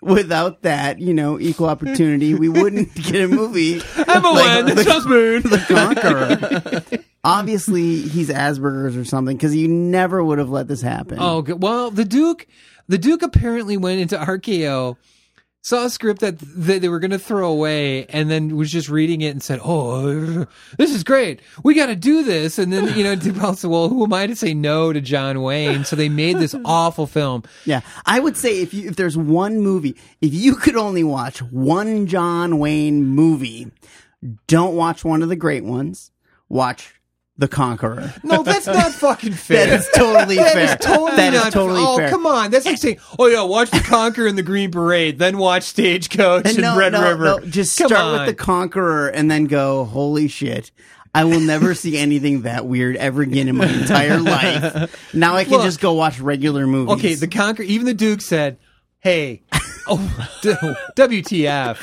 S1: without that, you know, equal opportunity, we wouldn't get a movie.
S8: I'm a
S1: like
S8: one.
S1: the,
S8: Trust me.
S1: the Conqueror. obviously, he's Asperger's or something because you never would have let this happen.
S8: Oh good. well, the Duke, the Duke apparently went into RKO, saw a script that, that they were going to throw away, and then was just reading it and said, "Oh, this is great. We got to do this." And then you know, DePaul said, "Well, who am I to say no to John Wayne?" So they made this awful film.
S1: Yeah, I would say if you if there's one movie, if you could only watch one John Wayne movie, don't watch one of the great ones. Watch The Conqueror.
S8: No, that's not fucking fair.
S1: That is totally
S8: That
S1: fair.
S8: is totally
S1: That is
S8: not
S1: totally
S8: oh,
S1: fair.
S8: come on. That's like saying, oh, yeah, watch The Conqueror and the Green Parade, then watch Stagecoach and,
S1: no,
S8: Red
S1: no,
S8: River.
S1: no, just
S8: Come
S1: start
S8: on.
S1: with The Conqueror and then go, holy shit. I will never see anything that weird ever again in my entire life. Now I can
S8: Look.
S1: just go watch regular movies.
S8: Okay, the Conqueror, even the Duke said, hey, oh, d- WTF.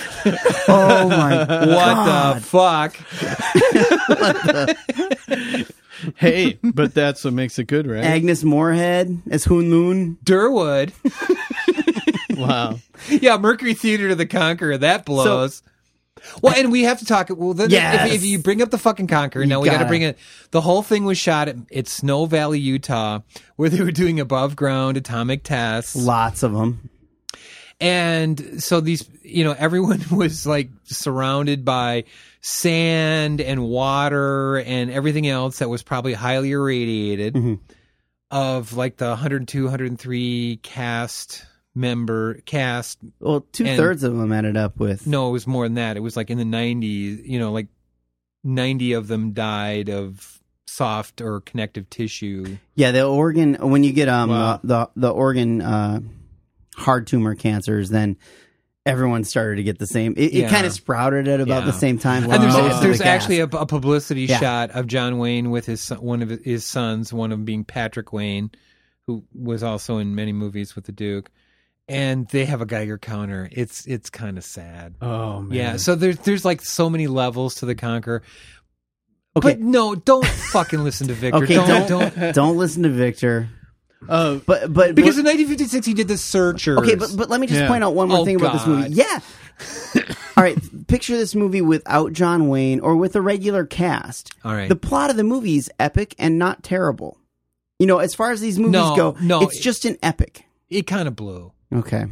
S1: oh my
S8: What the fuck?
S9: hey, but that's what makes it good, right?
S1: Agnes Moorehead as Hoon Loon.
S8: Durwood.
S9: wow.
S8: Yeah, Mercury Theater to the Conqueror. That blows. well, and we have to talk. Well, then
S1: Yes.
S8: if, if you bring up the fucking Conqueror, now we got to
S1: gotta.
S8: bring it. The whole thing was shot at, at Snow Valley, Utah, where they were doing above ground atomic tests.
S1: Lots of them.
S8: And so these, you know, everyone was like surrounded by sand and water and everything else that was probably highly irradiated of like the 102, 103 cast member cast.
S1: Well, two thirds of them ended up with
S8: No, it was more than that. It was like in the 90s, you know, like 90 of them died of soft or connective tissue.
S1: Yeah, the organ when you get um
S8: Wow.
S1: uh, the the organ uh, hard tumor cancers, then everyone started to get the same. It,
S8: Yeah.
S1: it kind of sprouted at about
S8: Yeah.
S1: the same time.
S8: And there's,
S1: Most of
S8: there's
S1: the cast.
S8: actually a, a publicity
S1: Yeah.
S8: shot of John Wayne with his son, one of his sons, one of them being Patrick Wayne, who was also in many movies with the Duke, and they have a Geiger counter. It's it's kind of sad.
S9: Oh man.
S8: yeah, so there's there's like so many levels to the Conqueror.
S1: Okay.
S8: But no, don't fucking listen to Victor.
S1: okay.
S8: don't,
S1: Don't,
S8: don't
S1: don't listen to Victor.
S9: Uh,
S1: But but
S8: because in 1956 he did the Searchers.
S1: okay, but but let me just
S9: Yeah.
S1: point out one more
S8: Oh,
S1: thing about this movie.
S8: God.
S1: Yeah. All right, picture this movie without John Wayne or with a regular cast.
S8: All right.
S1: The plot of the movie is epic and not terrible. You know, as far as these movies
S8: No,
S1: go,
S8: no,
S1: it's
S8: it-
S1: just an epic.
S8: it kind of blew.
S1: Okay.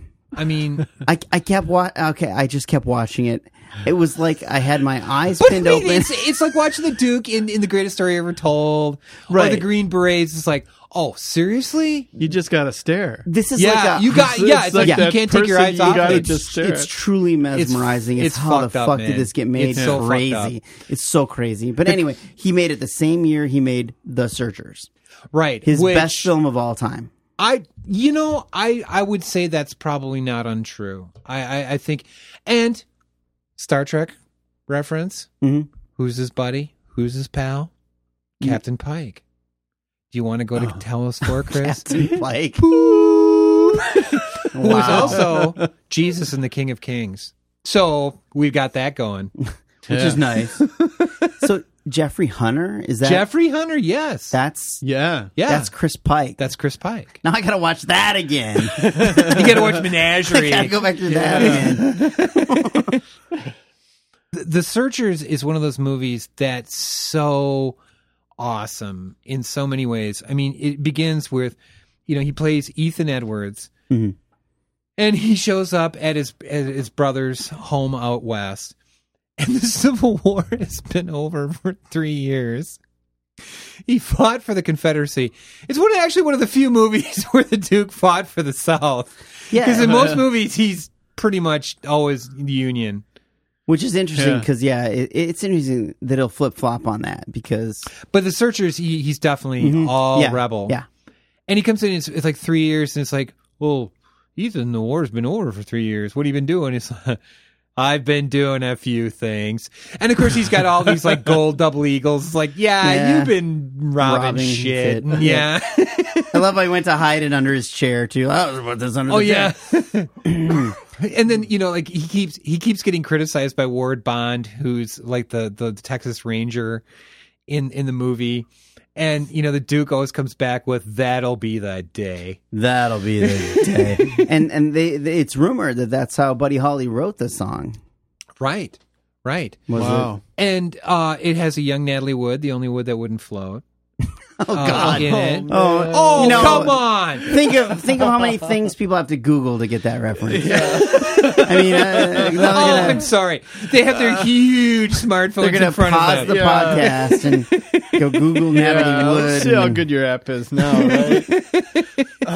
S8: I mean,
S1: I, I kept wa- okay. I just kept watching it. It was like I had my eyes
S8: But I
S1: pinned
S8: mean,
S1: open.
S8: It's, it's like watching the Duke in, in the greatest story ever told, or
S1: Right.
S8: the Green Berets. It's like, oh, seriously?
S9: You just gotta stare.
S1: This is
S8: yeah,
S1: like a,
S8: you got yeah. It's, like, you
S9: that
S8: can't take your
S9: person
S8: eyes
S9: you
S8: off
S9: gotta
S8: it.
S9: just stare.
S1: It's truly mesmerizing. It's,
S8: it's
S1: how the
S8: fucked up,
S1: fuck
S8: man.
S1: did this get made?
S8: It's so fucked
S1: crazy. It's so crazy. But anyway, he made it the same year he made The Searchers,
S8: right.
S1: his
S8: which
S1: best film of all time.
S8: I you know I I would say that's probably not untrue. I I, I think and Star Trek reference.
S1: Mhm.
S8: Who's his buddy? Who's his pal?
S1: Mm-hmm.
S8: Captain Pike. Do you want to go to tell us for Chris?
S1: Oh. Captain Pike.
S8: who was
S1: Wow.
S8: also Jesus and the King of Kings. So we've got that going.
S1: which is nice. so Jeffrey Hunter is that?
S8: Jeffrey Hunter, yes.
S1: that's
S9: Yeah.
S8: yeah.
S1: that's
S8: That's,
S1: Chris Pike.
S8: Chris Pike.
S1: now I gotta watch that again. I
S8: You gotta watch Menagerie.
S1: gotta go back to that again.
S8: the Searchers is one of those movies that's so awesome in so many ways. I mean, it begins with, you know, he plays Ethan Edwards, and he shows up at his at his brother's home out west, and the Civil War has been over for three years. He fought for the Confederacy. It's one actually one of the few movies where the Duke fought for the South.
S1: Yeah.
S8: because in
S1: Uh,
S8: most movies he's pretty much always in the Union.
S1: Which is interesting
S8: Yeah.
S1: because yeah, it, it's interesting that it'll flip flop on that because
S8: But the Searchers, he, he's definitely
S1: Mhm.
S8: all
S1: Yeah.
S8: rebel.
S1: Yeah.
S8: and he comes in. It's, it's like three years, and it's like, well, Ethan, the war's been over for three years. What have you been doing? It's like, I've been doing a few things, and of course he's got all these like gold double eagles. It's like, yeah,
S1: Yeah.
S8: you've been robbing, shit. Yeah.
S1: I love how he went to hide it under his chair too. I was about this under
S8: Oh
S1: the
S8: yeah.
S1: chair.
S8: Oh, and then you know, like he keeps he keeps getting criticized by Ward Bond, who's like the the, Texas Ranger in in the movie. And you know, the Duke always comes back with "That'll be the day."
S10: That'll be the day.
S1: and and they, they it's rumored that that's how Buddy Holly wrote the song.
S8: Right. Right.
S1: Was it- Wow.
S8: And uh, it has a young Natalie Wood, the only wood that wouldn't float. oh
S1: God.
S8: in it.
S1: Oh,
S8: Oh,
S1: man. You know,
S8: come on!
S1: Think of think of how many things people have to Google to get that reference. I mean, uh,
S8: oh, I'm sorry. They have their
S1: Uh,
S8: huge smartphones
S1: they're gonna
S8: in front
S1: pause
S8: of
S1: the
S8: them.
S9: Yeah.
S1: podcast and go Google Natalie
S9: Yeah,
S1: Wood.
S9: let's see how
S1: and-
S9: good your app is now, right?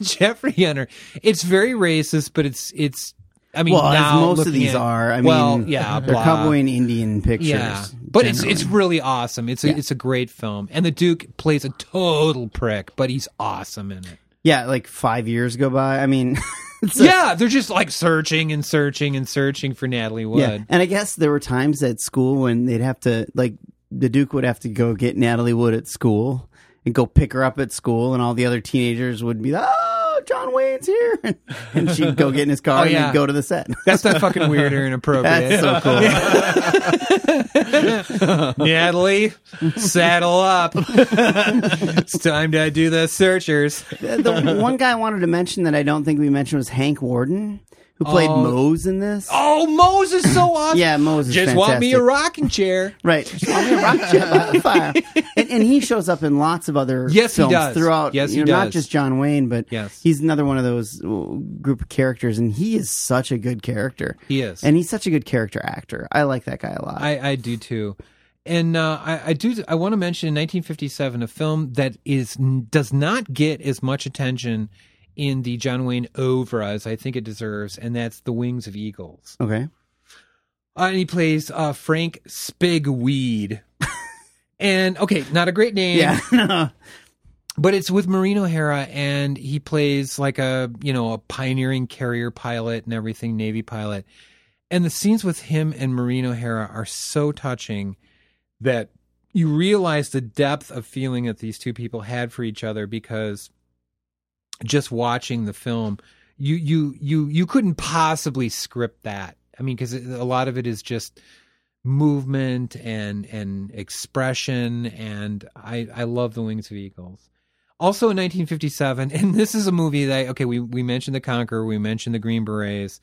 S8: Jeffrey Hunter. It's very racist, but it's it's. I mean,
S1: well, as
S8: now
S1: most of
S8: looking
S1: these
S8: at-
S1: are. I
S8: well,
S1: mean,
S8: yeah,
S1: they're
S8: blah.
S1: cowboy and Indian pictures.
S8: Yeah, but it's
S1: generally.
S8: it's really awesome. It's a
S1: Yeah.
S8: it's a great film, and the Duke plays a total prick, but he's awesome in it.
S1: yeah, like five years go by. I mean,
S8: yeah, they're just like searching and searching and searching for Natalie Wood.
S1: yeah, and I guess there were times at school when they'd have to like the Duke would have to go get Natalie Wood at school and go pick her up at school, and all the other teenagers would be oh John Wayne's here, and she'd go get in his car
S8: Oh, yeah.
S1: and he'd go to the set.
S8: That's not fucking weird or inappropriate.
S1: That's so cool.
S8: Natalie, saddle up. it's time to do the searchers.
S1: the one guy I wanted to mention that I don't think we mentioned was Hank Warden, who played
S8: Oh.
S1: Mose in this.
S8: Oh, Moses is so awesome.
S1: Yeah, Mose is
S8: Just want me
S1: fantastic.
S8: a rocking chair.
S1: Right. Just want me to rock you by the fire. And, and he shows up in lots of other
S8: Yes, he
S1: films
S8: does.
S1: throughout.
S8: Yes,
S1: you
S8: he
S1: know, Not
S8: does.
S1: just John Wayne, but
S8: Yes.
S1: he's another one of those uh, group of characters, and he is such a good character.
S8: He is.
S1: and he's such a good character actor. I like that guy a lot.
S8: I, I do too. And uh, I, I do. I want to mention in 1957 a film that is does not get as much attention in the John Wayne oeuvre as I think it deserves, and that's The Wings of Eagles.
S1: okay,
S8: Uh, and he plays uh, Frank Spigweed. and okay, not a great name.
S1: Yeah.
S8: But it's with Maureen O'Hara, and he plays like a you know a pioneering carrier pilot and everything, Navy pilot. And the scenes with him and Maureen O'Hara are so touching that you realize the depth of feeling that these two people had for each other because just watching the film, you you you you couldn't possibly script that. I mean, because a lot of it is just movement and and expression, and I I love the Wings of Eagles. Also in 1957, and this is a movie that okay, we we mentioned the Conqueror, we mentioned the Green Berets,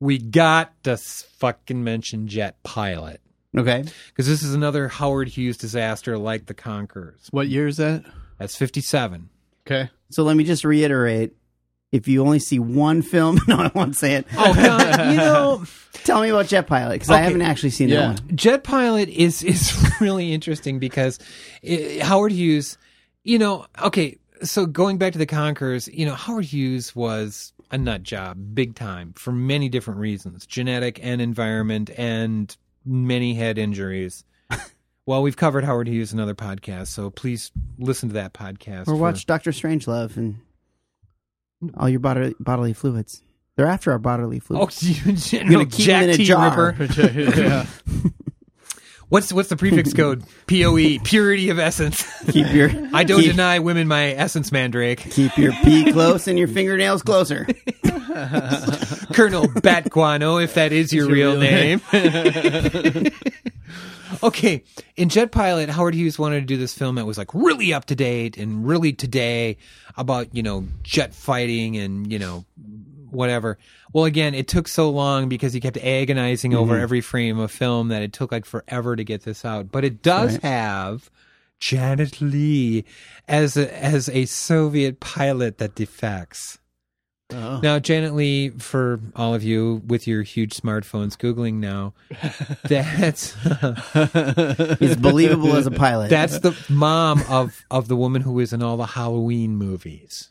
S8: we got to s- fucking mention Jet Pilot
S1: okay.
S8: because this is another Howard Hughes disaster like the Conquerors.
S9: What year is that?
S8: That's 57.
S9: Okay.
S1: So let me just reiterate: if you only see one film, no, I won't say it.
S8: Oh, God, you know,
S1: Tell me about Jet Pilot because I
S8: Okay.
S1: haven't actually seen
S8: Yeah.
S1: that one.
S8: Jet Pilot is is really interesting because eh, Howard Hughes, you know, okay, so going back to the Conquerors, you know, Howard Hughes was a nut job, big time, for many different reasons, genetic and environment, and many head injuries. well, we've covered Howard Hughes in other podcasts, so please listen to that podcast.
S1: Or
S8: for-
S1: watch Doctor Strangelove and all your bodily, bodily fluids. They're after our bodily
S8: Oh,
S1: fluids.
S8: you
S1: I'm gonna
S8: no,
S1: keep
S8: Jack
S1: them in a
S8: T.
S1: jar.
S8: Ripper.
S1: Yeah.
S8: What's what's the prefix code? POE, purity of essence.
S1: Keep your-
S8: I don't
S1: keep-
S8: deny women my essence, Mandrake.
S1: Keep your pee close and your fingernails closer.
S8: Colonel Batguano, if that is your, real, name. okay, in Jet Pilot, Howard Hughes wanted to do this film that was like really up to date and really today about, you know, jet fighting and, you know, whatever. Well, again, it took so long because he kept agonizing over
S10: Mhm.
S8: every frame of film that it took like forever to get this out. But it does
S10: Right.
S8: have Janet Lee as a, as a Soviet pilot that defects. Now, Janet Lee, for all of you with your huge smartphones googling now, that's
S1: It's believable as a pilot.
S8: That's the mom of of the woman who was in all the Halloween movies,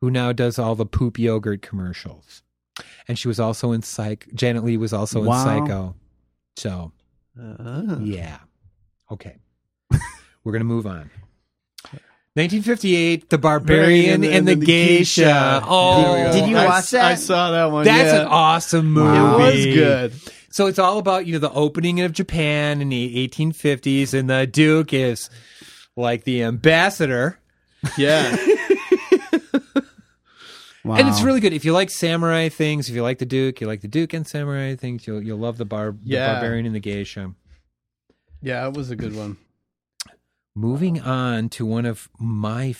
S8: who now does all the poop yogurt commercials, and she was also in Psych. Janet Lee was also
S1: Wow.
S8: in Psycho. So, yeah, okay, we're gonna move on. 1958, The Barbarian and, the, Geisha. Oh,
S1: did you
S8: I-
S1: watch that?
S9: I saw that one.
S8: That's
S9: yeah.
S8: an awesome movie.
S9: It was good.
S8: So it's all about you know the opening of Japan in the 1850s, and the Duke is like the ambassador,
S9: Yeah.
S8: and it's really good. If you like samurai things, if you like the Duke, you like the Duke and samurai things, you'll you'll love the, bar-
S9: Yeah.
S8: the Barbarian and the Geisha.
S9: Yeah, it was a good one.
S8: Moving on to one of my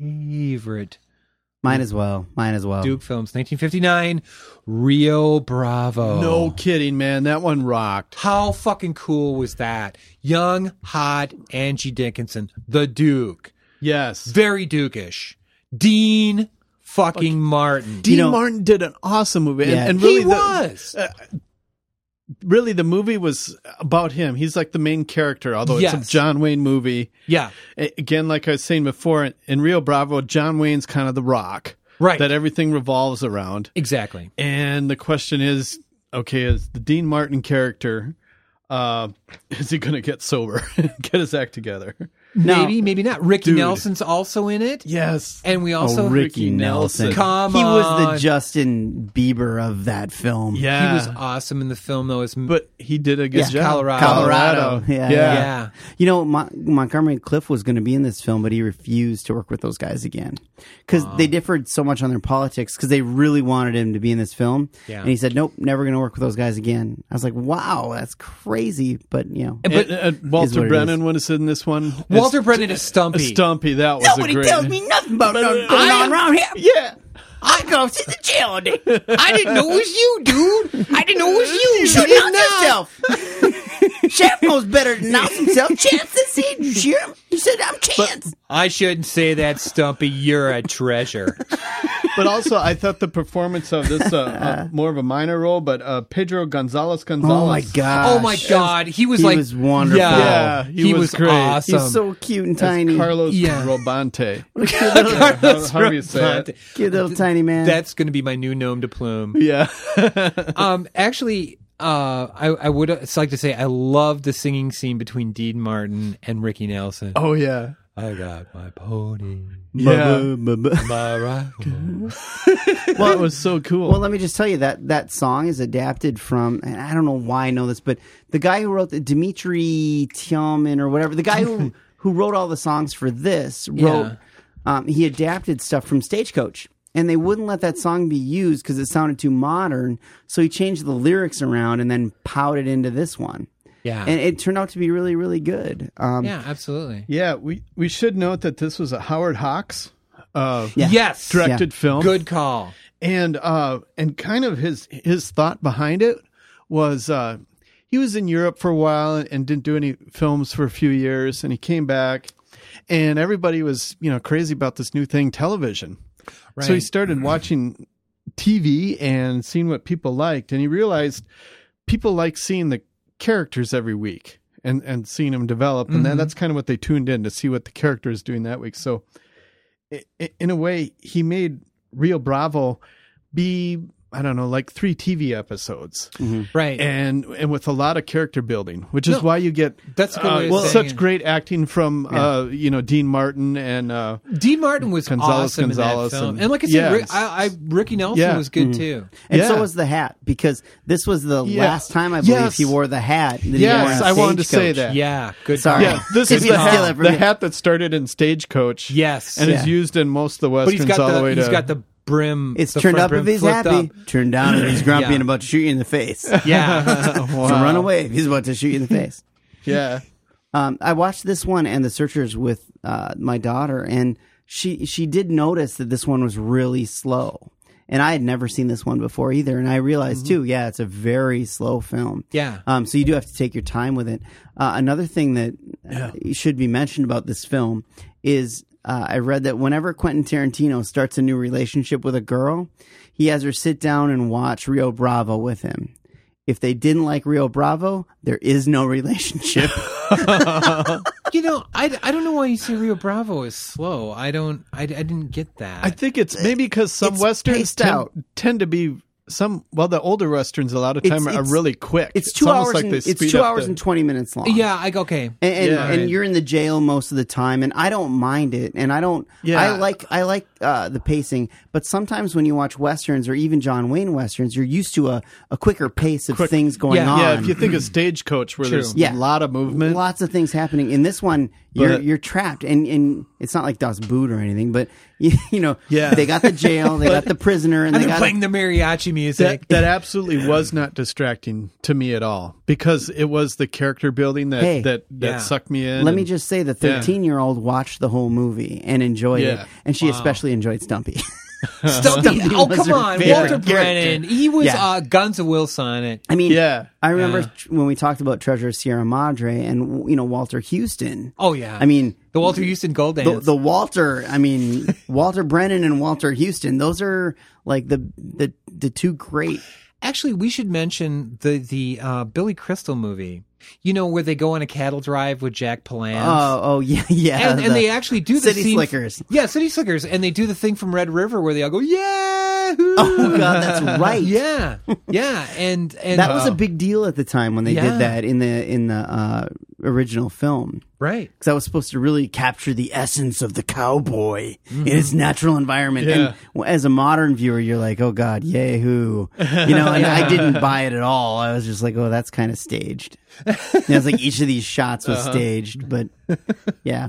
S8: favorite
S1: Mine as well. Mine as well.
S8: Duke films, 1959, Rio Bravo.
S9: No kidding, man. That one rocked.
S8: How fucking cool was that? Young, hot Angie Dickinson, the Duke.
S9: Yes.
S8: Very Dukish. Dean fucking Martin.
S9: Oh, Dean Martin did an awesome movie, and,
S8: Yeah.
S9: and really
S8: He
S9: the-
S8: was.
S9: uh, really, the movie was about him. He's like the main character, although it's
S8: Yes.
S9: a John Wayne movie.
S8: Yeah.
S9: A- Again, like I was saying before, in- in Rio Bravo, John Wayne's kind of the rock,
S8: Right.
S9: That everything revolves around.
S8: Exactly.
S9: And the question is, okay, is the Dean Martin character? Uh, is he going to get sober, get his act together?
S8: maybe, maybe not. Ricky
S9: Dude.
S8: Nelson's also in it.
S9: Yes.
S8: And we also
S1: oh, Ricky Nelson.
S8: Come
S1: he was
S8: on.
S1: the Justin Bieber of that film.
S9: Yeah.
S8: He was awesome in the film though. As
S9: But he did a good
S8: Yeah,
S9: job.
S8: Colorado.
S1: Colorado. Yeah, yeah.
S8: Yeah.
S1: You know, Mon- Montgomery Cliff was going to be in this film, but he refused to work with those guys again because they differed so much on their politics because they really wanted him to be in this film.
S8: Yeah.
S1: And he said, nope, never going to work with those guys again. I was like, wow, that's crazy. But, you know,
S8: And-
S9: But
S8: But-
S1: Is what
S9: Walter
S1: it
S9: Brennan was in this one.
S8: Walter
S9: It's-
S8: Brennan is Stumpy.
S9: Stumpy, that was a great.
S1: nothing about
S8: uh,
S9: no-
S1: going on around here.
S9: Yeah.
S1: I go to the jail.
S8: I didn't know it was you, dude. I didn't know it was you.
S1: Shoot
S8: You
S1: out
S8: didn't know.
S1: yourself. Chef knows better than announce himself. Chance is it. You hear him? He said, I'm Chance.
S8: I shouldn't say that, Stumpy. You're a treasure.
S9: But also, I thought the performance of this uh, uh, more of a minor role, but uh, Pedro Gonzalez Gonzalez.
S1: oh my god.
S9: Ah,
S8: Oh my god, he was
S1: He
S8: like
S1: was wonderful.
S8: Yeah,
S9: Yeah,
S8: he,
S9: he
S8: was,
S9: was great.
S8: awesome.
S1: He's so cute and
S9: That's
S1: tiny.
S9: Carlos
S8: Yeah.
S9: Robante.
S8: Carlos
S9: How- how do you say
S8: Rodante.
S9: it?
S1: Cute little tiny man.
S8: That's going to be my new gnome de plume.
S9: Yeah.
S8: Um, actually, uh, I, I would uh, just like to say I love the singing scene between Dean Martin and Ricky Nelson.
S9: oh yeah.
S8: I got my pony,
S9: Yeah.
S8: my rifle.
S9: Well, it was so cool.
S1: Well, let me just tell you that that song is adapted from, and I don't know why I know this, but the guy who wrote the Dimitri Tiomkin or whatever, the guy who who wrote all the songs for this wrote,
S8: Yeah.
S1: um, he adapted stuff from Stagecoach, and they wouldn't let that song be used because it sounded too modern, so he changed the lyrics around and then pouted into this one,
S8: Yeah,
S1: and it turned out to be really, really good. Um,
S8: yeah, absolutely.
S9: yeah, we we should note that this was a Howard Hawks uh,
S1: Yeah.
S8: Yes,
S9: directed film.
S8: Good call.
S9: and uh and kind of his his thought behind it was uh he was in Europe for a while and, and didn't do any films for a few years and he came back and everybody was you know crazy about this new thing television so he
S8: Right.
S9: started watching TV and seeing what people liked and he realized people like seeing the characters every week and and seeing them develop and that, that's kind of what they tuned in to see what the character is doing that week so i- i- in a way, he made Rio Bravo be I don't know, like three TV episodes,
S8: Right.
S9: and and with a lot of character building, which is
S8: Mm-hmm. No.
S9: why you get
S8: That's a good
S9: uh,
S8: way of
S9: well,
S8: saying
S9: such
S8: it.
S9: great acting from uh, you know Dean Martin and uh,
S8: Dean Martin was
S9: Gonzalez,
S8: awesome
S9: Gonzalez,
S8: in that film, and,
S9: and-
S8: like I said,
S9: Yeah.
S8: Rick, I, I, Ricky Nelson
S9: Yeah. Mm.
S8: was good too.
S1: And so
S9: Yeah.
S1: was the hat because this was the
S9: Yeah.
S1: last time I believe
S9: Yes.
S1: he wore the hat. That he wore
S9: Yes,
S1: in
S9: I wanted to say
S1: Stagecoach.
S9: that. Yeah.
S8: Yeah, good.
S1: Sorry.
S8: call.
S9: yeah, this
S1: If
S9: is
S1: you
S9: the
S1: steal
S9: hat,
S1: it from
S9: the
S1: me.
S9: hat that started in Stagecoach,
S8: Yes.
S9: and is
S1: Yeah.
S9: used in most of the
S8: but he's
S9: westerns
S8: got
S9: all the,
S8: the
S9: way to
S8: he's got the brim.
S1: It's
S8: the
S1: turned
S8: front
S1: up
S8: brim
S1: if he's
S8: flipped
S1: happy. Turned down if he's grumpy
S8: Yeah.
S1: and about to shoot you in the face.
S8: up. Yeah,
S1: So run away if he's about to shoot you in the face.
S9: yeah.
S1: Um, I watched this one and The Searchers with uh, my daughter, and she she did notice that this one was really slow, and I had never seen this one before either. And I realized too, yeah, it's a very slow film.
S8: Yeah.
S1: Um, so you do have to take your time with it. Uh, another thing that uh, should be mentioned about this film is uh, I read that whenever Quentin Tarantino starts a new relationship with a girl, he has her sit down and watch Rio Bravo with him. If they didn't like Rio Bravo, there is no relationship.
S8: you know, I, I don't know why you say Rio Bravo is slow. I don't. I, I didn't get that.
S9: I think it's maybe because some
S1: It's
S9: westerns
S1: paced
S9: tend,
S1: out.
S9: tend to be some. Well, the older westerns a lot of time
S1: It's-
S9: are
S1: it's-
S9: really quick.
S1: It's two
S9: almost
S1: hours.
S9: Like
S1: and,
S9: they
S1: it's
S9: speed
S1: two
S9: up
S1: hours
S9: the-
S1: and twenty minutes long.
S8: Yeah, I okay.
S1: and and,
S9: Yeah.
S1: and you're in the jail most of the time and i don't mind it and i don't
S9: Yeah.
S1: i like i like uh, the pacing but sometimes when you watch westerns or even john wayne westerns you're used to a, a quicker pace of things going
S9: yeah,
S1: on
S9: Yeah, if you think of stagecoach, where there's
S1: Yeah.
S9: a lot of movement,
S1: lots of things happening in this one you're
S9: But-
S1: you're trapped and and it's not like das boot or anything but you, you know
S9: Yeah.
S1: they got the jail they got the prisoner and
S8: And
S1: they got
S8: they're playing the mariachi music.
S9: that, that absolutely was not distracting to me at all because it was the character building that
S1: Hey.
S9: that, that
S8: Yeah.
S9: sucked me in.
S1: let
S9: and-
S1: me just say the
S9: Yeah.
S1: 13 year old watched the whole movie and enjoyed
S9: Yeah.
S1: it and she
S8: Wow.
S1: especially enjoyed stumpy
S8: Stumpy.
S1: Stumpy
S8: oh
S1: was
S8: come
S1: her
S8: on,
S1: favorite
S8: Walter Brennan.
S1: character.
S8: He was
S1: Yeah.
S8: uh, Guns of Wilson. It.
S1: I mean,
S9: Yeah.
S1: I remember
S8: Yeah.
S1: tr- when we talked about Treasure of Sierra Madre and you know Walter Houston.
S8: Oh yeah.
S1: I mean
S8: the Walter Houston Gold
S1: the,
S8: Dance.
S1: the Walter. I mean Walter Brennan and Walter Houston. Those are like the the the two great.
S8: Actually, we should mention the the uh, Billy Crystal movie. You know where they go on a cattle drive with Jack Palance.
S1: Oh oh yeah yeah.
S8: and,
S1: the
S8: and they actually do the
S1: City
S8: scene-
S1: Slickers.
S8: Yeah, City Slickers, and they do the thing from Red River where they all go, "Yeah!"
S1: Oh god, that's right.
S8: Uh, Yeah, yeah, and and uh,
S1: That was a big deal at the time when they
S8: Yeah.
S1: did that in the in the uh, original film.
S8: right.
S1: because that was supposed to really capture the essence of the cowboy in
S8: Mm-hmm.
S1: its natural environment. And
S9: Yeah.
S1: w- as a modern viewer, you're like, oh god, yay hoo, you know. And I didn't buy it at all. I was just like, oh, that's kind of staged. And I was like, each of these shots was
S8: Uh-huh.
S1: staged, but yeah,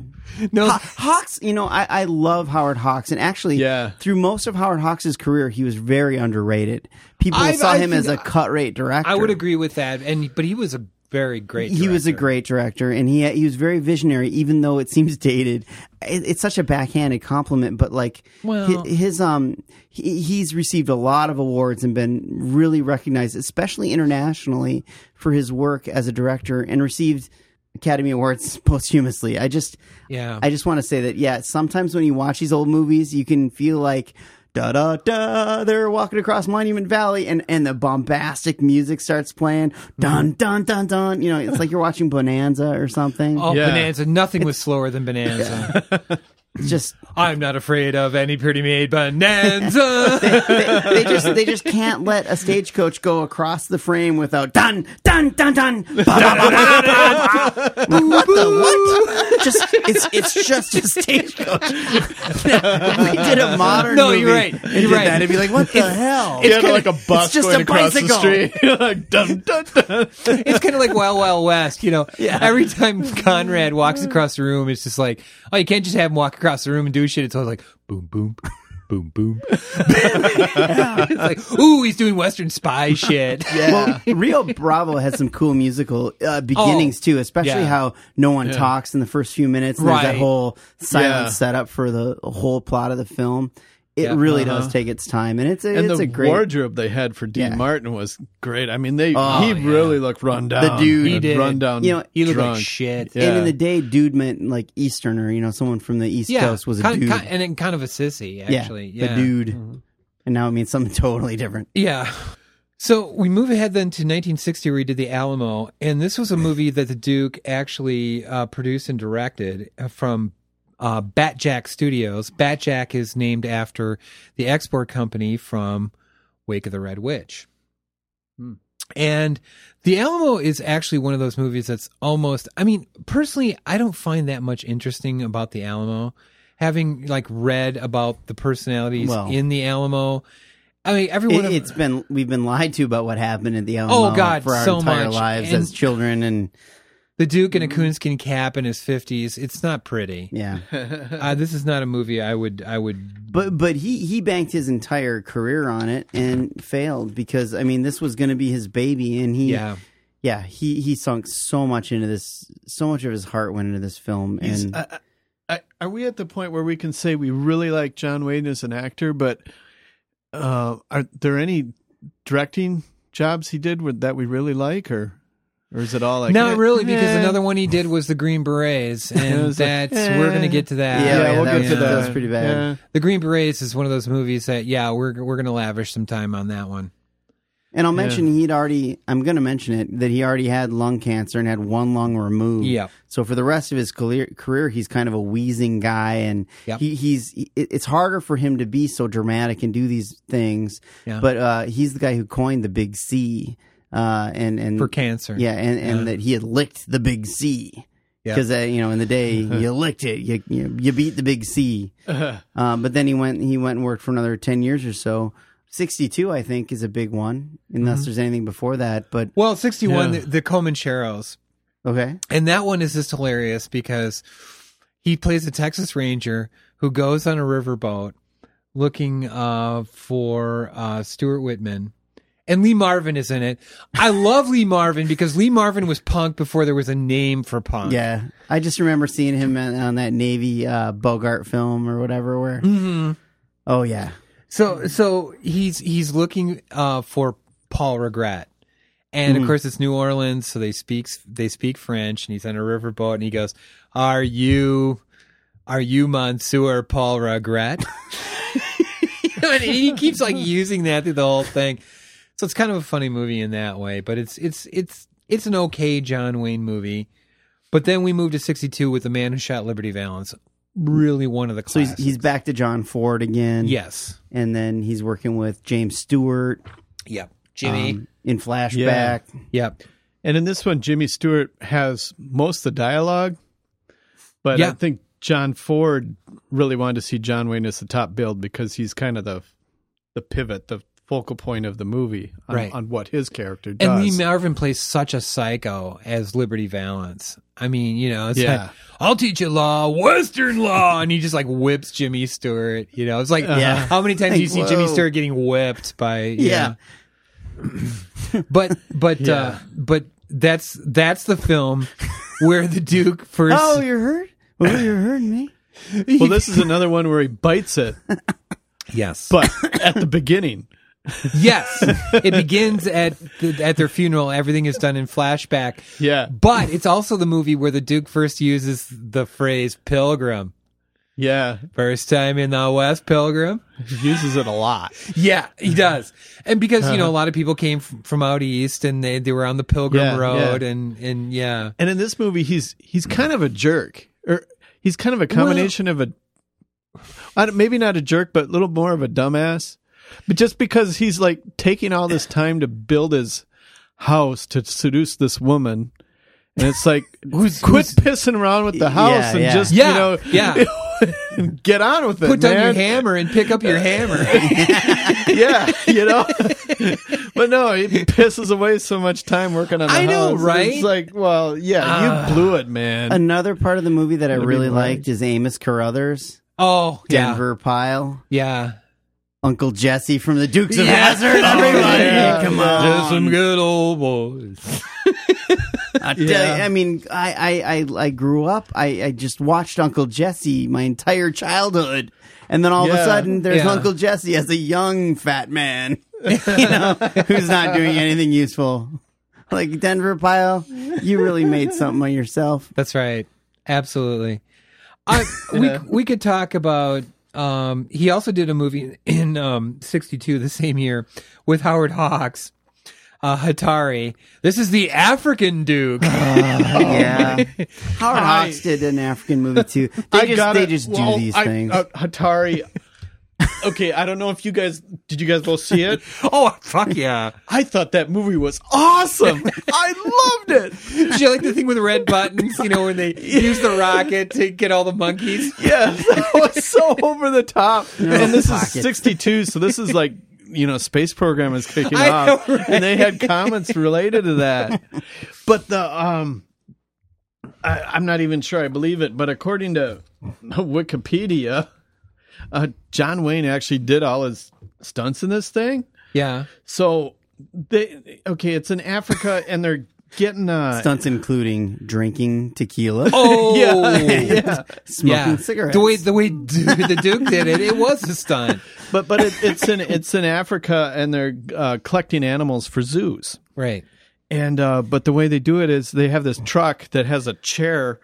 S8: No,
S1: Ho- Hawks. You know, I, I love Howard Hawks, and actually,
S9: Yeah.
S1: through most of Howard Hawks' career, he was very underrated. People
S8: I-
S1: saw
S8: I
S1: him as a
S8: think-
S1: cut rate director.
S8: I would agree with that. And but he was a very great.
S1: He was a
S8: director.
S1: great director, and he he was very visionary, even though it seems dated. It, it's such a backhanded compliment, but like
S8: Well-
S1: hi- his, um, he, he's received a lot of awards and been really recognized, especially internationally, for his work as a director, and received Academy Awards posthumously. I just
S8: Yeah.
S1: I just want to say that yeah, sometimes when you watch these old movies, you can feel like. Da da da! They're walking across Monument Valley, and and the bombastic music starts playing. Dun dun dun dun! You know, it's like you're watching Bonanza or something.
S8: Oh,
S9: Yeah.
S8: Bonanza! Nothing was slower than Bonanza.
S1: It's just
S8: I'm not afraid of any pretty maid Bonanza.
S1: they, they just they just can't let a stagecoach go across the frame without dun dun dun dun. Ba, ba, ba, ba, ba, ba. Like, what the what? Just it's it's just a stagecoach. we did a modern.
S8: No, you're
S1: movie
S8: right.
S1: and
S8: You're
S1: did
S8: right.
S1: That. It'd be like what the hell?
S9: Yeah, like a bus
S1: it's just
S9: going
S1: a
S9: across
S1: bicycle.
S9: the street. like, dun, dun, dun.
S8: it's kind of like Wild Wild West, you know. Every time Conrad walks across the room, it's just like, oh, you can't just have him walk across the room and do shit. It's always like boom, boom, boom, boom. it's like, ooh, he's doing Western spy shit.
S1: Well, Rio Bravo has some cool musical uh, beginnings
S8: Oh,
S1: too, especially
S8: yeah.
S1: how no one talks in the first few minutes. And There's
S8: Right.
S1: that whole silent
S9: Yeah.
S1: setup for the whole plot of the film. It
S8: Yeah.
S1: really
S9: Uh-huh.
S1: does take its time, and it's a,
S9: And
S1: it's
S9: the
S1: a great
S9: wardrobe they had for Dean
S1: Yeah.
S9: Martin was great. I mean, they
S1: Oh,
S9: he
S1: yeah.
S9: really looked run down.
S1: dude- He
S9: and
S8: did.
S9: run down.
S1: You know,
S8: he looked
S9: drunk.
S8: like shit.
S1: And
S9: Yeah.
S1: in the day, dude meant like Easterner, you know, someone from the East Coast was a
S8: kind,
S1: dude.
S8: kind- and then kind of a sissy,
S1: yeah,
S8: actually. Mm.
S1: the dude. And now it means something totally different.
S8: Yeah. So we move ahead then to 1960, where he did The Alamo. And this was a movie that the Duke actually uh, produced and directed uh, from uh, Batjack Studios. Batjack is named after the export company from Wake of the Red Witch.
S1: Hmm.
S8: And The Alamo is actually one of those movies that's almost, I mean, personally, I don't find that much interesting about The Alamo. Having like read about the personalities
S1: Well.
S8: in The Alamo, I mean, every
S1: It,
S8: one of
S1: has been we've been lied to about what happened at the Alamo
S8: Oh, God,
S1: for our
S8: so
S1: entire
S8: much.
S1: lives
S8: And-
S1: as children, and
S8: the Duke in
S9: Mm-hmm.
S8: a coonskin cap in his fifties. It's not pretty.
S1: yeah.
S8: Uh, this is not a movie I would. I would.
S1: But but he he banked his entire career on it and failed because I mean this was going to be his baby, and he
S8: Yeah.
S1: yeah, he he sunk so much into this, so much of his heart went into this film,
S9: He's-
S8: uh,
S1: and
S9: I- I- are we at the point where we can say we really like John Wayne as an actor, but uh, are there any directing jobs he did with, that we really like, or Or is it all like
S8: Not
S9: eh,
S8: really, because
S9: eh.
S8: another one he did was the Green Berets,
S9: It
S8: and
S9: was like,
S8: that's we're
S9: eh.
S8: gonna get to that.
S9: Yeah, Yeah, we'll that get was- to that. that was
S1: pretty bad. Yeah.
S8: The Green Berets is one of those movies that yeah, we're we're gonna lavish some time on that one.
S1: And I'll
S8: Yeah.
S1: mention he'd already, I'm going to mention it, that he already had lung cancer and had one lung removed.
S8: Yeah.
S1: So for the rest of his career, career he's kind of a wheezing guy and
S8: Yep.
S1: he, he's, he- it- it's harder for him to be so dramatic and do these things.
S8: Yeah.
S1: But uh, he's the guy who coined the big C. Uh, and, and
S9: Mm.
S8: For cancer.
S1: Yeah. And, and
S8: Yeah.
S1: that he had licked the big C.
S8: Uh-huh. Yeah. Uh-huh.
S1: Because, uh, you know, in the day, you licked it. You, you, you beat the big C.
S9: Uh-huh.
S1: Uh, but then he went he went and worked for another ten years or so. Sixty two, I think, is a big one, unless
S8: Mhm.
S1: there's anything before that. But
S8: Well, sixty one,
S1: Yeah.
S8: the, the Comancheros.
S1: okay,
S8: And that one is just hilarious because he plays a Texas Ranger who goes on a riverboat looking uh, for uh, Stuart Whitman. And Lee Marvin is in it. I love Lee Marvin because Lee Marvin was punk before there was a name for punk.
S1: yeah, I just remember seeing him on, on that Navy uh, Bogart film or whatever. Where
S8: Mhm.
S1: oh yeah,
S8: So so he's he's looking uh, for Paul Regret, and
S1: Mhm.
S8: of course it's New Orleans, so they speaks they speak French, and he's on a riverboat, and he goes, "Are you, are you Monsieur Paul Regret?" and he keeps like using that through the whole thing. So it's kind of a funny movie in that way, but it's it's it's it's an okay John Wayne movie. But then we move to '62 with the man who shot Liberty Valance, really one of the
S1: so
S8: classics.
S1: he's he's back to John Ford again.
S8: Yes.
S1: and then he's working with James Stewart.
S8: Yep, Jimmy.
S1: um, in flashback.
S8: Yep.
S9: And in this one, Jimmy Stewart has most of the dialogue, but I
S8: Yeah.
S9: think John Ford really wanted to see John Wayne as the top build because he's kind of the the pivot, the focal point of the movie on,
S8: Right.
S9: on what his character does.
S8: And Lee Marvin plays such a psycho as Liberty Valance. I mean, you know, it's
S9: Yeah.
S8: like, I'll teach you law, Western law. And he just like whips Jimmy Stewart. You know, it's like,
S9: Yeah.
S8: how many times do you see Jimmy
S9: Whoa.
S8: Stewart getting whipped by, you know?
S9: Yeah.
S8: but, but, uh,
S1: Yeah.
S8: but that's, that's the film where the Duke first.
S1: Oh, you're hurt. Oh, you're hurting me.
S9: well, this is another one where he bites it,
S8: yes,
S9: but at the beginning.
S8: Yes, it begins at the, at their funeral. Everything is done in flashback.
S9: Yeah.
S8: but it's also the movie where the Duke first uses the phrase "pilgrim."
S9: Yeah,
S8: first time in the West, pilgrim.
S9: He uses it a lot.
S8: Yeah, he does, and because you know a lot of people came f- from out east and they they were on the Pilgrim
S9: Yeah,
S8: Road
S9: yeah.
S8: and and yeah.
S9: And in this movie, he's he's kind of a jerk, or he's kind of a combination of a I don't- maybe not a jerk, but a little more of a dumbass. But just because he's like taking all this time to build his house to seduce this woman, and it's like, who's, quit pissing around with the house and just you know,
S8: yeah.
S9: get on with it.
S8: Put down your
S9: man.
S8: hammer and pick up your hammer.
S9: yeah, you know. but no, he pisses away so much time working on. The
S8: I know,
S9: house.
S8: right?
S9: It's like, well, yeah,
S8: Ah.
S9: you blew it, man.
S1: Another part of the movie that I
S9: Liberty
S1: really
S9: Valance.
S1: liked is Amos Carruthers,
S8: Oh, yeah.
S1: Denver Pyle,
S8: Yeah.
S1: Uncle Jesse from the Dukes of
S8: Yeah.
S1: Hazzard.
S8: Oh,
S1: Everybody,
S8: yeah.
S1: come
S8: Yeah.
S1: on!
S8: Just some good old boys.
S1: I, tell
S8: Yeah.
S1: you, I mean, I, I, I, I grew up. I, I just watched Uncle Jesse my entire childhood, and then all of a
S9: Yeah.
S1: sudden, there's
S9: Yeah.
S1: Uncle Jesse as a young fat man, you know, who's not doing anything useful. Like Denver Pyle, you really made something of yourself.
S8: That's right. Absolutely. I we we could talk about um he also did a movie in um 62 the same year with Howard Hawks. Uh, Hatari. This is the African Duke.
S1: yeah. Howard
S9: I-
S1: Hawks did an African movie too. They
S9: I
S1: just
S9: gotta-
S1: they just do
S9: well,
S1: these
S9: I-
S1: things.
S9: uh, Hatari. okay, I don't know if you guys did. You guys both see it?
S8: oh fuck yeah!
S9: I thought that movie was awesome. I loved it.
S8: Did you like the thing with red buttons? You know when they use the rocket to get all the monkeys.
S9: Yes, that was so over the top. and this
S1: pocket.
S9: is '62, so this is like you know, space program is kicking
S8: I know,
S9: off, and they had comments related to that. But the um, I, I'm not even sure I believe it, but according to Wikipedia, uh, John Wayne actually did all his stunts in this thing.
S8: Yeah.
S9: So they okay, it's in Africa, and they're getting uh,
S1: Stunts including drinking tequila,
S8: Oh,
S1: smoking cigarettes.
S8: The way the way Du- the Duke did it, it was a stunt.
S9: but but it, it's in it's in Africa, and they're uh, collecting animals for zoos.
S8: Right.
S9: And uh, but the way they do it is they have this truck that has a chair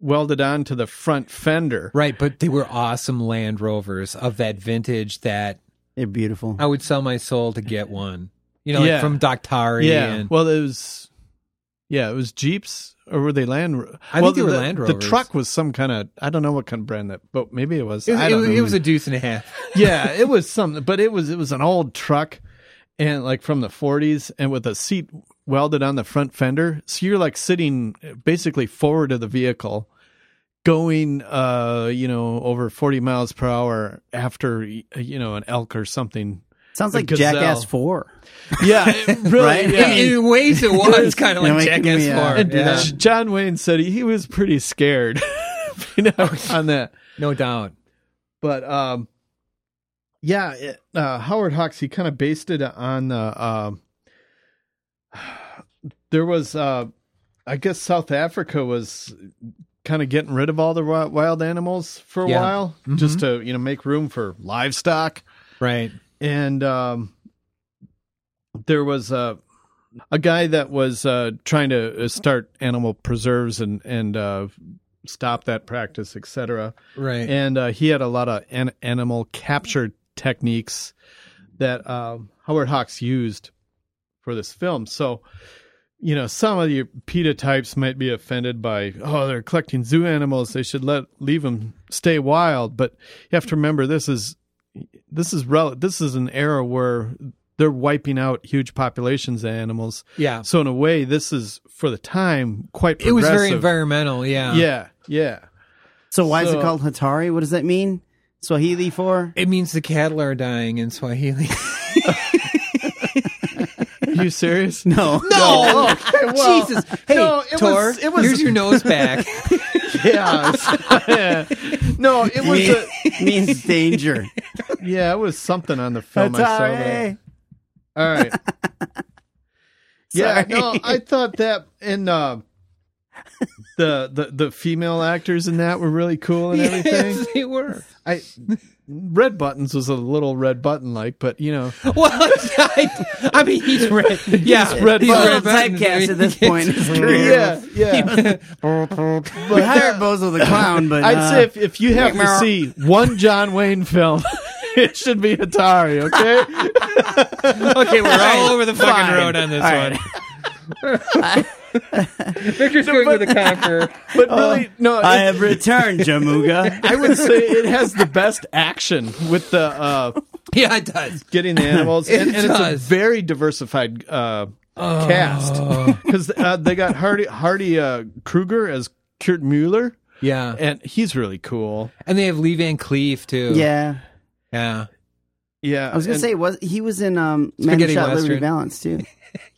S9: welded onto the front fender.
S8: Right, but they were awesome Land Rovers of that vintage that
S1: they're beautiful.
S8: I would sell my soul to get one. You know, like
S9: Yeah.
S8: from Doctari.
S9: Yeah.
S8: and-
S9: well, it was. Yeah, it was Jeeps, or were they Land? Ro-
S8: I
S9: well,
S8: think they were
S9: the,
S8: Land
S9: The
S8: Rovers.
S9: truck was some kind of I don't know what kind of brand that, but maybe it was.
S8: it was,
S9: I
S8: it
S9: don't
S8: was-
S9: know.
S8: it was a deuce and a half.
S9: yeah, it was something, but it was it was an old truck, and like from the forties, and with a seat welded on the front fender, so you're like sitting basically forward of the vehicle, going uh you know over forty miles per hour after you know an elk or something.
S1: Sounds
S9: A
S1: like
S9: gazelle.
S1: Jackass Four.
S9: Yeah, it really.
S1: Right?
S9: yeah.
S1: In- in
S8: ways it was kinda like
S9: Yeah, like,
S8: Jackass
S9: yeah.
S8: four,
S9: And
S8: yeah.
S9: J- John Wayne said he, he was pretty scared, you know, on that.
S8: No doubt.
S9: But um, yeah, it, uh, Howard Hawks he kind of based it on uh, um there was uh, I guess South Africa was kind of getting rid of all the wi- wild animals for a
S8: Yeah.
S9: while just to you know make room for livestock,
S8: right?
S9: And um, there was a a guy that was uh, trying to uh, start animal preserves and and uh, stop that practice, etc.
S8: Right.
S9: And uh, he had a lot of an- animal capture techniques that um, Howard Hawks used for this film. So, you know, some of your PETA types might be offended by, oh, they're collecting zoo animals. They should let leave them stay wild. But you have to remember this is this is rel- this is an era where they're wiping out huge populations of animals.
S8: Yeah.
S9: So in a way, this is for the time quite.
S8: It was very
S9: progressive.
S8: environmental. Yeah.
S9: Yeah. Yeah.
S1: So why is
S9: So-
S1: it called Hatari? What does that mean? Swahili for?
S8: It means the cattle are dying in Swahili.
S9: Are you serious?
S1: No.
S8: No.
S9: Okay, well,
S8: Jesus. Hey,
S9: no, it
S8: Tor,
S9: was- it was-
S8: here's your nose back.
S9: yeah. it's- no, it was a,
S1: means danger.
S9: yeah, it was something on the film I saw that. All right. yeah,
S1: Sorry.
S9: no, I thought that and uh, the the the female actors in that were really cool and everything.
S8: yes, they were.
S9: I Red Buttons was a little red button like, but you know,
S8: Well, I, I mean, he's red. Yeah,
S9: He's Red Button.
S8: Button.
S1: typecast at this point in his career.
S9: yeah, yeah.
S1: We hired Bozo the clown, but
S9: I'd
S1: uh,
S9: say if, if you have to see one John Wayne film, it should be Atari, okay?
S8: Okay, we're all over the fucking
S1: Fine.
S8: road on this
S1: All
S8: one.
S1: right.
S8: Victor's going with a conquer.
S9: But really, no,
S1: I
S9: it-
S1: have returned, Jamuga.
S9: I would say it has the best action with the uh,
S8: Yeah, it does.
S9: getting the animals,
S8: It
S9: and, and it's a
S8: does.
S9: very diversified uh, cast because uh, they got Hardy Hardy uh, Kruger as Kurt Mueller,
S8: Yeah, and,
S9: and he's really cool.
S8: they have Lee Van Cleef too.
S1: yeah,
S8: yeah,
S9: Yeah,
S1: I was gonna
S9: and-
S1: say was he was in um, Man Who
S8: Spaghetti
S1: Shot Liberty
S8: Western.
S1: Balance too.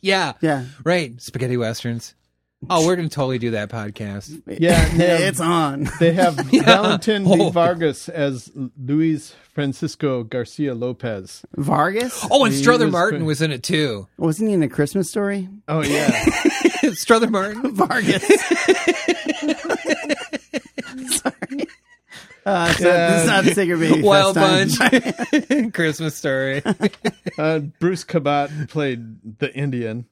S8: yeah,
S1: Yeah,
S8: Right, spaghetti westerns. Oh, we're gonna totally do that podcast.
S9: yeah, they have-
S1: it's on.
S9: They have Valentin
S8: Oh.
S9: V. Vargas as Luis Francisco Garcia Lopez.
S1: Vargas
S8: Oh, and
S9: He
S8: Strother
S9: was
S8: Martin
S9: pre-
S8: was in it too.
S1: wasn't he in the Christmas story?
S9: Oh yeah,
S8: Strother Martin.
S1: Vargas. Sorry. Uh, it's not, this is not the Sacred Baby
S8: Wild
S1: Fest time.
S8: Bunch. Christmas story.
S9: uh, Bruce Cabot played the Indian.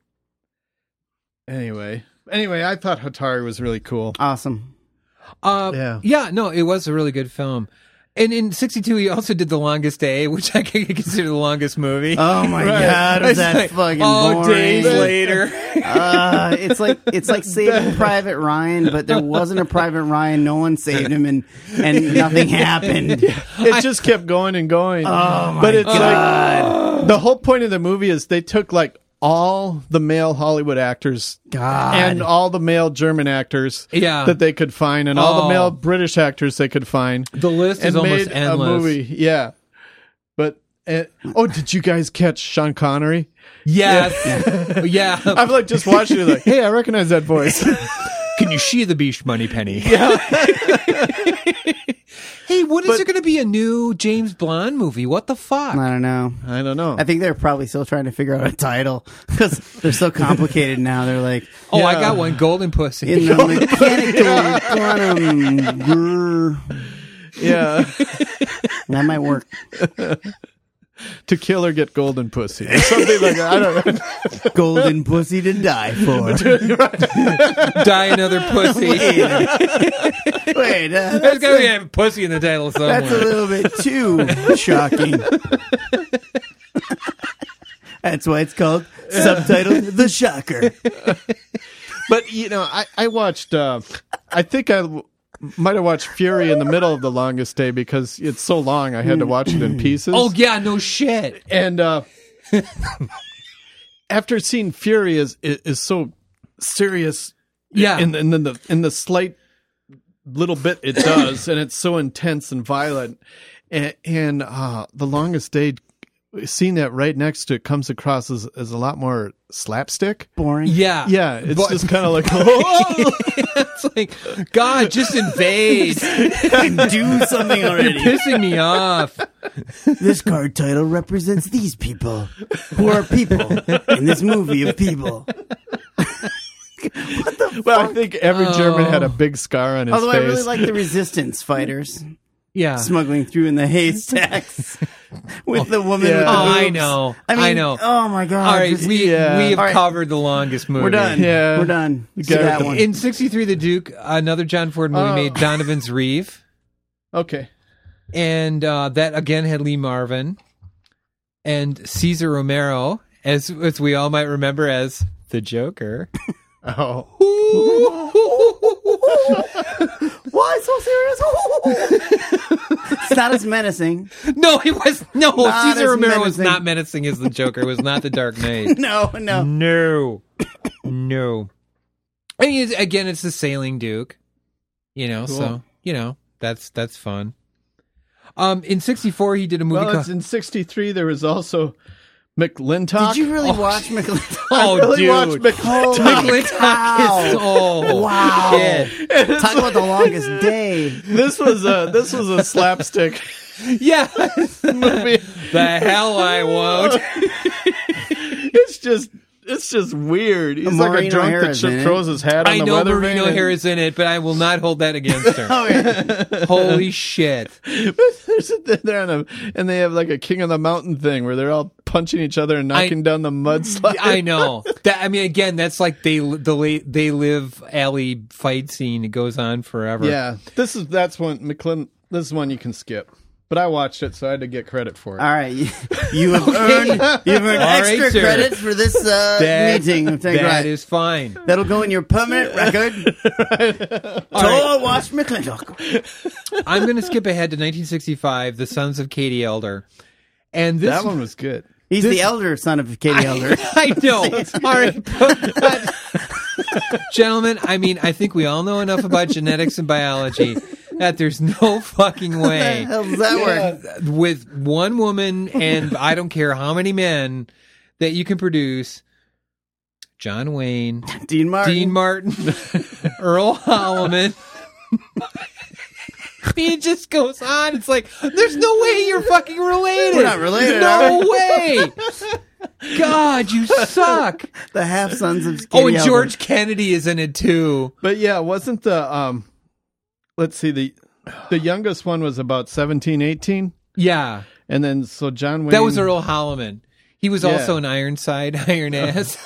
S9: Anyway, anyway, I thought Hatari was really cool.
S1: Awesome.
S8: Uh, yeah.
S9: Yeah.
S8: no, it was a really good film. And in 62, he also did The Longest Day, which I can consider the longest movie.
S1: Oh my god, was
S8: It's
S1: that
S8: like,
S1: fucking
S8: oh,
S1: boring?
S8: days later.
S1: Uh, it's like it's like saving Private Ryan, but there wasn't a Private Ryan. No one saved him, and and nothing happened.
S9: It just kept going and going.
S1: Oh my
S9: but it's
S1: God.
S9: like the whole point of the movie is they took like all the male Hollywood actors
S1: God.
S9: and all the male German actors
S8: Yeah.
S9: that they could find and all
S8: Oh.
S9: the male British actors they could find.
S8: The list is
S9: and
S8: almost
S9: made
S8: endless.
S9: a movie. Yeah. But and, oh, did you guys catch Sean Connery?
S8: Yes. Yeah.
S9: I've like just watched it like, hey, I recognize that voice.
S8: Can you she the beast money penny? hey, when is
S9: But-
S8: there going to be a new James Blonde movie? What the fuck?
S1: I don't know.
S9: I don't know.
S1: I think they're probably still trying to figure out a title because they're so complicated now. They're like
S8: oh, I
S9: Yeah.
S8: got one. Golden Pussy.
S1: in the mechanical quantum. grrr.
S9: yeah.
S1: That might work.
S9: to kill or get golden pussy or something like that. I don't know.
S1: Golden pussy to die for.
S8: Die another pussy.
S1: Wait, wait, uh,
S8: There's gotta be a pussy in the title somewhere.
S1: That's a little bit too shocking. That's why it's called subtitled The Shocker.
S9: but you know, I I watched. Uh, I think I w- might have watched Fury in the middle of the longest day because it's so long. I had to watch it
S1: Mm.
S9: in pieces.
S8: Oh yeah, no shit.
S9: And uh, after seeing Fury is is, is so serious,
S8: Yeah.
S9: and and then the in the slight little bit it does, and it's so intense and violent, and, and uh, the longest day. Seeing that right next to it comes across as, as a lot more slapstick.
S1: Boring.
S8: Yeah.
S9: Yeah, it's
S8: But-
S9: just kind of like, oh,
S8: it's like God, just invade.
S1: Do something
S8: You're
S1: already.
S8: pissing me off.
S1: This card title represents these people who are people in this movie of people.
S9: well, I think every German had a big scar on his
S1: Although
S9: face.
S1: I really like the resistance fighters
S8: Yeah.
S1: smuggling through in the haystacks with the woman.
S9: yeah.
S1: With the
S9: Oh,
S8: I
S1: boobs.
S8: know.
S1: I, mean,
S8: I know.
S1: Oh my god!
S8: All right,
S1: just-
S8: we
S9: yeah.
S8: we have
S1: All right.
S8: covered the longest movie.
S1: we're done.
S9: Yeah.
S1: We're done.
S9: The guy
S1: So
S9: with
S1: that
S9: the-
S1: one.
S8: In '63, the Duke, another John Ford movie,
S9: Oh.
S8: made Donovan's Reeve,
S9: okay.
S8: and uh, that again had Lee Marvin and Caesar Romero, as as we all might remember as the Joker.
S9: Oh,
S1: Why so serious? it's not as menacing.
S8: no, he was no
S1: Not as
S8: Caesar Romero was
S1: menacing.
S8: not menacing as the Joker. It was not the Dark Knight.
S1: No,
S9: Mm.
S1: no.
S8: No, no. I mean, it's- again, it's the sailing Duke. You know, so
S9: Cool.
S8: you know that's that's fun. Um, in '64, he did a movie
S9: well,
S8: called
S9: it's in '63. There was also McLintock.
S1: Did you really watch McLintock?
S8: Oh,
S9: I really
S8: dude.
S9: watched
S1: Holy
S9: McLintock.
S8: McLintock is so
S1: Wow.
S8: shit.
S1: Talk about the longest day.
S9: this was a this was a slapstick
S8: Yeah,
S9: movie.
S8: the hell I won't.
S9: It's just it's just weird. He's like
S1: Maureen
S9: a drunk
S1: O'Hara's
S9: that
S1: in it.
S9: just throws his hat on
S8: I
S9: the
S8: know
S9: weather
S8: Marino
S9: vane and-
S8: Harris in it, but I will not hold that against her.
S1: Okay.
S8: Holy shit!
S9: There's a- they're on a, and they have like a King of the Mountain thing where they're all punching each other and knocking down the mudslide.
S8: I know. That I mean, again, that's like they the la- they live alley fight scene. It goes on forever.
S9: Yeah, this is that's one McClin. This is one you can skip, but I watched it, so I had to get credit for it.
S1: All right. You, you have earned, you've earned
S8: All right,
S1: extra
S8: sir.
S1: credit for this uh,
S8: That-
S1: meeting. Thank
S8: that
S1: God.
S8: is fine.
S1: That'll go in your permanent record. Don't watch McClintock.
S8: I'm going to skip ahead to 1965, The Sons of Katie Elder, and this
S9: that one was good.
S1: He's the elder son of Katie Elder.
S8: I know. All right. But- gentlemen, I mean, I think we all know enough about genetics and biology that there's no fucking way
S1: How does that work?
S8: with one woman and I don't care how many men that you can produce John Wayne,
S1: Dean Martin.
S8: Dean Martin, Earl Holliman. It just goes on. It's like there's no way you're fucking related.
S1: We're not related,
S8: No way. God, you suck.
S1: the half sons of Katie
S8: oh, and
S1: Elder.
S8: George Kennedy is in it too.
S9: But yeah, wasn't the um, let's see the the youngest one was about 17, 18.
S8: Yeah,
S9: and then so John Wayne.
S8: that was Earl Holliman. He was
S9: Yeah.
S8: also an Ironside, Iron Ass.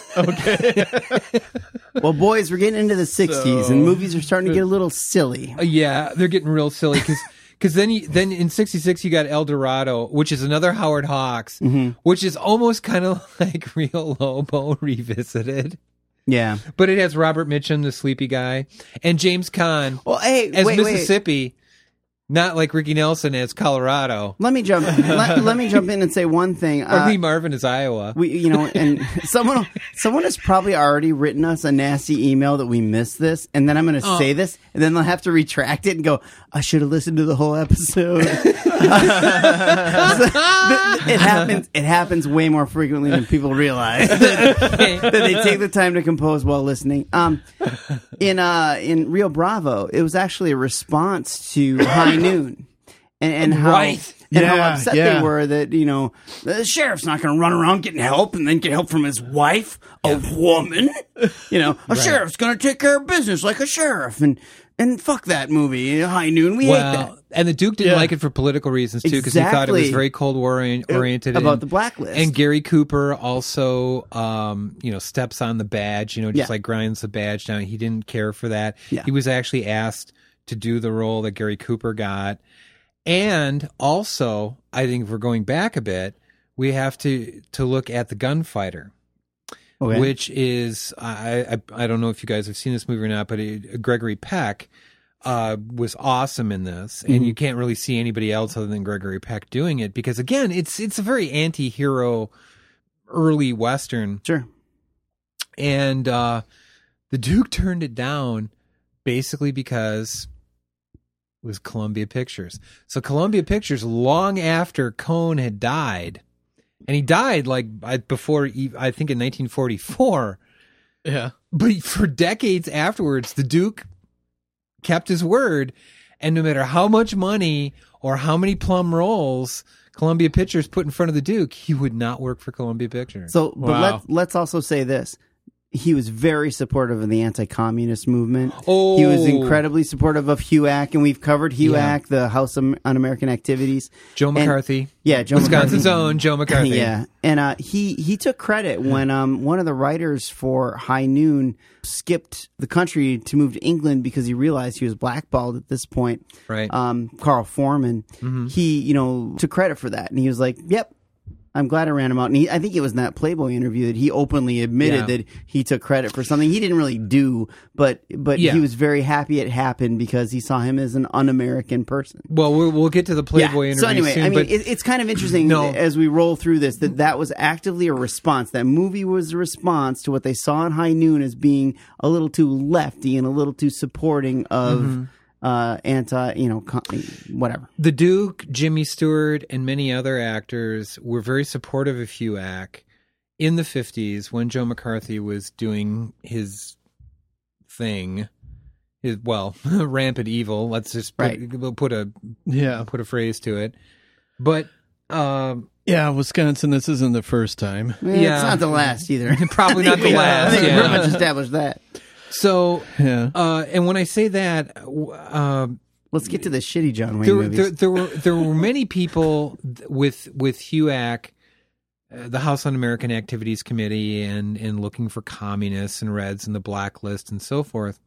S1: Well, boys, we're getting into the 60s,
S9: So-
S1: and movies are starting to
S8: uh,
S1: get a little silly.
S8: yeah, they're getting real silly because. Because then, you, then in '66 you got El Dorado, which is another Howard Hawks,
S1: Mm-hmm.
S8: which is almost kind of like Real Lobo revisited.
S1: Yeah.
S8: But it has Robert Mitchum, the sleepy guy, and James Caan
S1: Well, hey,
S8: as
S1: Oh, wait, wait.
S8: Mississippi, not like Ricky Nelson as Colorado,
S1: Let me jump. let, let me jump in and say one thing.
S8: or
S1: Uh,
S8: Lee Marvin as Iowa.
S1: we, you know, and someone, someone has probably already written us a nasty email that we missed this, and then I'm going to
S9: Oh.
S1: say this, and then they'll have to retract it and go, "I should have listened to the whole episode." So, th- th- it happens. It happens way more frequently than people realize that, that they take the time to compose while listening. Um, in uh, in Rio Bravo, it was actually a response to High Noon, and, and how.
S8: Right.
S1: And how
S9: Yeah,
S1: upset they
S9: yeah.
S1: were that you know the sheriff's not going to run around getting help and then get help from his wife, a woman. You know, a sheriff's going to take care of business like a sheriff, and And fuck that movie, High Noon. We hate that.
S8: And the Duke didn't like it for political reasons too, because he thought it was
S1: Exactly.
S8: very Cold War orien-
S1: It-
S8: oriented
S1: about
S8: and-
S1: the blacklist.
S8: And Gary Cooper also, um, you know, steps on the badge, you know, just
S1: Yeah.
S8: like grinds the badge down. He didn't care for that. He was actually asked to do the role that Gary Cooper got, and also, I think if we're going back a bit, we have to to look at the gunfighter.
S14: Okay.
S8: Which is I, I I don't know if you guys have seen this movie or not, but it, Gregory Peck uh, was awesome in this, and
S14: Mhm.
S8: you can't really see anybody else other than Gregory Peck doing it because again, it's it's a very anti-hero early western.
S1: Sure.
S8: And uh, the Duke turned it down basically because it was Columbia Pictures. So Columbia Pictures, long after Cohn had died, and he died like I- before e- I think in 1944.
S9: Yeah.
S8: But for decades afterwards, the Duke kept his word, and no matter how much money or how many plum rolls Columbia Pictures put in front of the Duke, he would not work for Columbia Pictures.
S1: So, but let's let's also say this: he was very supportive of the anti-communist movement.
S8: Oh.
S1: he was incredibly supportive of HUAC, and we've covered HUAC,
S8: Yeah.
S1: the House on American Activities.
S8: Joe
S1: And-
S8: McCarthy.
S1: yeah, Joe
S8: Wisconsin's
S1: McCarthy.
S8: own Joe McCarthy.
S1: yeah, and uh, he he took credit when um, one of the writers for High Noon skipped the country to move to England because he realized he was blackballed at this point.
S8: Right.
S1: Um, Carl Foreman.
S8: Mhm.
S1: He you know took credit for that, and he was like, "Yep." I'm glad I ran him out. And he, I think it was in that Playboy interview that he openly admitted
S8: Yeah.
S1: that he took credit for something he didn't really do, but but
S8: Yeah.
S1: he was very happy it happened because he saw him as an un-American person.
S8: Well, we'll, we'll get to the Playboy interview
S1: So anyway,
S8: soon,
S1: I mean,
S8: but
S1: it, it's kind of interesting
S8: No.
S1: as we roll through this that that was actively a response. That movie was a response to what they saw in High Noon as being a little too lefty and a little too supporting of
S8: Mhm.
S1: uh, anti, you know, co- whatever.
S8: the Duke, Jimmy Stewart, and many other actors were very supportive of Hugh Ack in the 50s when Joe McCarthy was doing his thing. His, well, rampant evil. Let's just put, we'll put a
S9: Yeah.
S8: put a phrase to it. But um,
S9: yeah, Wisconsin. This isn't the first time.
S1: Yeah, Eh, it's not the last either.
S8: Probably
S1: I
S8: not
S1: think we-
S8: the
S1: I
S8: last,
S1: think we
S8: yeah.
S1: pretty much established that.
S8: So,
S9: yeah.
S8: uh, and when I say that, w- um,
S1: let's get to the shitty John Wayne
S8: there,
S1: movies.
S8: There, there were there were many people th- with with HUAC, uh, the House on American Activities Committee, and and looking for communists and Reds and the blacklist and so forth.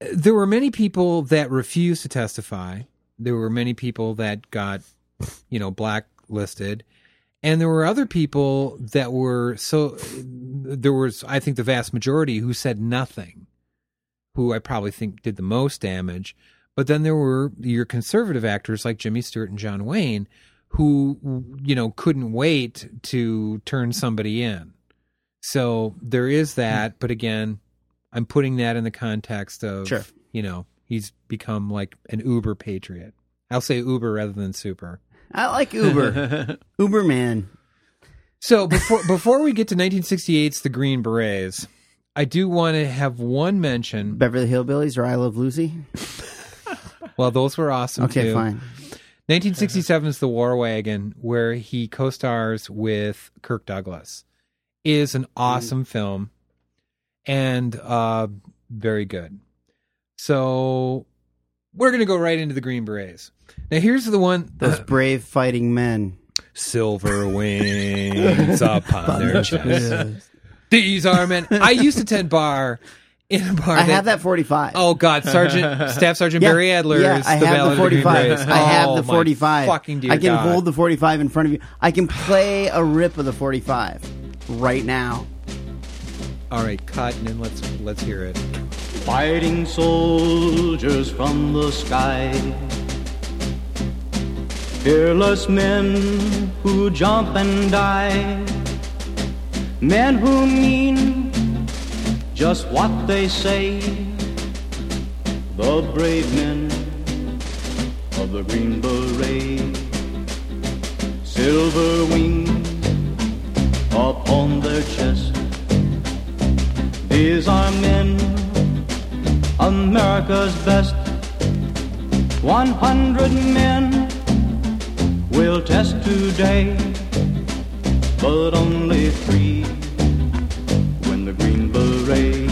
S8: There were many people that refused to testify. There were many people that got, you know, blacklisted. And there were other people that were so, there was, I think, the vast majority who said nothing who I probably think did the most damage. But then there were your conservative actors like Jimmy Stewart and John Wayne who, you know, couldn't wait to turn somebody in. So there is
S1: Hmm.
S8: that. But again, I'm putting that in the context of,
S1: Sure.
S8: you know, he's become like an uber patriot. I'll say uber rather than super.
S1: I like Uber. Uber man.
S8: So before before we get to 1968's The Green Berets, I do want to have one mention.
S1: Beverly Hillbillies or I Love Lucy?
S8: Well, those were awesome.
S1: Okay,
S8: too.
S1: fine.
S8: 1967 is The War Wagon, where he co-stars with Kirk Douglas. Is an awesome film, and uh, very good. So we're gonna go right into the Green Berets. Now here's the one
S1: Those brave fighting men.
S8: Silver wings upon their chests. These are men. I used to attend bar in a bar.
S1: I have that 45.
S8: Oh God, Sergeant Staff Sergeant
S1: Yeah,
S8: Barry Adler.
S1: Yeah,
S8: is
S1: I
S8: the
S1: have
S8: Ballad
S1: the
S8: of Green
S1: 45.
S8: Berets.
S1: I have
S8: Oh,
S1: the
S8: my
S1: 45.
S8: Fucking dear
S1: I can
S8: God.
S1: hold the 45 in front of you. I can play a rip of the 45 right now.
S8: All right, cut and then let's let's hear it.
S15: Fighting soldiers from the sky. Fearless men who jump and die. Men who mean just what they say. The brave men of the Green Beret. Silver wings upon their chest. These are men, America's best. 100 men will test today, but only three win the Green Beret.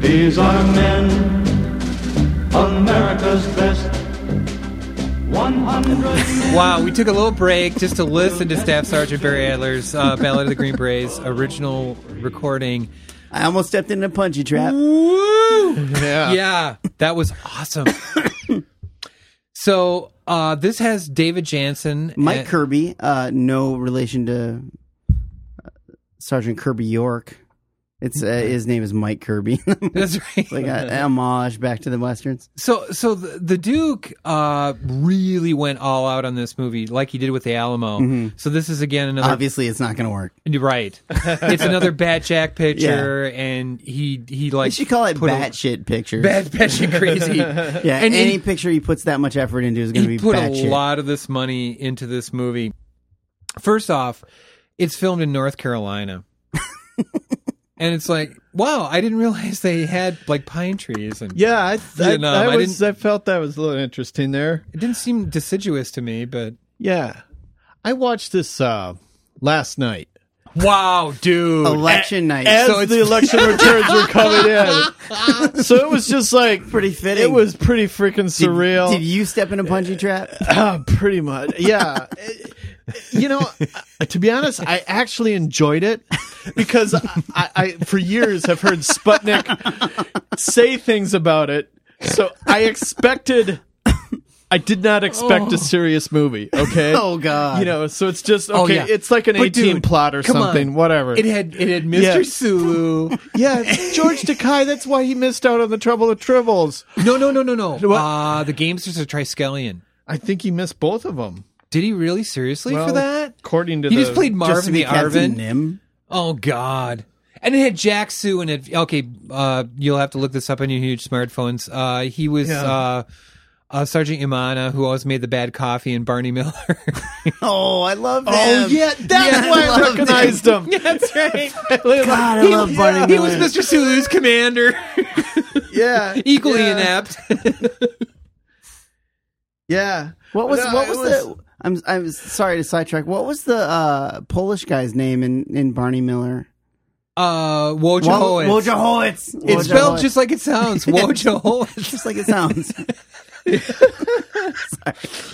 S15: These are men, America's best. 100
S8: Wow, we took a little break just to listen to Staff Sergeant Barry Adler's uh, Ballad of the Green Berets original recording.
S1: I almost stepped in a punji trap.
S8: Mm. Woo!
S9: Yeah.
S8: yeah, that was awesome. so uh, this has David Jansen,
S1: Mike
S8: and-
S1: Kirby, uh, no relation to uh, Sergeant Kirby York. It's uh, his name is Mike Kirby.
S8: That's right.
S1: like a homage back to the westerns.
S8: So, so the, the Duke uh, really went all out on this movie, like he did with the Alamo.
S1: Mhm.
S8: So this is again another
S1: Obviously, it's not going to work.
S8: right. it's another Bat Jack picture, and he he like
S1: They should call it
S8: put a-
S1: bat shit pictures.
S8: Bad batshit crazy.
S1: yeah,
S8: And- and
S1: any
S8: he-
S1: picture he puts that much effort into is going to be
S8: he put a
S1: batshit.
S8: lot of this money into this movie. First off, it's filmed in North Carolina, and it's like, wow, I didn't realize they had like pine trees and
S9: Yeah, I, I,
S8: Vietnam,
S9: I
S8: I
S9: was I, felt that was a little interesting there.
S8: It didn't seem deciduous to me, but
S9: Yeah, I watched this uh, last night
S8: wow, dude,
S9: Eh,
S1: Election night.
S9: as
S8: So it's-
S9: the election returns were coming in. So it was just like
S1: pretty fitting.
S9: it was pretty freaking
S1: Did-
S9: surreal.
S1: Did, you step in a punji trap?
S9: Uh, pretty much, yeah. It- you know, uh, to be honest, I actually enjoyed it because I, I for years have heard Sputnik say things about it, so I expected. I did not expect a serious movie. Okay.
S1: Oh, God.
S9: You know, so it's just okay.
S8: Oh, yeah.
S9: It's like an
S8: But,
S9: eighteen
S8: dude,
S9: plot or
S8: come on.
S9: something. Whatever.
S8: It had it had Mr.
S9: Yeah.
S8: Sulu.
S9: yeah, it's George Takei. That's why he missed out on the Trouble with Tribbles.
S8: No, no, no, no, no.
S9: What?
S8: Uh, the Gamesters are Triskelion.
S9: I think he missed both of them.
S8: Did he really seriously
S9: Well,
S8: for that?
S9: according to
S8: he
S9: the,
S8: just played Marvin
S1: Just to be
S8: the
S1: Captain
S8: Arvin.
S1: Nim.
S8: Oh God! And it had Jack Sue and it. Okay, uh, you'll have to look this up on your huge smartphones. Uh, he was
S9: Yeah.
S8: uh, uh, Sergeant Imana, who always made the bad coffee, and Barney Miller.
S1: Oh, I love him.
S9: Oh yeah, that's
S8: Yeah,
S9: why
S8: I
S9: I
S1: loved it.
S9: recognized him.
S8: Yeah, that's right.
S1: God, I
S8: He-
S1: love Barney
S8: He was
S1: Miller.
S8: Mr. Sulu's commander,
S9: Yeah,
S8: equally
S9: yeah,
S8: inept.
S9: Yeah.
S1: What was
S9: No,
S1: what
S9: it
S1: was, the? I'm I'm sorry to sidetrack. What was the uh, Polish guy's name in, in Barney Miller?
S8: Uh, Wojciechowicz.
S1: Wo- Wojciechowicz.
S8: It's spelled
S1: Wojciechowicz.
S8: just like it sounds. Wojciechowicz.
S1: just like it sounds.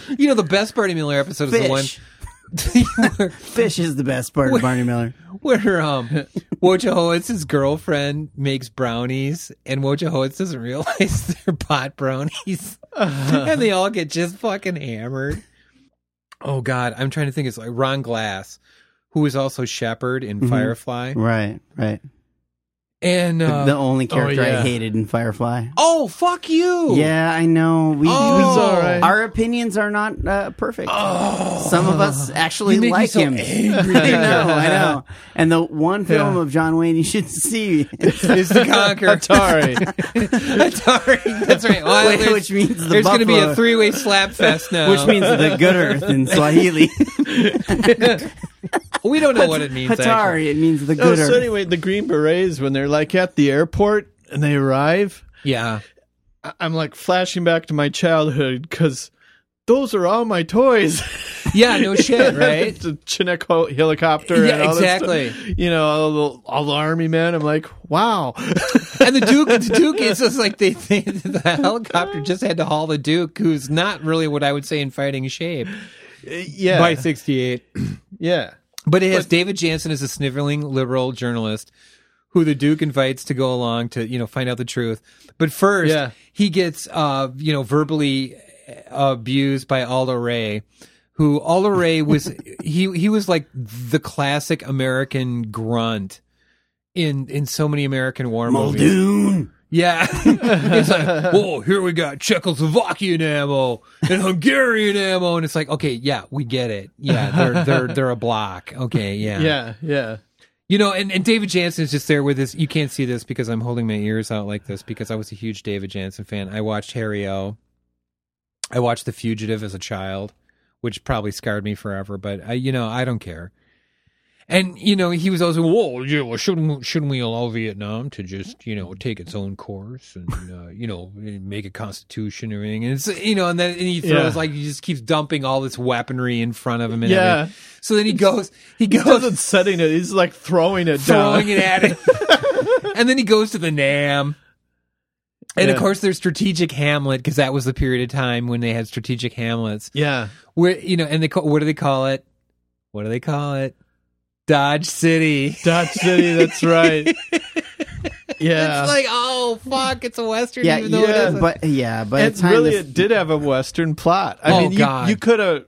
S8: You know, the best Barney Miller episode is the one
S1: Fish.
S8: where,
S1: Fish is the best part of Barney Miller.
S8: where um, Wojohowitz's girlfriend makes brownies, and Wojohowitz doesn't realize they're pot brownies,
S1: Uh-huh.
S8: and they all get just fucking hammered. Oh God, I'm trying to think. It's like Ron Glass, who is also Shepard in
S1: Mm-hmm.
S8: Firefly,
S1: Right, right.
S8: and
S1: The-
S8: uh,
S1: the only character I
S9: yeah.
S1: hated in Firefly.
S8: oh fuck you,
S1: Yeah, I know. We,
S8: Oh.
S1: we
S8: It's all right.
S1: our opinions are not uh, perfect. Some of us actually
S8: You make me
S1: like
S8: so
S1: him.
S8: angry.
S1: I know, I know. And the one film of John Wayne you should see,
S8: is the conquer.
S9: Atari.
S8: Atari. That's right. Well,
S1: Wait,
S8: there's-
S1: which means the
S8: there's going to be
S1: buffalo.
S8: a three-way slap fest now,
S1: which means the good earth in Swahili.
S8: we don't know what it means. actually.
S1: Hatari, it means the
S9: oh,
S1: good
S9: so
S1: earth.
S9: anyway, the Green Berets when they're like at the airport and they arrive,
S8: Yeah.
S9: I- I'm like flashing back to my childhood because those are all my toys.
S8: Yeah, no shit, right?
S9: the Chinook ho- helicopter.
S8: Yeah,
S9: and all that
S8: exactly.
S9: stuff. You know, all the, all the army men. I'm like, wow.
S8: and the Duke, the Duke is just like they think that the helicopter just had to haul the Duke, who's not really what I would say in fighting shape
S9: yeah,
S8: by '68.
S9: yeah.
S8: But it has David Jansen as a sniveling liberal journalist who the Duke invites to go along to, you know, find out the truth. But first,
S9: Yeah.
S8: he gets, uh, you know, verbally uh, abused by Aldo Ray, who Aldo Ray was, he, he was like the classic American grunt. In in so many American war movies,
S1: Muldoon.
S8: yeah, it's like, whoa, here we got Czechoslovakian ammo and Hungarian ammo, and it's like, okay, yeah, we get it, yeah, they're they're they're a block, okay, yeah,
S9: Yeah, yeah.
S8: you know, and, and David Jansen is just there with his. You can't see this because I'm holding my ears out like this because I was a huge David Jansen fan. I watched Harry O. I watched The Fugitive as a child, which probably scarred me forever. But I, you know, I don't care. And you know, he was always, "Whoa, yeah, well, shouldn't we- shouldn't we allow Vietnam to just you know take its own course and uh, you know make a constitution or anything?" And it's you know, and then and he throws
S9: Yeah.
S8: like he just keeps dumping all this weaponry in front of him. And
S9: Yeah.
S8: everything. So then he goes, he
S9: He
S8: goes
S9: wasn't setting it. He's like throwing it down.
S8: throwing it at it. and then he goes to the Nam. And of
S9: Yeah.
S8: course, there's strategic Hamlet because that was the period of time when they had strategic Hamlets.
S9: Yeah.
S8: where you know, and they call, what do they call it? What do they call it? Dodge City.
S9: Dodge City. That's right. Yeah.
S8: It's like, oh fuck, it's a western.
S1: Yeah,
S8: even though it
S1: yeah,
S8: isn't.
S1: but yeah, by
S9: it
S1: the time
S9: really
S1: this-
S9: it did have a western plot. I
S8: Oh,
S9: mean, you,
S8: God.
S9: you could have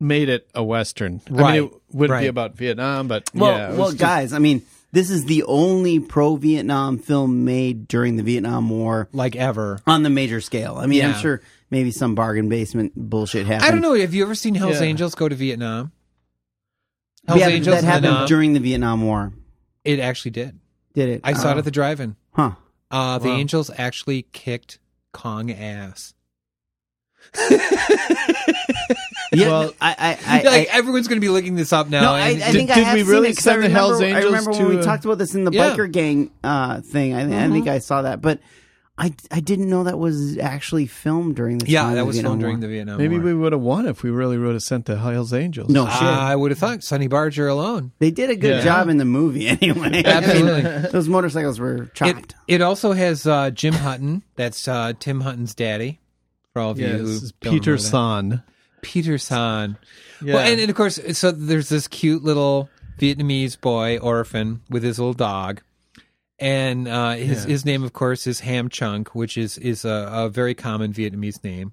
S9: made it a western. I
S8: Right,
S9: mean, it would
S8: right.
S9: be about Vietnam, but
S1: Well,
S9: yeah, it was
S1: well,
S9: just-
S1: guys, I mean, this is the only pro Vietnam film made during the Vietnam War,
S8: like ever,
S1: on the major scale. I mean,
S8: Yeah.
S1: I'm sure maybe some bargain basement bullshit happened.
S8: I don't know. Have you ever seen Hell's
S1: Yeah.
S8: Angels go to Vietnam?
S1: Yeah,
S8: Hell's
S1: but
S8: Angels
S1: that
S8: in uh,
S1: happened
S8: Vietnam?
S1: during the Vietnam War.
S8: It actually did.
S1: Did it?
S8: I saw it
S1: Oh.
S8: at the drive-in.
S1: Huh.
S8: Uh, the
S1: Wow.
S8: Angels actually kicked Kong ass.
S1: Yeah, no, I, I, I,
S8: like
S1: I-
S8: everyone's going to be looking this up now.
S1: No, I, I
S8: and-
S1: think I
S9: did
S1: have
S9: we
S1: seen
S9: really
S1: it 'cause I
S9: send the
S1: remember-
S9: Hells
S1: I
S9: Angels
S1: remember when we
S9: to a-
S1: talked about this in the
S8: Yeah. Mm-hmm.
S1: biker gang uh, thing. I, I think I saw that, but I, I didn't know that was actually filmed during the
S8: Yeah,
S1: time of
S8: that
S1: the
S8: was
S1: Vietnam
S8: filmed during
S1: War.
S8: the Vietnam
S9: Maybe
S8: War.
S9: we would have won if we really would have sent the Hells Angels.
S1: No shit.
S8: I would have thought Sonny Barger alone.
S1: They did a good
S9: Yeah.
S1: job in the movie anyway. I mean,
S8: Absolutely.
S1: those motorcycles were chopped.
S8: It also has uh, Jim Hutton. That's uh, Tim Hutton's daddy. For all of
S9: Yeah,
S8: you
S9: this
S8: who
S9: is
S8: don't know
S9: Peter
S8: that.
S9: Son.
S8: Peter Son.
S9: Yeah.
S8: Well, and, and of course, so there's this cute little Vietnamese boy orphan with his little dog, and uh, his
S9: Yeah.
S8: his name, of course, is Ham Chunk, which is is a, a very common Vietnamese name.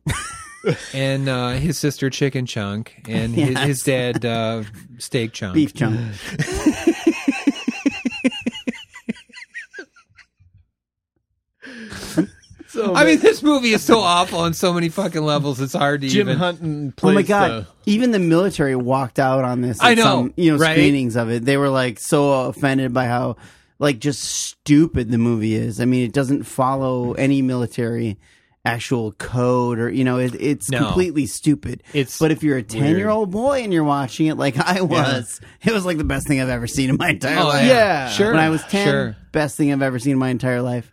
S8: and uh, his sister Chicken Chunk, and his, his dad uh, Steak Chunk,
S1: Beef chunk.
S9: So,
S8: I mean, this movie is so awful on so many fucking levels. It's hard to
S9: Jim
S8: even.
S9: Hutton
S1: Oh
S9: plays
S1: my god! Even the military walked out on this. at
S8: I know,
S1: some, you know,
S8: right?
S1: screenings of it. They were like so offended by how like just stupid the movie is. I mean, it doesn't follow any military actual code or you know, it, it's
S8: No.
S1: completely stupid.
S8: It's
S1: but if you're a ten year old boy and you're watching it like I was, it was like the best thing I've ever seen in my entire
S8: Oh,
S1: life.
S8: yeah. Sure,
S1: When I was ten,
S8: sure.
S1: best thing I've ever seen in my entire life.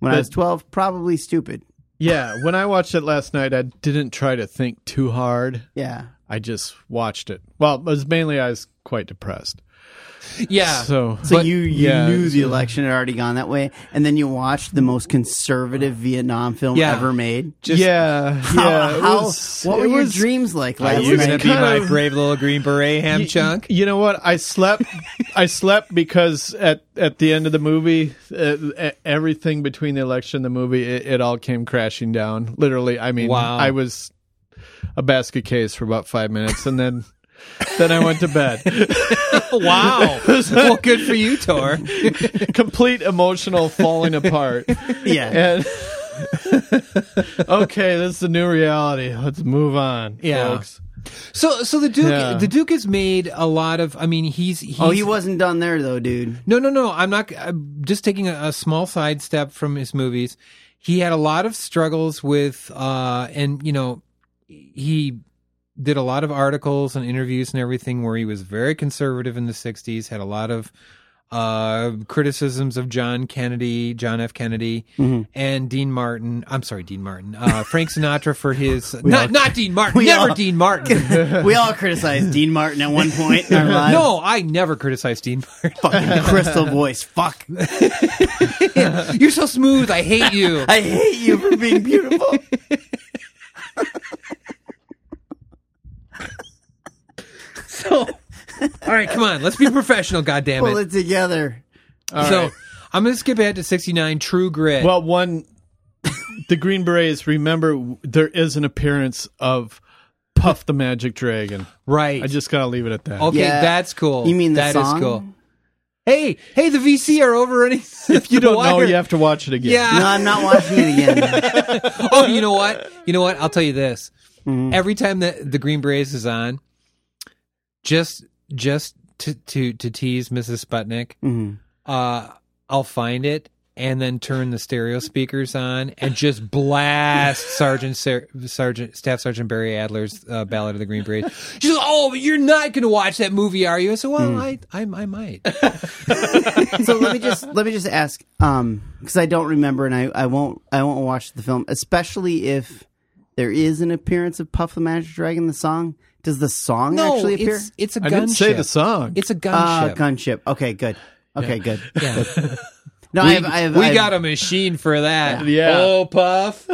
S1: When I
S9: But-
S1: was twelve, probably stupid.
S9: the Yeah, when I watched it last night, I didn't try to think too hard.
S1: Yeah.
S9: I just watched it. Well, it was mainly I was quite depressed.
S8: yeah,
S9: So,
S1: So
S9: but-
S1: you, you
S9: yeah,
S1: knew the
S9: so-
S1: election had already gone that way, and then you watched the most conservative Vietnam film
S8: Yeah.
S1: ever made.
S9: yeah, yeah.
S1: How-
S9: it
S1: how-
S9: was-
S1: what were
S9: it
S1: your
S9: was-
S1: dreams like
S8: Are
S1: last
S8: you
S1: night?
S8: gonna be my
S9: Kinda-
S8: brave little green beret, Ham
S9: You-
S8: Chunk?
S9: You know what? I slept. I slept because at at the end of the movie, uh, e- everything between the election and the movie, it, it all came crashing down. Literally, I mean,
S8: Wow.
S9: I was a basket case for about five minutes, and then then I went to bed.
S8: wow. well, good for you, Tor.
S9: Complete emotional falling apart.
S1: yeah,
S9: And okay, this is the new reality. Let's move on,
S8: Yeah.
S9: folks.
S8: So, so the Duke,
S9: Yeah.
S8: the Duke has made a lot of. I mean, he's. he's
S1: Oh, he wasn't done there though, dude.
S8: No, no, no. I'm not. I'm just taking a, a small sidestep from his movies. He had a lot of struggles with, uh, and you know, he did a lot of articles and interviews and everything where he was very conservative in the 60s, had a lot of uh, criticisms of John Kennedy, John F. Kennedy,
S1: Mm-hmm.
S8: and Dean Martin. I'm sorry, Dean Martin. Uh, Frank Sinatra for his. not, not Dean Martin.
S1: we
S8: Never
S1: all-
S8: Dean Martin.
S1: We all criticized Dean Martin at one point in our lives.
S8: no, I never criticized Dean Martin.
S1: fucking crystal voice. Fuck,
S8: You're so smooth. I hate you.
S1: I hate you for being beautiful.
S8: So, all right, come on. Let's be professional, goddammit.
S1: Pull it together.
S9: All
S8: so,
S9: right.
S8: I'm going to skip ahead to 69 True Grit.
S9: Well, one, the Green Berets. Remember, there is an appearance of Puff the Magic Dragon.
S8: right.
S9: I just gotta leave it at that.
S8: okay,
S1: Yeah.
S8: that's cool.
S1: You mean the
S8: That is
S1: song?
S8: cool. Hey, hey, the VC are overrunning.
S9: If you
S8: the
S9: don't know,
S8: wire.
S9: Oh, you have to watch it again.
S8: Yeah.
S1: No, I'm not watching it again.
S8: oh, you know what? You know what? I'll tell you this.
S1: Mm-hmm.
S8: Every time that the Green Berets is on, just just to to to tease Mrs. Sputnik,
S1: Mm-hmm.
S8: uh, I'll find it and then turn the stereo speakers on and just blast Sergeant Ser- Sergeant Staff Sergeant Barry Adler's uh, Ballad of the Green Berets. She's like, "Oh, but you're not going to watch that movie, are you?" I said, "Well,
S1: Mm.
S8: I, I I might."
S1: so let me just let me just ask, um, because I don't remember, and I, I won't I won't watch the film, especially if there is an appearance of Puff the Magic Dragon. The song does the song
S8: no,
S1: actually appear? Uh,
S8: it's it's a
S9: I
S8: gunship.
S9: didn't say the song.
S8: It's a gunship.
S1: Ah, gunship. Okay, good. Okay, good.
S8: Yeah.
S1: No,
S8: we,
S1: I have- I have-
S8: we
S1: I have-
S8: got a machine for that.
S1: Yeah.
S8: Oh, puff.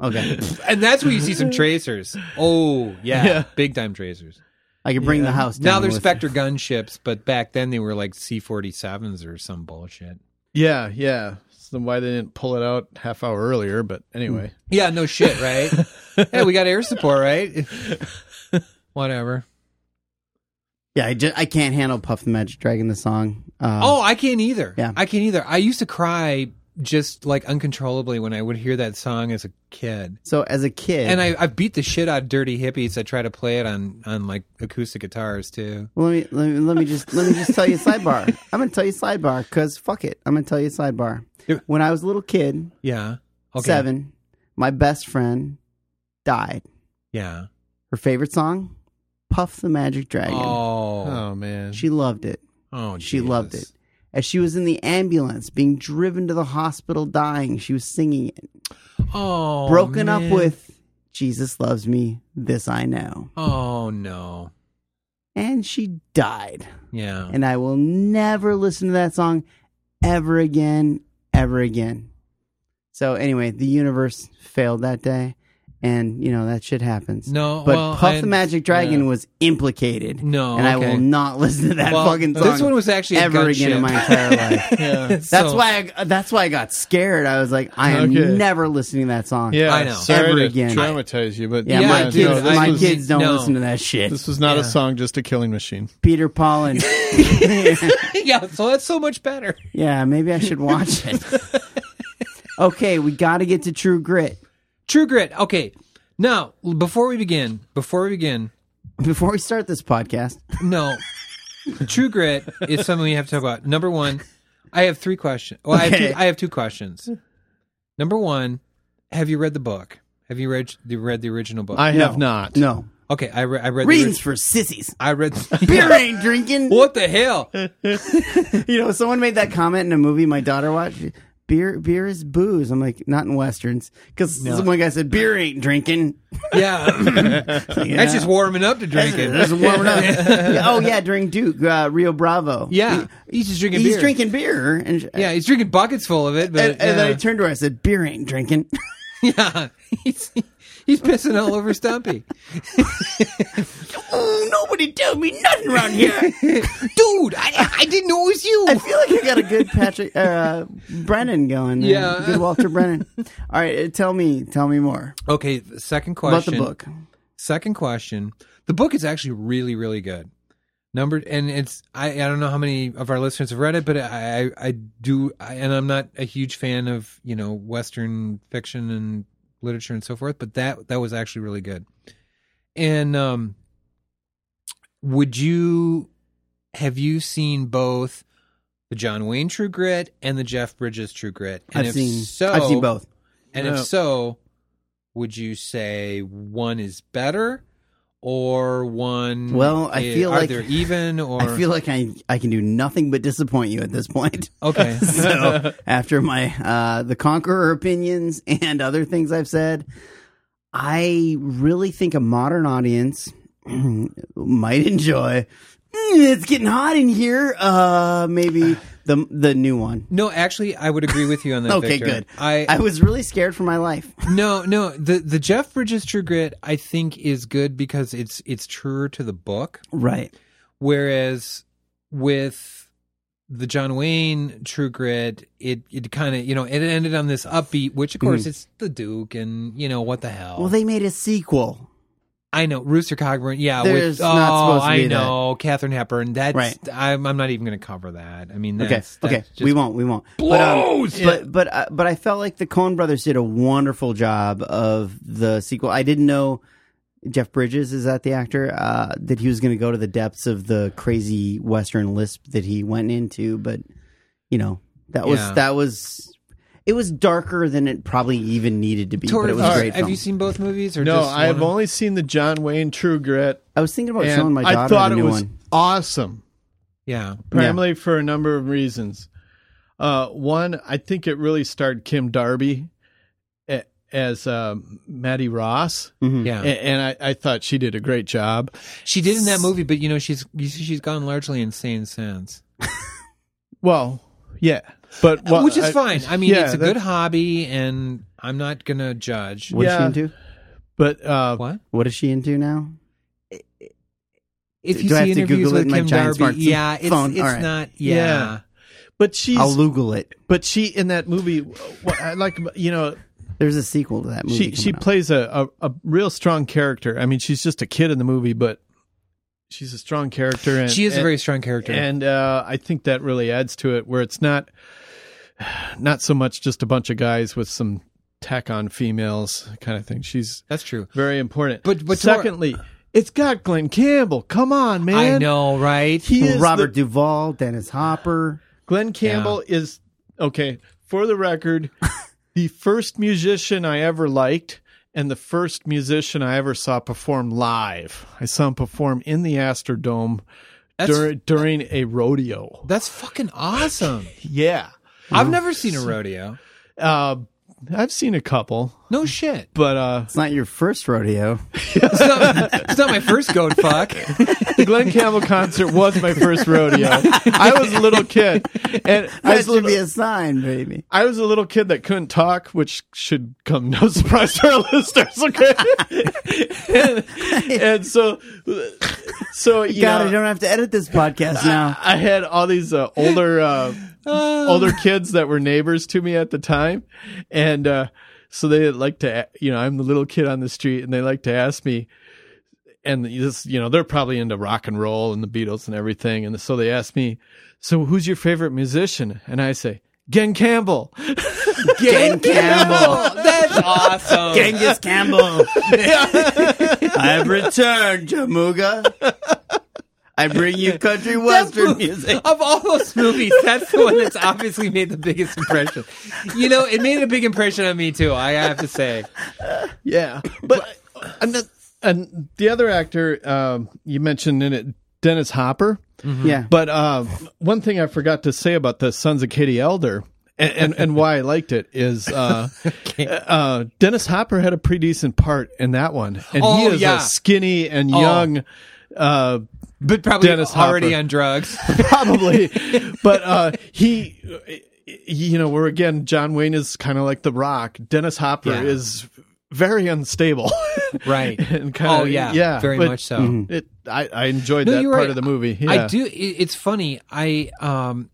S1: Okay.
S8: and that's where you see some tracers. Oh, yeah,
S1: Yeah.
S8: big time tracers.
S1: I could bring the house down.
S8: Now they're
S1: with-
S8: Spectre gunships, but back then they were like C forty sevens or some bullshit.
S9: Yeah, yeah. So why they didn't pull it out half hour earlier, but anyway.
S8: Yeah, no shit, right? hey, we got air support, right? Whatever.
S1: Yeah, I, just, I can't handle Puff the Magic Dragon, the song. Uh,
S8: oh, I can't either. Yeah. I can't either. I used to cry just like uncontrollably when I would hear that song as a kid.
S1: So as a kid.
S8: And I, I beat the shit out of dirty hippies that try to play it on, on like acoustic guitars too.
S1: Well, let me, let me let me just let me just tell you a sidebar. I'm gonna tell you a sidebar because fuck it, I'm gonna tell you a sidebar. When I was a little kid,
S8: Yeah. Okay.
S1: seven, my best friend died.
S8: Yeah.
S1: Her favorite song, "Puff the Magic Dragon."
S8: Oh.
S1: Hmm.
S9: Oh, man,
S1: she loved it.
S8: Oh,
S1: she loved it. As she was in the ambulance, being driven to the hospital, dying, she was singing it.
S8: Oh.
S1: Broken
S8: man.
S1: up with "Jesus Loves Me," this I know,
S8: Oh no.
S1: and she died.
S8: Yeah.
S1: and I will never listen to that song ever again, ever again. So anyway, the universe failed that day, and you know that shit happens.
S8: No,
S1: but
S8: well,
S1: Puff
S8: I-
S1: the Magic Dragon
S8: yeah.
S1: was implicated.
S8: No,
S1: and I
S8: okay.
S1: will not listen to that
S8: Well,
S1: fucking song.
S8: this one was actually a
S1: ever again
S8: gunship.
S1: in my entire life. That's
S8: So-
S1: why I that's why I got scared. I was like, I am
S9: Okay.
S1: never listening to that song.
S9: Yeah, Sorry
S1: ever
S9: to
S1: again.
S9: Traumatize you, but
S1: Yeah, my kids-
S9: this
S1: my kids don't listen to that shit.
S9: This was not
S1: Yeah.
S9: a song, just a killing machine.
S1: Peter Paul and
S8: yeah, so that's so much better.
S1: Yeah, maybe I should watch it. okay, we got to get to True Grit.
S8: True Grit. Okay. Now, before we begin, before we begin,
S1: before we start this podcast,
S8: no, True Grit is something we have to talk about. Number one, I have three questions. Well, I, have
S1: Okay.
S8: two, I have two questions. Number one, have you read the book? Have you read the read the original book?
S9: I have No. not.
S1: No.
S8: Okay, I, re- I read the
S1: Readings
S8: ori-
S1: for sissies.
S8: I read
S1: Beer ain't drinking.
S8: What the hell?
S1: you know, someone made that comment in a movie my daughter watched. Beer, beer is booze. I'm like, not in westerns, because
S8: No.
S1: one guy said beer ain't drinking.
S8: Yeah. that's just warming up to drinking.
S1: That's warming up. Yeah, oh yeah, during Duke, uh, Rio Bravo.
S8: Yeah, he's just drinking.
S1: he's
S8: beer.
S1: drinking beer, and
S8: Yeah, he's drinking buckets full of it. But
S1: and, and then I
S8: yeah.
S1: turned to her. I said, "Beer ain't drinking."
S8: Yeah, he's he's pissing all over Stumpy.
S1: oh, nobody tell me nothing around here,
S8: dude. I I didn't know it was you.
S1: I feel like I got a good Patrick uh, Brennan going. there.
S8: Yeah.
S1: good Walter Brennan. All right, uh, tell me, tell me more.
S8: Okay, the second
S1: About the
S8: question
S1: book.
S8: Second question. The book is actually really really good. Number and it's I, I don't know how many of our listeners have read it, but I I, I do I, and I'm not a huge fan of you know Western fiction and literature and so forth, but that that was actually really good. And um, would you have you seen both the John Wayne True Grit and the Jeff Bridges True Grit? And
S1: I've
S8: if
S1: seen-
S8: so,
S1: I've seen both.
S8: And
S1: Yeah.
S8: if so, would you say one is better or one?
S1: Well, I
S8: is-
S1: feel
S8: are
S1: like
S8: they're even, or
S1: I feel like I I can do nothing but disappoint you at this point.
S8: Okay.
S1: so after my uh, the Conqueror opinions and other things I've said, I really think a modern audience might enjoy. "Mm, It's getting hot in here. Uh, maybe the the new one.
S8: no. Actually, I would agree with you on that.
S1: Okay,
S8: Victor.
S1: good.
S8: I
S1: I was really scared for my life.
S8: no, no. The the Jeff Bridges True Grit I think is good because it's it's truer to the book.
S1: Right.
S8: Whereas with the John Wayne True Grit, it it kind of you know it ended on this upbeat, which of course
S1: Mhm.
S8: it's the Duke and you know what the hell.
S1: Well, they made a sequel.
S8: I know Rooster Cogburn. Yeah,
S1: There's
S8: with, oh,
S1: not supposed to
S8: I
S1: be that.
S8: know Catherine Hepburn. That's
S1: Right.
S8: I'm I'm not even going to cover that. I mean, that's,
S1: Okay, okay,
S8: that's
S1: we
S8: just-
S1: won't, we won't.
S8: Blows!
S1: But um, but but, uh, but I felt like the Coen Brothers did a wonderful job of the sequel. I didn't know Jeff Bridges is that the actor uh, that he was going to go to the depths of the crazy Western lisp that he went into, but you know that was
S8: Yeah.
S1: that was it was darker than it probably even needed to be.
S8: Tori,
S1: but it was
S8: have
S1: a
S8: you-
S1: great.
S8: have
S1: film.
S8: you seen both movies? Or
S9: no,
S8: just
S9: I've
S8: one?
S9: only seen the John Wayne True Grit.
S1: I was thinking about
S9: and
S1: showing Oh, my daughter
S9: I thought
S1: the
S9: it
S1: new
S9: was
S1: one.
S9: awesome,
S8: yeah.
S9: primarily for a number of reasons. Uh, one, I think it really starred Kim Darby a- as um Maddie Ross.
S1: Hmm.
S8: Yeah.
S9: A- and I, I thought she did a great job.
S8: She did in that movie, but you know she's you see she's gone largely insane since.
S9: Well, yeah. But what-
S8: which is
S9: I-
S8: fine. I mean,
S9: yeah,
S8: it's a
S9: that-
S8: good hobby, and I'm not gonna judge.
S1: What is she into?
S9: But uh,
S8: what?
S1: What is she into now?
S8: If
S1: Do
S8: you
S1: I have
S8: see
S1: to
S8: interviews
S1: Google it
S8: with
S1: in my
S8: Kim
S1: giant
S8: Darby,
S1: smartphone?
S8: yeah, it's
S1: Phone,
S8: it's
S1: all right.
S8: not. Yeah.
S9: Yeah. But she's
S1: I'll Google it.
S9: But she in that movie, what I like, about- you know,
S1: There's a sequel to that movie.
S9: she she
S1: coming out.
S9: plays a, a a real strong character. I mean, she's just a kid in the movie, but she's a strong character. And,
S8: She is a
S9: and-
S8: very strong character.
S9: and uh, I think that really adds to it, where it's not not so much just a bunch of guys with some tack on females kind of thing. She's
S8: that's true,
S9: very important.
S8: But- but to our-
S9: secondly. it's got Glenn Campbell. Come on, man.
S8: I know, right?
S9: He is
S1: Robert
S9: the-
S1: Duvall, Dennis Hopper.
S9: Glenn Campbell is okay. For the record, the first musician I ever liked, and the first musician I ever saw perform live. I saw him perform in the Astrodome
S8: That's-
S9: during during a rodeo.
S8: That's fucking awesome.
S9: Yeah,
S8: I've never seen a rodeo.
S9: Uh, I've seen a couple,
S8: No shit.
S9: but uh,
S1: It's not your first rodeo.
S8: It's not, it's not my first goat fuck.
S9: the Glenn Campbell concert was my first rodeo. I was a little kid, and I
S1: That
S9: was a
S1: should
S9: little,
S1: be a sign, baby.
S9: I was a little kid that couldn't talk, which should come no surprise to our listeners. Okay, and, and so, so you
S1: God, I
S9: know,
S1: don't have to edit this podcast now.
S9: I had all these uh, older uh, older kids that were neighbors to me at the time, and uh, so they like to, you know, I'm the little kid on the street, and they like to ask me. And this, you know, they're probably into rock and roll and the Beatles and everything. And so they asked me, "So who's your favorite musician?" And I say, "Glenn Campbell."
S1: Gen Campbell.
S8: That's awesome.
S1: Genghis Campbell. I've returned, Jamuga. I bring you country western music.
S8: Of all those movies, that's the one that's obviously made the biggest impression. You know, it made a big impression on me too. I have to say,
S9: Yeah, but and the, and the other actor um, you mentioned in it, Dennis Hopper.
S1: Yeah.
S9: But uh, one thing I forgot to say about the Sons of Katie Elder. And, and and why I liked it is uh, uh, Dennis Hopper had a pretty decent part in that one, and he
S8: Oh,
S9: is
S8: yeah.
S9: a skinny and
S8: Oh.
S9: young, uh,
S8: but probably
S9: Dennis
S8: already
S9: Hopper.
S8: on drugs.
S9: probably, but uh, he, you know, where again John Wayne is kind of like the Rock. Dennis Hopper
S8: Yeah.
S9: is very unstable,
S8: Right.
S9: and kinda-
S8: Oh, yeah. Very
S9: but
S8: much so. Mm-hmm.
S9: It, I, I enjoyed
S8: No,
S9: that
S8: you're
S9: part
S8: right.
S9: of the movie.
S8: I
S9: Yeah.
S8: do. It, it's funny. I um,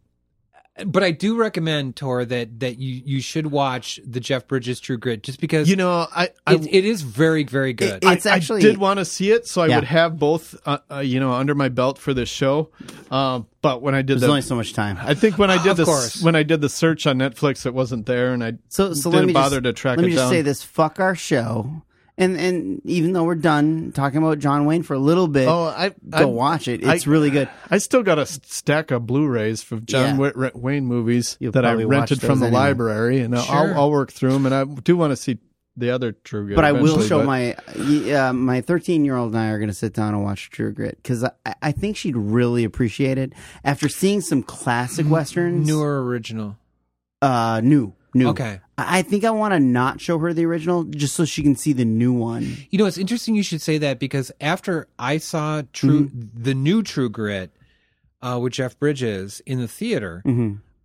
S8: but I do recommend Tor that that you you should watch the Jeff Bridges True Grit just because
S9: You know, I I,
S8: it, it is very very good.
S9: I-
S1: It's
S9: I
S1: actually-
S9: did want to see it, so I
S1: Yeah.
S9: would have both, uh, uh, you know, under my belt for this show. Um, but when I did
S1: There's
S9: the,
S1: only so much time.
S9: I think when I did
S8: Of
S9: this
S8: course.
S9: when I did the search on Netflix, it wasn't there, and I
S1: So, so let
S9: didn't
S1: me
S9: bother
S1: just,
S9: to track
S1: Let
S9: it
S1: me just
S9: down.
S1: say this: fuck our show. And and even though we're done talking about John Wayne for a little bit,
S9: Oh, I-
S1: go
S9: I-
S1: watch it. It's
S9: I-
S1: really good.
S9: I still got a s- stack of Blu-rays from
S1: Yeah.
S9: John Wa- Ra- Wayne movies
S1: You'll
S9: that I
S1: probably watch
S9: rented from
S1: those
S9: the
S1: anyway.
S9: library, and I'll-
S8: Sure.
S9: I'll, I'll work through them. And I do want to see the other True Grit,
S1: But I will
S9: eventually,
S1: show
S9: but-
S1: my y- uh, my 13 year old and I are going to sit down and watch True Grit because I, I think she'd really appreciate it after seeing some classic westerns.
S8: Newer original.
S1: uh, new, new. I
S8: Okay.
S1: I think I want to not show her the original just so she can see the new one.
S8: You know, it's interesting you should say that because after I saw True, the new True Grit uh, with Jeff Bridges in the theater,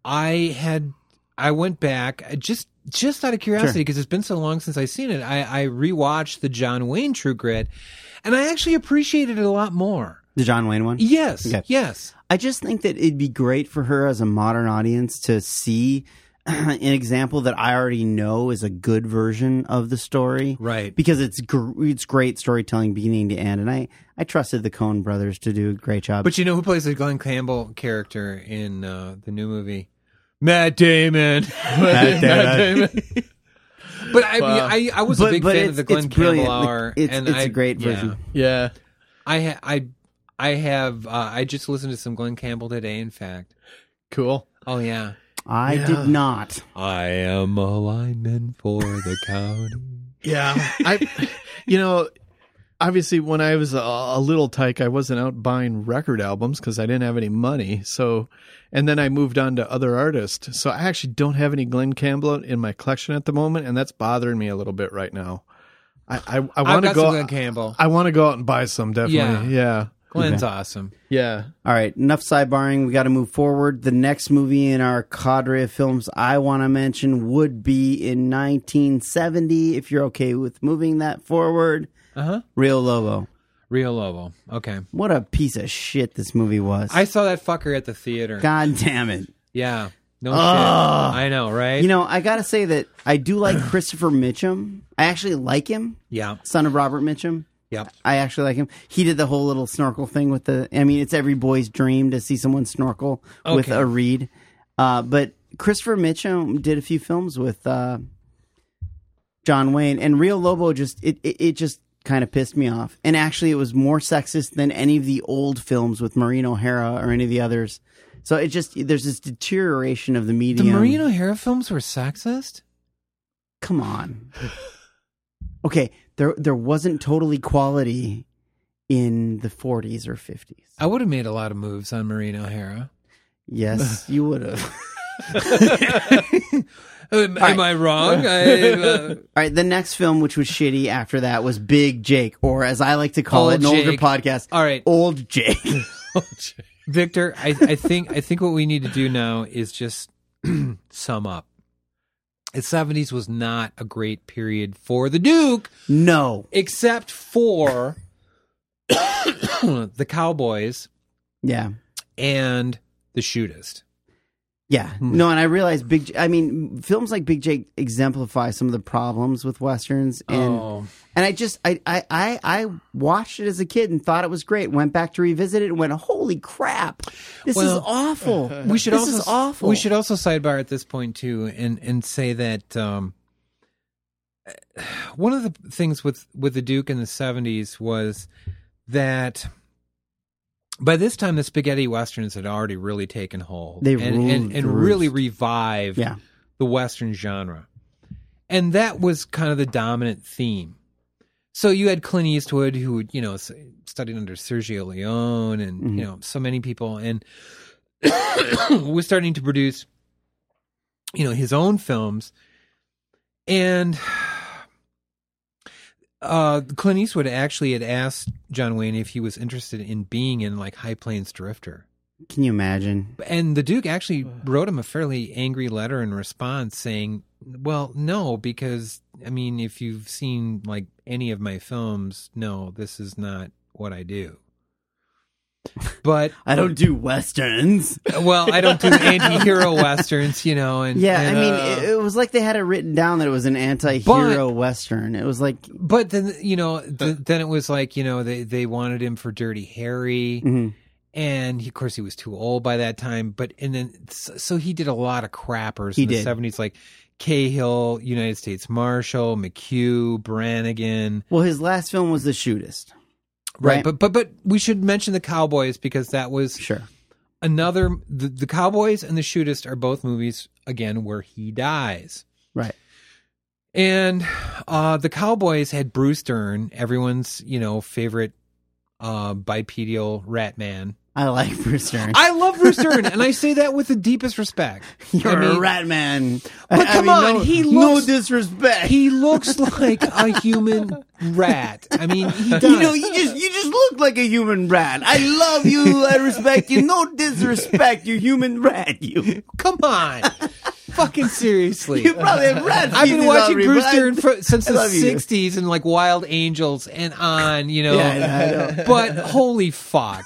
S8: I had I went back uh, just just out of curiosity because it's been so long since I've seen it. I, I rewatched the John Wayne True Grit, and I actually appreciated it a lot more.
S1: The John Wayne one.
S8: Yes,
S1: Okay.
S8: yes,
S1: I just think that it'd be great for her as a modern audience to see an example that I already know is a good version of the story,
S8: Right.
S1: Because it's gr- it's great storytelling beginning to end, and I I trusted the Coen Brothers to do a great job.
S8: but you know who plays the Glenn Campbell character in uh, the new movie? Matt Damon. Matt
S9: Damon.
S8: But I, mean, I, I was a
S1: But-
S8: big
S1: but
S8: fan of
S1: it's-
S8: the Glenn
S1: it's
S8: Campbell
S1: brilliant. Like,
S8: hour.
S1: it's-
S8: and
S1: it's
S8: I,
S1: a great
S8: yeah.
S1: version.
S9: yeah.
S8: I ha- I I have uh, I just listened to some Glenn Campbell today. In fact,
S9: Cool.
S8: oh yeah,
S1: I
S9: Yeah.
S1: did not.
S8: I am a lineman for the county.
S9: Yeah, I, you know, obviously when I was a, a little tyke, I wasn't out buying record albums because I didn't have any money. So, and then I moved on to other artists. So I actually don't have any Glenn Campbell in my collection at the moment, and that's bothering me a little bit right now. I I, I
S8: I've
S9: want to
S8: got some
S9: go.
S8: Glenn Campbell.
S9: I want to go out and buy some definitely. Yeah.
S8: Glenn's awesome.
S9: Yeah.
S1: All right, enough sidebarring. We got to move forward. The next movie in our cadre of films I want to mention would be in 1970, if you're okay with moving that forward.
S8: Uh huh.
S1: Real Lobo.
S8: Real Lobo. Okay.
S1: What a piece of shit this movie was.
S8: I saw that fucker at the theater.
S1: God damn it.
S8: Yeah. No shit.
S1: Ugh.
S8: I know, right?
S1: Ah. You know, I got to say that I do like Christopher Mitchum. I actually like him.
S8: Yeah.
S1: Son of Robert Mitchum.
S8: Yep.
S1: I actually like him. He did the whole little snorkel thing with the. I mean, it's every boy's dream to see someone snorkel with
S8: Okay.
S1: a reed. Uh, but Christopher Mitchum did a few films with uh, John Wayne, and Real Lobo just it it, it just kind of pissed me off. And actually, it was more sexist than any of the old films with Maureen O'Hara or any of the others. So it just there's this deterioration of the
S8: the
S1: medium.
S8: Maureen O'Hara films were sexist?
S1: Come on. Okay, there there wasn't total equality in the 40s or 50s.
S8: I would have made a lot of moves on Maureen O'Hara.
S1: Yes, you would have.
S8: Am, am I wrong? I, uh,
S1: All right, the next film, which was shitty after that, was Big Jake, or as I like to call it,
S8: Old
S1: an older
S8: Jake.
S1: podcast.
S8: All right.
S1: Old Jake.
S8: Victor, I, I think I think what we need to do now is just sum up. The seventies was not a great period for the Duke,
S1: no.
S8: except for the Cowboys
S1: Yeah.
S8: and the Shootist.
S1: Yeah.
S8: Hmm.
S1: No, and I realize Big J- I mean, films like Big Jake exemplify some of the problems with westerns and
S8: Oh.
S1: and I just I, I I I watched it as a kid and thought it was great. Went back to revisit it and went, "Holy crap. This is
S8: Well,
S1: awful."
S8: We should
S1: this
S8: also
S1: is awful.
S8: We should also sidebar at this point too, and and say that um, one of the things with with the Duke in the seventies was that by this time the spaghetti westerns had already really taken hold.
S1: They
S8: and and,
S1: ruled
S8: and
S1: the
S8: really
S1: roost.
S8: revived
S1: Yeah.
S8: the western genre, and that was kind of the dominant theme. So you had Clint Eastwood, who you know s- studied under Sergio Leone, and
S1: Mhm.
S8: you know so many people, and was starting to produce, you know, his own films, and uh, Clint Eastwood actually had asked John Wayne if he was interested in being in like High Plains Drifter,
S1: Can you imagine?
S8: and the Duke actually wrote him a fairly angry letter in response saying, "Well, no, because I mean, if you've seen like any of my films, no, this is not what I do." But
S1: I don't do westerns.
S8: well, I don't do anti-hero westerns, you know, and
S1: Yeah,
S8: and,
S1: I mean,
S8: uh,
S1: it, it was like they had it written down that it was an anti-hero western. It was like,
S8: but then you know, th- then it was like you know they they wanted him for Dirty Harry,
S1: mhm.
S8: and he, of course he was too old by that time. But and then so, so he did a lot of crappers
S1: He
S8: in the
S1: did.
S8: seventies, like Cahill, United States Marshal, McHugh, Brannigan,
S1: well, his last film was The Shootist.
S8: right?
S1: Right.
S8: But but but we should mention the Cowboys because that was
S1: Sure.
S8: another. The, the Cowboys and the Shootist are both movies again where he dies.
S1: Right.
S8: And uh, the Cowboys had Bruce Dern, everyone's you know favorite uh, bipedal rat man.
S1: I like Bruce Dern.
S8: I love Bruce Dern, and I say that with the deepest respect.
S1: You're
S8: I mean,
S1: a rat man.
S8: But
S1: I- I
S8: come
S1: mean,
S8: on,
S1: no,
S8: he
S1: no
S8: looks-
S1: disrespect.
S8: He looks like a human rat. I mean, he does.
S1: you know, you just you just look like a human rat. I love you. I respect you. No disrespect, you human rat. You.
S8: come on, fucking seriously.
S1: You probably have rat.
S8: I've been
S1: feces
S8: watching
S1: already,
S8: Bruce
S1: but I-
S8: Dern for, since
S1: I
S8: the
S1: love you.
S8: '60s and like Wild Angels and on, you know.
S1: Yeah, I know, I know.
S8: But holy fuck!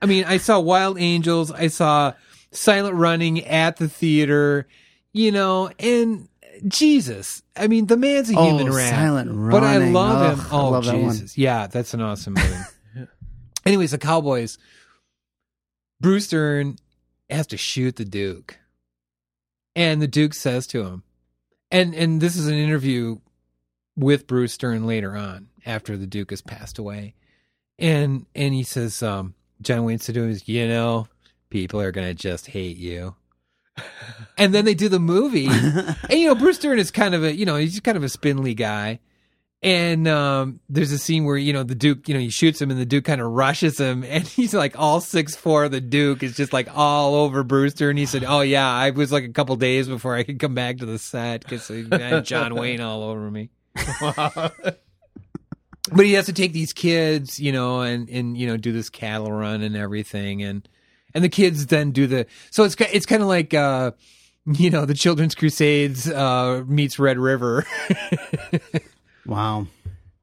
S8: I mean, I saw Wild Angels. I saw Silent Running at the theater. You know, and Jesus, I mean, the man's a
S1: Oh,
S8: human rat.
S1: Silent
S8: But I
S1: Running.
S8: love him.
S1: Ugh, I
S8: Oh,
S1: love that one.
S8: Jesus, yeah, that's an awesome movie. Anyways, the Cowboys. Bruce Dern has to shoot the Duke. And the Duke says to him, and and this is an interview with Bruce Dern later on, after the Duke has passed away. And and he says, um, John Wayne said to him, you know, people are gonna just hate you. and then they do the movie. and you know, Bruce Dern is kind of a you know, he's kind of a spindly guy. And um, there's a scene where you know the Duke, you know, he shoots him, and the Duke kind of rushes him, and he's like all six four. The Duke is just like all over Brewster, and he said, "Oh yeah, I was like a couple days before I could come back to the set because I had John Wayne all over me." but he has to take these kids, you know, and and you know do this cattle run and everything, and and the kids then do the so it's ki- it's kind of like uh you know the Children's Crusades uh meets Red River.
S1: wow.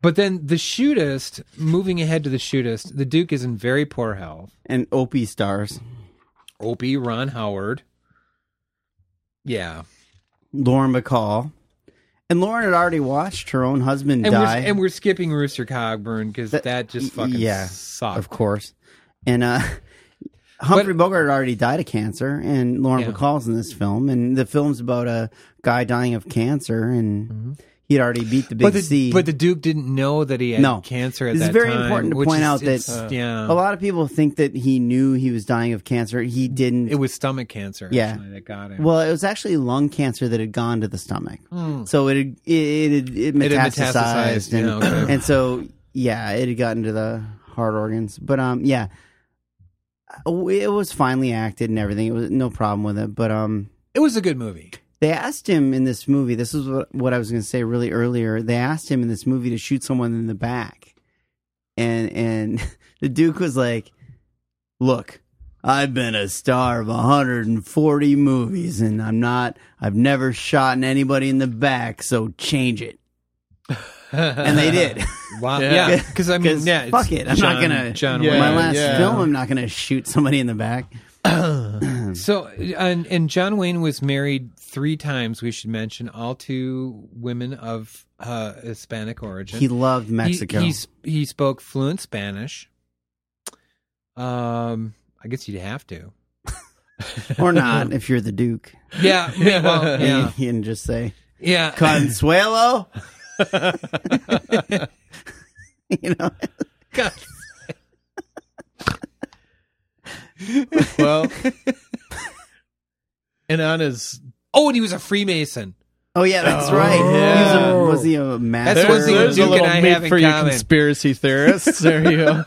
S8: But then the shootist, moving ahead to the shootist, the Duke is in very poor health.
S1: And Opie stars.
S8: Opie, Ron Howard. Yeah.
S1: Lauren McCall. And Lauren had already watched her own husband
S8: And we're,
S1: die.
S8: and we're skipping Rooster Cogburn because that, just fucking
S1: yeah,
S8: sucked.
S1: of course. And uh, Humphrey Bogart had already died of cancer, and Lauren
S8: Yeah.
S1: McCall's in this film, and the film's about a guy dying of cancer, and he'd already beat the big
S8: Mm-hmm. but the,
S1: C.
S8: But the Duke didn't know that he had
S1: no
S8: cancer at
S1: This
S8: that
S1: is very
S8: time,
S1: important to
S8: which
S1: point
S8: is-
S1: out
S8: it's- uh,
S1: that
S8: yeah,
S1: a lot of people think that he knew he was dying of cancer. He didn't.
S8: it was stomach cancer.
S1: yeah,
S8: actually, that got him.
S1: Well, it was actually lung cancer that had gone to the stomach,
S8: Hmm.
S1: so it had- it it, it
S8: It had
S1: metastasized,
S8: metastasized,
S1: and,
S8: yeah, okay.
S1: and so yeah, it had gotten to the heart organs. But um, yeah, Uh, it was finely acted and everything. It was no problem with it. But um,
S8: it was a good movie.
S1: they asked him in this movie. This is what, what I was going to say really earlier. They asked him in this movie to shoot someone in the back, and and the Duke was like, "Look, I've been a star of 140 movies, and I'm not. I've never shot anybody in the back, so change it." And they did.
S8: Wow. Yeah. Because I mean, yeah, it's
S1: fuck it. I'm not
S8: John-
S1: gonna.
S8: John
S1: my
S8: Wayne.
S1: last
S8: Yeah.
S1: film, I'm not gonna shoot somebody in the back.
S8: So and and John Wayne was married three times. We should mention all to women of uh, Hispanic origin.
S1: He loved Mexico.
S8: He, he, s- he spoke fluent Spanish. Um, I guess you'd have to.
S1: or not if you're the Duke.
S8: Yeah, yeah, well, yeah.
S1: You can just say,
S8: Yeah.
S1: Consuelo. you know,
S9: well, and on his
S8: Oh, and he was a Freemason.
S1: oh yeah, that's
S9: Oh.
S1: right. He
S9: Yeah.
S1: was, a, was he a master?
S8: That's one
S9: there's,
S8: thing
S9: there's a
S8: Duke
S9: little
S8: and I
S9: meat
S8: have in
S9: for you
S8: common.
S9: conspiracy theorists. There you go.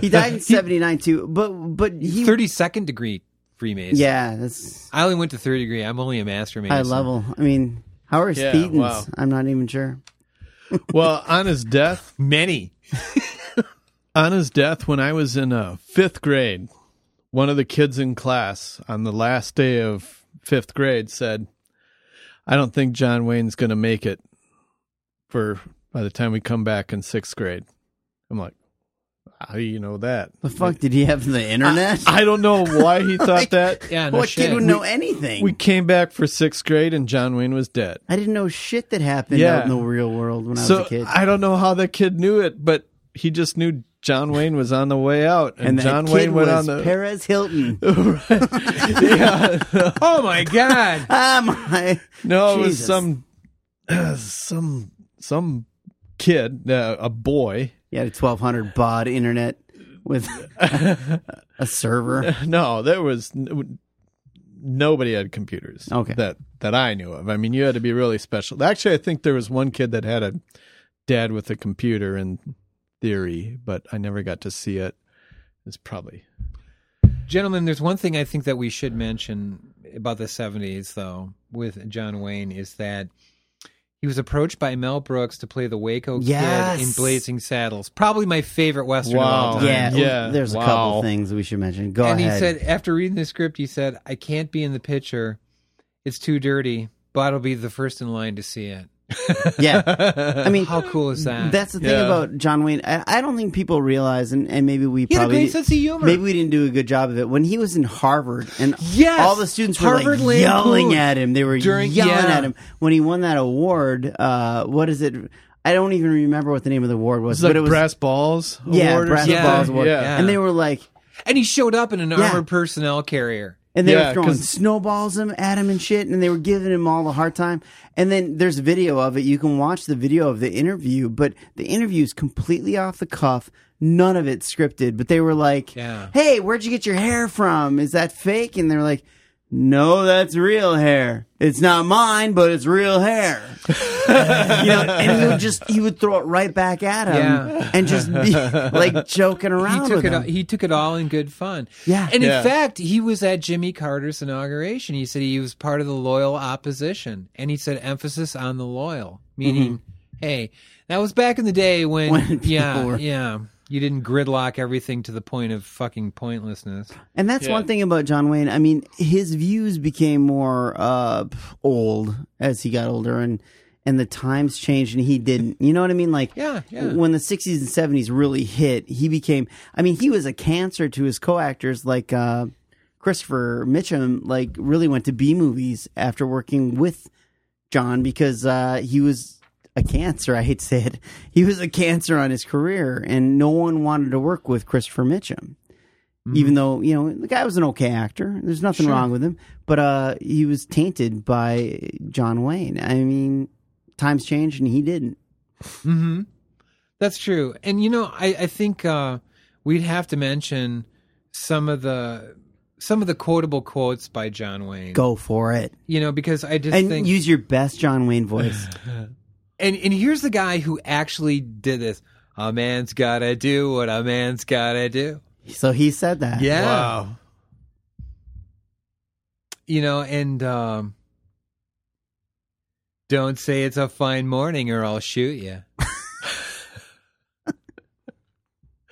S1: he died in seventy nine too, but but he
S8: Thirty second degree Freemason.
S1: yeah, that's
S8: I only went to third degree. I'm only a master mason.
S1: high level. I mean, how are his
S9: Yeah,
S1: thetans?
S9: wow.
S1: I'm not even sure.
S9: Well, on his death,
S8: Many.
S9: on his death when I was in uh, fifth grade, one of the kids in class on the last day of fifth grade said, I don't think John Wayne's going to make it for by the time we come back in sixth grade. I'm like, how do you know that?
S1: The fuck did he have the internet?
S9: I don't know why he thought that.
S8: Yeah, no
S1: what
S8: shit.
S1: kid would know anything?
S9: We came back for sixth grade and John Wayne was dead.
S1: I didn't know shit that happened
S9: Yeah.
S1: out in the real world when I
S9: So
S1: was a kid.
S9: I don't know how that kid knew it, but he just knew John Wayne was on the way out. And,
S1: and that
S9: John
S1: kid
S9: Wayne went
S1: was
S9: on the.
S1: Perez Hilton.
S8: oh my god.
S1: ah, my
S9: No, it was
S1: Jesus.
S9: some some some kid, uh, a boy.
S1: You had a 1200 baud internet with a server.
S9: No, there was n- nobody had computers.
S1: Okay.
S9: that that I knew of. I mean, you had to be really special. Actually, I think there was one kid that had a dad with a computer in theory, but I never got to see it. It's probably
S8: Gentlemen, there's one thing I think that we should mention about the 70s, though, with John Wayne is that he was approached by Mel Brooks to play the Waco
S1: Yes.
S8: kid in Blazing Saddles, probably my favorite Western of all
S9: Wow.
S8: time.
S1: Yeah,
S9: Yeah.
S1: there's a
S9: Wow.
S1: couple things we should mention. Go
S8: and
S1: ahead.
S8: he said, after reading the script, he said, I can't be in the picture. It's too dirty, but I'll be the first in line to see it.
S1: yeah. I mean,
S8: How cool is that?
S1: That's the thing
S9: Yeah.
S1: about John Wayne. I, I don't think people realize, and, and maybe we
S8: he had a
S1: probably
S8: great sense of humor.
S1: maybe we didn't do a good job of it when he was in Harvard, and
S8: Yes!
S1: all the students were
S8: Harvard
S1: like
S8: Lampoon.
S1: yelling at him. They were
S8: During-
S1: yelling
S8: yeah.
S1: at him when he won that award. Uh, what is it? I don't even remember what the name of the award was,
S9: it's like
S1: but it was
S9: brass balls.
S1: yeah,
S9: award or
S1: brass
S9: something.
S1: balls award.
S9: Yeah.
S1: and they were like.
S8: and he showed up in an
S1: Yeah.
S8: armored personnel carrier.
S1: And they
S9: Yeah,
S1: were throwing
S9: 'cause-
S1: snowballs him at him and shit, and they were giving him all the hard time. And then there's video of it. You can watch the video of the interview, but the interview is completely off the cuff. None of it scripted. But they were like,
S8: Yeah.
S1: "Hey, where'd you get your hair from? Is that fake?" And they're like, "No, that's real hair. It's not mine, but it's real hair." you know, and he would just he would throw it right back at him
S8: Yeah.
S1: and just be like joking
S8: he
S1: around
S8: took
S1: with
S8: it.
S1: him.
S8: He took it all in good fun.
S1: Yeah.
S8: and
S9: Yeah.
S8: in fact, he was at Jimmy Carter's inauguration. He said he was part of the loyal opposition, and he said emphasis on the loyal, meaning Hey, that was back in the day when,
S1: Mm-hmm. When people
S8: yeah,
S1: were-
S8: yeah, you didn't gridlock everything to the point of fucking pointlessness.
S1: And that's one thing about John Wayne. I mean, his views became more uh, old as he got older, and and the times changed, and he didn't. You know what I mean? Like,
S8: Yeah, yeah.
S1: When the '60s and '70s really hit, he became. I mean, he was a cancer to his co-actors, like uh, Christopher Mitchum. Like, really went to B movies after working with John because uh, he was a cancer. I hate to say it. He was a cancer on his career, and no one wanted to work with Christopher Mitchum. Even though you know the guy was an okay actor, there's nothing
S8: Sure.
S1: wrong with him, but uh, he was tainted by John Wayne. I mean, times changed, and he didn't.
S8: hmm That's true. And you know, I, I think uh, we'd have to mention some of the some of the quotable quotes by John Wayne.
S1: Go for it,
S8: You know, because I just
S1: and
S8: think
S1: use your best John Wayne voice.
S8: and and here's the guy who actually did this. A man's gotta do what a man's gotta do.
S1: so he said that.
S8: Yeah. You know, and um don't say it's a fine morning or I'll shoot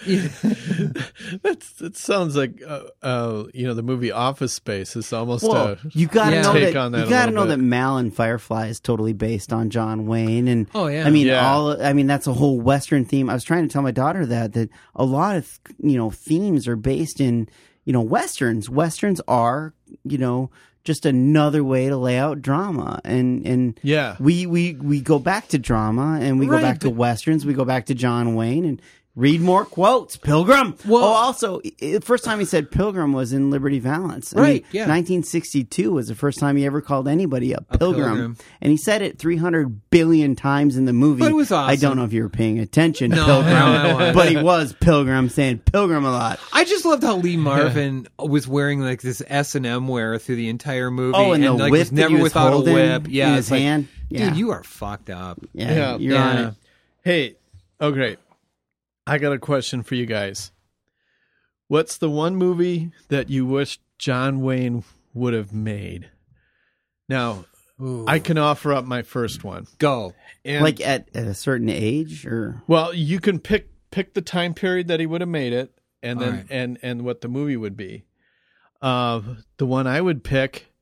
S8: you.
S9: That's that sounds like uh, uh, you know the movie Office Space is almost
S1: Whoa,
S9: a
S1: you gotta know
S9: take
S1: that,
S9: on that.
S1: you gotta
S9: a
S1: know
S9: little
S1: that Mal and Firefly is totally based on John Wayne and
S8: Oh, yeah.
S1: I mean
S8: Yeah.
S1: all I mean that's a whole western theme. I was trying to tell my daughter that that a lot of you know themes are based in you know westerns. Westerns are you know just another way to lay out drama and and
S9: Yeah.
S1: we we we go back to drama and we
S8: Right,
S1: go back to westerns. We go back to John Wayne and. Read more quotes, Pilgrim. Well, oh, also, i- i- first time he said Pilgrim was in Liberty Valance. I mean,
S8: Right, yeah.
S1: 1962 was the first time he ever called anybody a pilgrim.
S8: pilgrim.
S1: And he said it 300 billion times in the movie.
S8: But it was awesome.
S1: I don't know if you were paying attention,
S8: No,
S1: Pilgrim.
S8: no, I wasn't.
S1: but he was Pilgrim, saying Pilgrim a lot.
S8: I just loved how Lee Marvin was wearing like this S and M wear through the entire movie.
S1: Oh, and the
S8: like,
S1: whip
S8: was
S1: that
S8: never
S1: he was
S8: without a
S1: holding
S8: whip. Yeah,
S1: in
S8: it's
S1: his
S8: like,
S1: hand. Yeah.
S8: dude, you are fucked up.
S1: Yeah,
S9: Yeah.
S1: you're on it.
S9: Hey, okay. I got a question for you guys. What's the one movie that you wish John Wayne would have made? Now, I can offer up my first one.
S8: Go.
S9: And
S1: like at, at a certain age, or
S9: well, you can pick pick the time period that he would have made it, and then
S8: Alright.
S9: and and what the movie would be. Uh, the one I would pick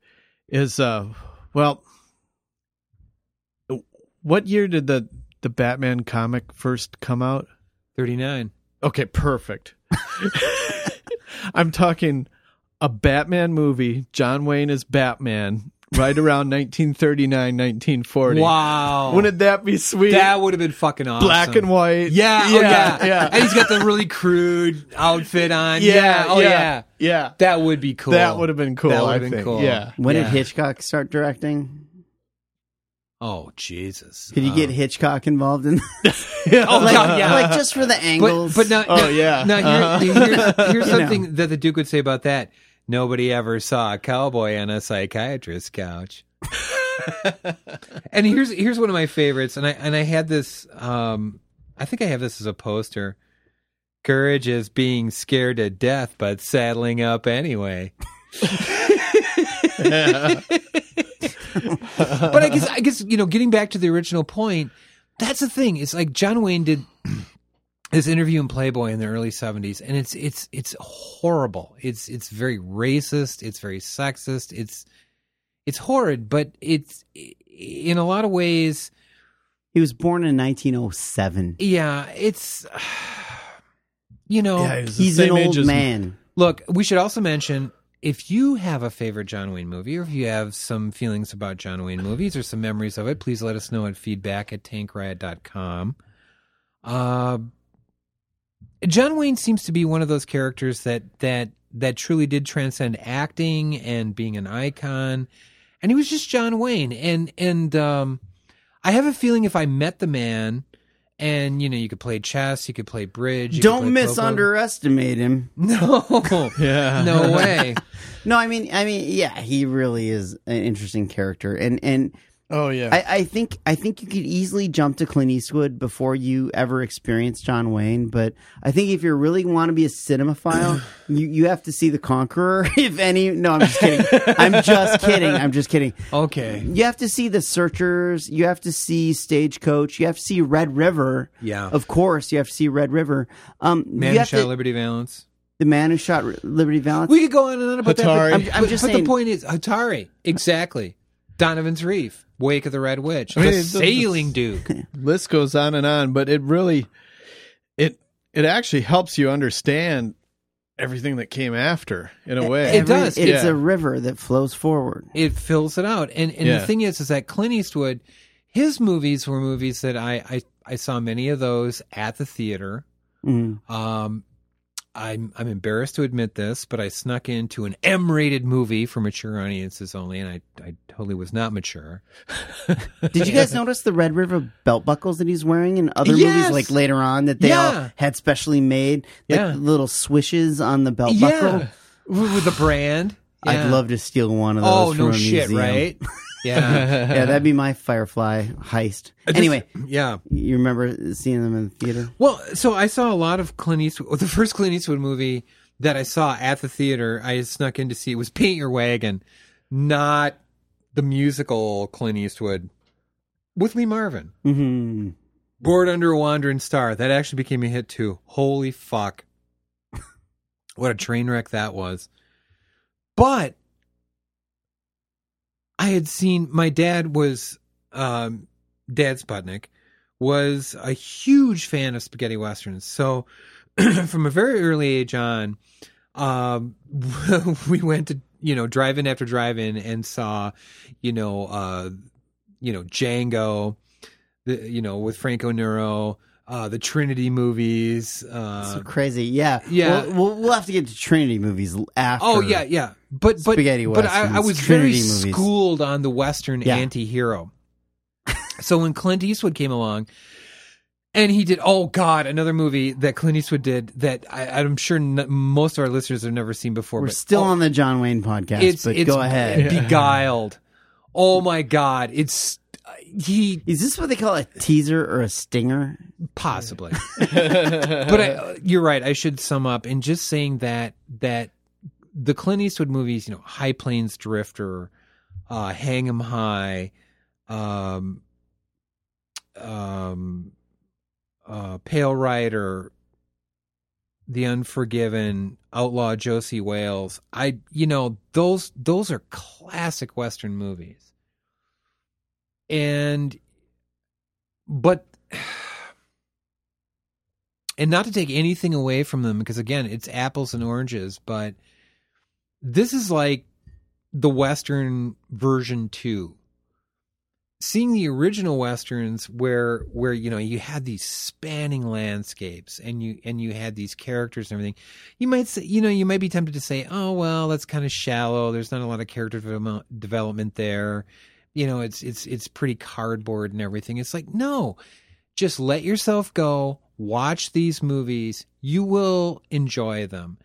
S9: is uh, well, what year did the the Batman comic first come out?
S8: Thirty nine.
S9: Okay, perfect. I'm talking a Batman movie. John Wayne is Batman. Right around 1939, 1940.
S8: Wow.
S9: Wouldn't that be sweet?
S8: That would have been fucking awesome.
S9: Black and white.
S8: Yeah, oh,
S9: Yeah,
S8: yeah,
S9: yeah.
S8: And he's got the really crude outfit on.
S9: Yeah,
S8: Yeah, oh
S9: yeah,
S8: yeah.
S9: yeah.
S8: That would be cool.
S9: That would have been cool,
S8: That would
S9: I
S8: have been
S9: think.
S8: cool.
S9: Yeah.
S1: when
S8: Yeah.
S1: did Hitchcock start directing?
S8: Oh Jesus.
S1: Could you get
S8: Um,
S1: Hitchcock involved in? This?
S8: Oh
S1: like,
S8: God, yeah.
S1: like just for the angles.
S8: But, but now,
S9: Oh,
S8: now-
S9: yeah.
S8: Now here,
S9: Uh-huh.
S8: here's, here's
S1: You know.
S8: something that the Duke would say about that. Nobody ever saw a cowboy on a psychiatrist's couch. and here's here's one of my favorites, and I and I had this. Um, I think I have this as a poster. Courage is being scared to death, but saddling up anyway. but I guess I guess you know, getting back to the original point, that's the thing. It's like John Wayne did this interview in Playboy in the early seventies, and it's it's it's horrible. It's it's very racist. It's very sexist. It's it's horrid, but it's in a lot of ways,
S1: he was born in 1907.
S8: yeah. It's you know,
S9: Yeah, he's the
S1: He's an
S9: same age
S1: old
S9: as-
S1: man.
S8: Look, we should also mention if you have a favorite John Wayne movie or if you have some feelings about John Wayne movies or some memories of it, please let us know at feedback at tankriot.com. Uh, John Wayne seems to be one of those characters that that that truly did transcend acting and being an icon. And he was just John Wayne. And and um I have a feeling if I met the man and you know, you could play chess, you could play bridge. you could
S1: Don't
S8: play poker.
S1: misunderestimate him.
S8: No.
S9: Yeah.
S8: No way.
S1: No, I mean, I mean, yeah, he really is an interesting character, and and
S9: Oh yeah.
S1: I, I think I think you could easily jump to Clint Eastwood before you ever experience John Wayne, but I think if you really want to be a cinemaphile, you, you have to see The Conqueror. If any, no, I'm just kidding. I'm just kidding. I'm just kidding.
S8: Okay.
S1: You have to see The Searchers. You have to see Stagecoach. You have to see Red River.
S8: Yeah.
S1: Of course, you have to see Red River. Um,
S8: Man
S1: you
S8: who
S1: have
S8: shot
S1: to-
S8: Liberty Valance.
S1: the man who shot Liberty Valance.
S8: We could go on and on
S1: Hatari.
S8: about that.
S1: I'm-
S8: But,
S1: I'm
S8: but-
S1: just
S8: but
S1: saying-
S8: the point is Atari. Exactly. Donovan's Reef. Wake of the Red Witch.
S9: I mean,
S8: the
S9: it's-
S8: Sailing Duke.
S9: list goes on and on, but it really it it actually helps you understand everything that came after in a way.
S1: Every- It's
S9: yeah.
S1: a river that flows forward.
S8: It fills it out. And and
S9: Yeah.
S8: the thing is is that Clint Eastwood, his movies were movies that I, I, I saw many of those at the theater.
S1: Mm.
S8: Um, I'm I'm embarrassed to admit this, but I snuck into an M-rated movie for mature audiences only, and I I totally was not mature.
S1: Did you guys notice the Red River belt buckles that he's wearing in other movies,
S8: Yes.
S1: like later on, that they
S8: Yeah.
S1: all had specially made, like
S8: Yeah.
S1: little swishes on the belt Oh, buckle?
S8: yeah, with with the brand.
S1: I'd
S8: Yeah.
S1: love to steal one of
S8: Oh
S1: those. from
S8: no
S1: a
S8: shit,
S1: museum.
S8: right? Yeah,
S1: yeah, that'd be my Firefly heist.
S8: Just-
S1: anyway,
S8: yeah.
S1: you remember seeing them in the theater?
S8: Well, so I saw a lot of Clint Eastwood. The first Clint Eastwood movie that I saw at the theater, I snuck in to see was Paint Your Wagon, not the musical Clint Eastwood with Lee Marvin.
S1: Mm-hmm.
S8: Board Under a Wandering Star. That actually became a hit too. Holy fuck. what a train wreck that was. But I had seen my dad was um Dad Sputnik was a huge fan of spaghetti westerns. So from a very early age on, um we went to you know drive in after drive in and saw you know uh you know Django the, you know, with Franco Nero, uh, the Trinity movies. Uh,
S1: So crazy, yeah,
S8: yeah.
S1: We'll, we'll, we'll have to get to Trinity movies l- after.
S8: oh yeah, yeah. But but
S1: Spaghetti
S8: but I, I
S1: westerns,
S8: was
S1: Trinity
S8: very
S1: movies.
S8: schooled on the Western
S1: Yeah.
S8: anti-hero. so when Clint Eastwood came along. And he did. Oh God! Another movie that Clint Eastwood did that I, I'm sure n- most of our listeners have never seen before.
S1: We're
S8: but,
S1: still
S8: oh,
S1: on the John Wayne podcast, but go ahead.
S8: Beguiled. Oh my God! It's he
S1: Is this what they call a teaser or a stinger?
S8: possibly. but I, you're right. I should sum up in just saying that that the Clint Eastwood movies, you know, High Plains Drifter, uh, Hang 'Em High, um, um, uh, Pale Rider, The Unforgiven, Outlaw Josie Wales. I, you know, those those are classic Western movies, and but and not to take anything away from them because again it's apples and oranges but this is like the western version 2 seeing the original westerns where where you know you had these spanning landscapes and you and you had these characters and everything you might say you know you might be tempted to say oh well that's kind of shallow there's not a lot of character development- development there you know it's it's it's pretty cardboard and everything it's like no just let yourself go watch these movies you will enjoy them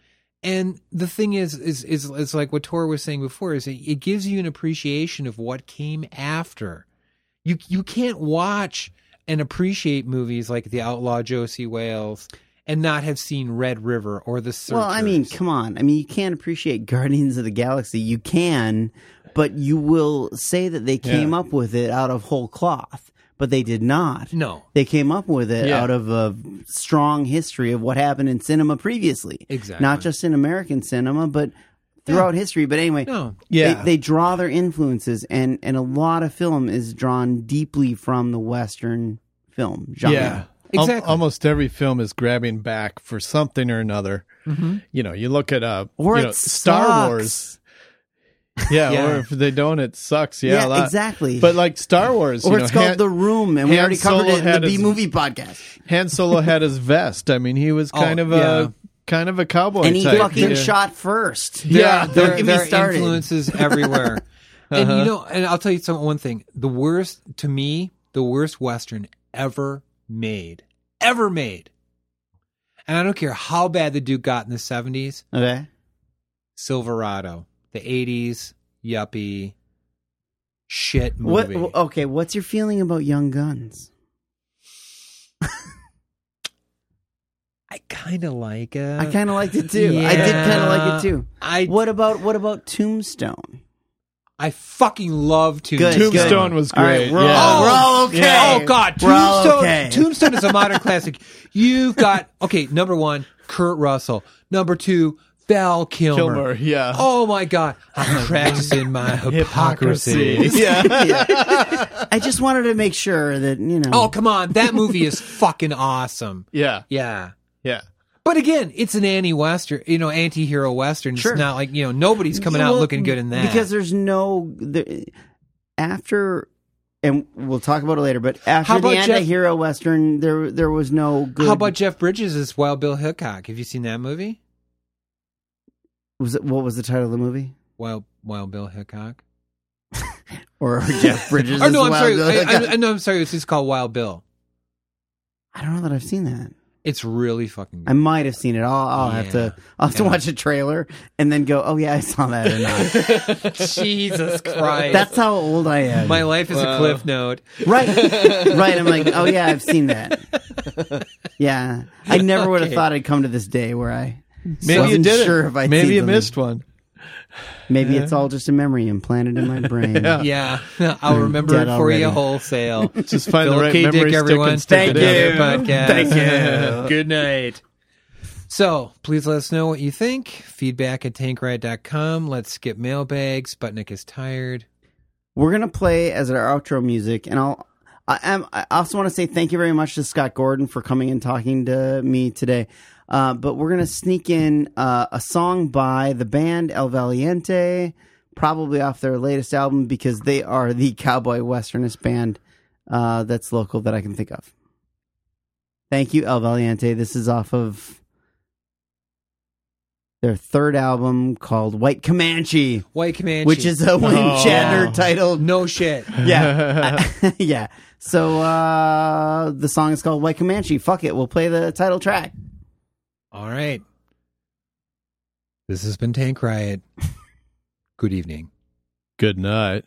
S8: and the thing is is is it's like what tor was saying before is it, it gives you an appreciation of what came after you you can't watch and appreciate movies like the outlaw josie wales and not have seen red river or the Searchers.
S1: Well, I mean, come on. I mean, you can't appreciate Guardians of the Galaxy. You can, but you will say that they came up with it out of whole cloth, but they did not.
S8: No.
S1: They came up with it
S8: Yeah.
S1: out of a strong history of what happened in cinema previously.
S8: Exactly.
S1: Not just in American cinema, but throughout history. But anyway,
S8: No.
S9: Yeah.
S1: they, they draw their influences, and, and a lot of film is drawn deeply from the Western film genre.
S9: Yeah. Al-
S8: Exactly.
S9: almost every film is grabbing back for something or another. You know, you look at uh,
S1: Mm-hmm. Or
S9: you
S1: it
S9: know, Star
S1: sucks.
S9: Wars. Yeah,
S1: Yeah.
S9: or if they don't, it sucks. Yeah,
S1: Yeah,
S9: a lot.
S1: exactly.
S9: But like Star Wars,
S1: Or
S9: you
S1: it's
S9: know,
S1: called
S9: Han-
S1: The Room, and we
S9: Han
S1: already covered
S9: Solo
S1: it in
S9: had
S1: the B
S9: his-
S1: movie podcast.
S9: Han Solo had his vest. I mean, he was
S8: Oh,
S9: kind of a
S8: yeah.
S9: kind of a cowboy.
S1: and he
S9: type.
S1: fucking
S9: Yeah.
S1: shot first.
S8: There
S9: Yeah,
S8: are- there,
S1: don't get me
S8: there are
S1: started.
S8: influences everywhere. Uh-huh. and you know, and I'll tell you some one thing: the worst to me, the worst western ever made, ever made. And I don't care how bad the Duke got in the seventies,
S1: Okay.
S8: Silverado, the eighties, yuppie, shit
S1: What? oh.
S8: movie.
S1: Okay, what's your feeling about Young Guns?
S8: I kind of like it.
S1: I kind of liked it too. I did kind of like it too.
S8: Uh, I
S1: what about what about Tombstone?
S8: I fucking love Tombstone.
S1: Good, good. Tombstone was All right, great, we're all- yeah. we're all okay.
S8: Yeah. Oh god,
S1: We're all
S8: Tombstone.
S1: okay.
S8: Tombstone is a modern classic. You've got okay. Number one, Kurt Russell. Number two, Val Kilmer.
S9: Kilmer, yeah.
S8: Oh my god, I'm practicing my hypocrisy.
S1: Yeah. I just wanted to make sure that you know.
S8: Oh come on, that movie is fucking awesome.
S9: Yeah.
S8: Yeah.
S9: Yeah.
S8: But again, it's an anti-western, you know, anti-hero western.
S1: Sure.
S8: It's not like you know nobody's coming out
S1: Well,
S8: looking good in that
S1: because there's no the, after, and we'll talk about it later. But
S8: How
S1: after the
S8: about Jeff-
S1: anti-hero western, there there was no good.
S8: How about Jeff Bridges as Wild Bill Hickok? Have you seen that movie?
S1: was it, what was the title of the movie?
S8: Wild Wild Bill Hickok.
S1: Or Jeff Bridges?
S8: oh
S1: as
S8: no, I'm
S1: Wild
S8: sorry.
S1: Bill
S8: I, I,
S1: Hickok?
S8: I, no, I'm sorry. It's just called Wild Bill.
S1: I don't know that I've seen that.
S8: It's really fucking.
S1: I might have seen it. I'll, I'll have to. I'll have to
S8: Yeah.
S1: watch a trailer and then go. Oh yeah, I saw that or not.
S8: Jesus Christ!
S1: That's how old I am.
S8: my life is a
S1: Wow.
S8: cliff note.
S1: Right, right. I'm like, oh yeah, I've seen that. Yeah, I never would have
S8: Okay.
S1: thought I'd come to this day where I
S9: Maybe
S1: wasn't
S9: you did it.
S1: sure if I
S9: Maybe you missed one.
S1: Maybe it's all just a memory implanted in my brain.
S8: Yeah, I'll
S1: I'm
S8: remember
S1: dead
S8: it for you
S1: already.
S8: wholesale.
S9: Just find the
S8: Philip
S9: right
S8: K.
S9: memory
S8: Dick,
S9: stick
S8: everyone.
S9: and stick
S8: Thank
S9: it in.
S8: you. Podcast.
S9: Thank you.
S8: Good night. So please let us know what you think. Feedback at tankride.com. Let's skip mailbags. Sputnik is tired.
S1: We're gonna play as our outro music, and I'll. I am. I also want to say thank you very much to Scott Gordon for coming and talking to me today. Uh, but we're gonna sneak in uh, a song by the band El Valiente, probably off their latest album because they are the cowboy westernist band uh, that's local that I can think of. Thank you, El Valiente. This is off of their third album called White Comanche.
S8: White Comanche.
S1: Which is a Winchester
S8: Oh.
S1: title.
S8: No shit.
S1: Yeah. yeah. So uh, the song is called White Comanche. Fuck it. We'll play the title track.
S8: All right. This has been Tank Riot. Good evening.
S9: Good night.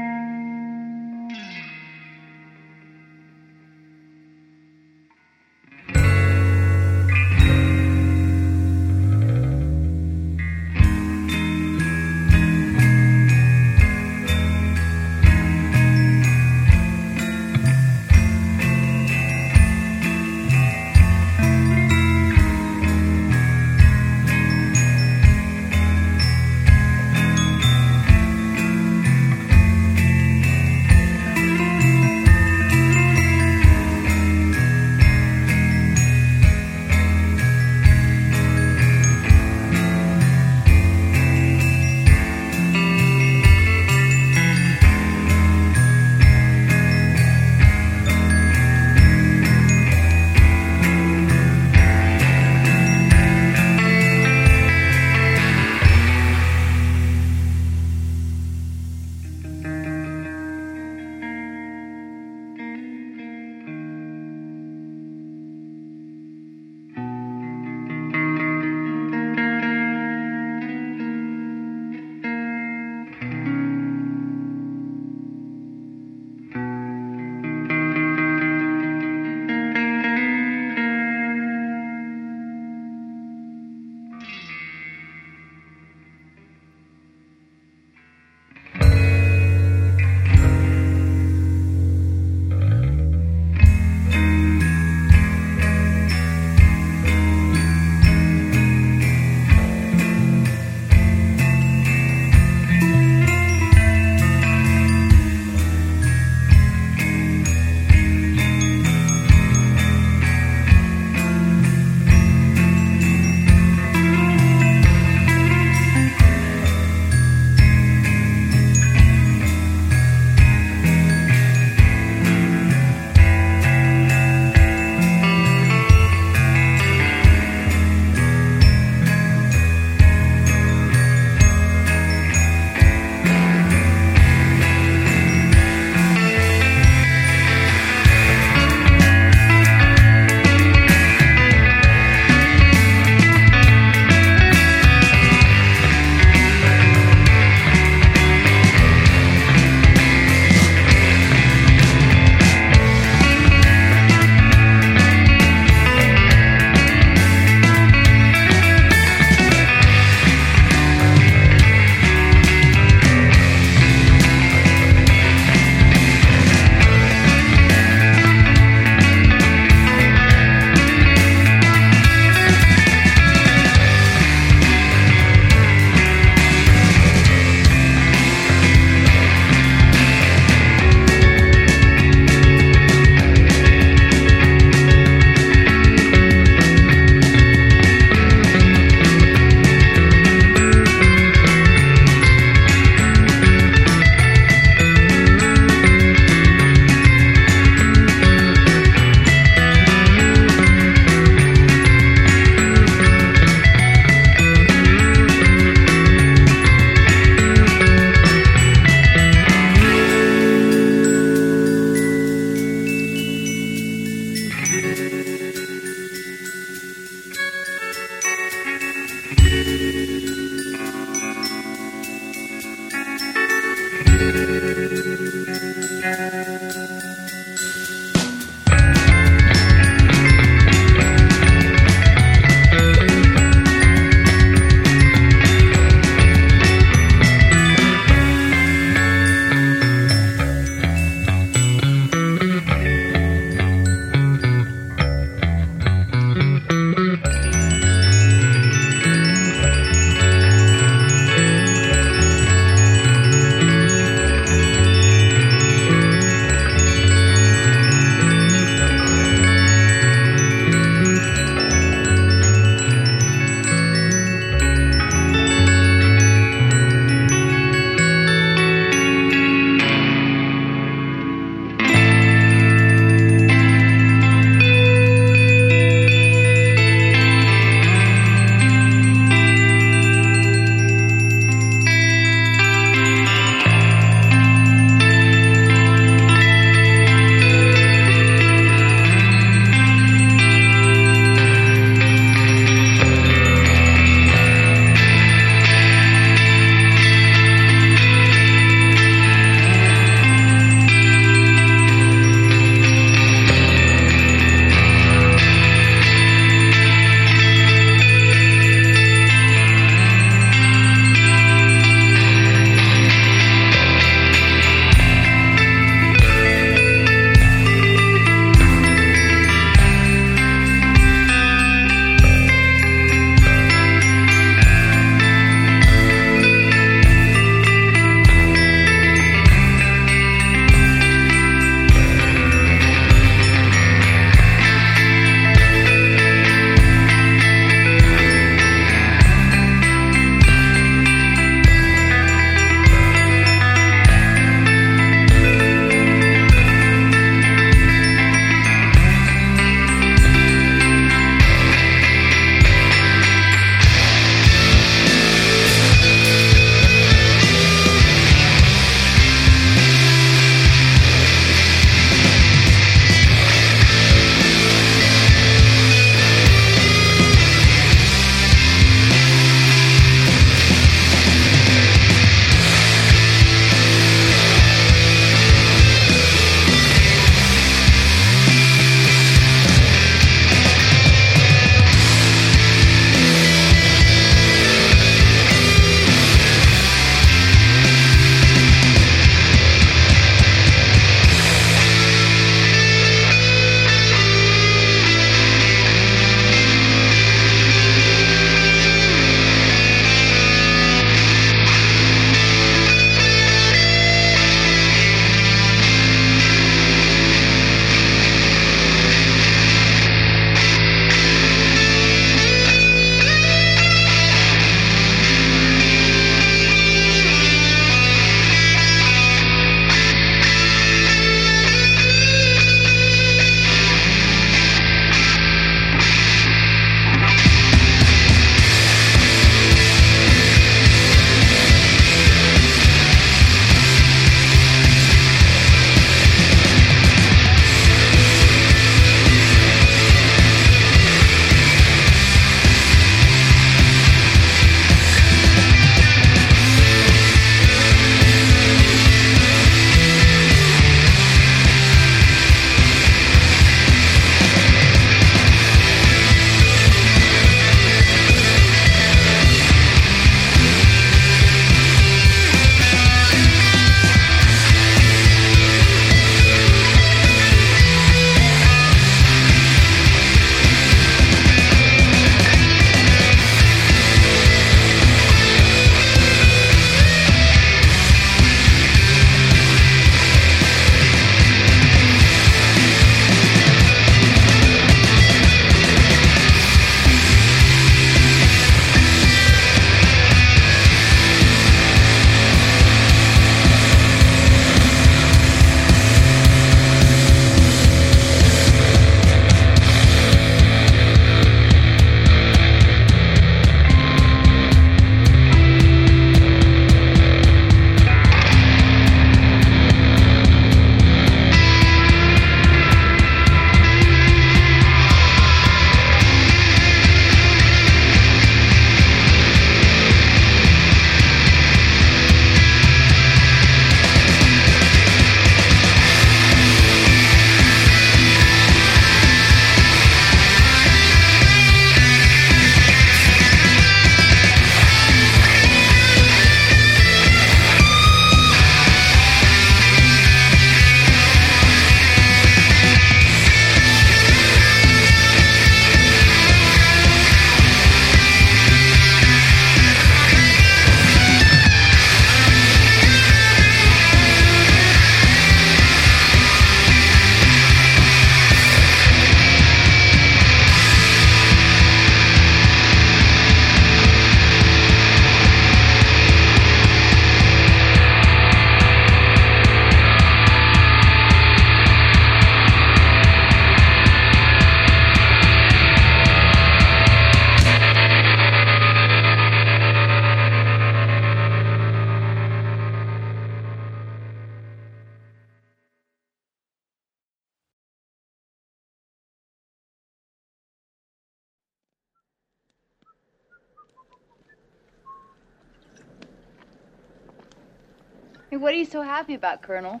S14: What are you so happy about, Colonel?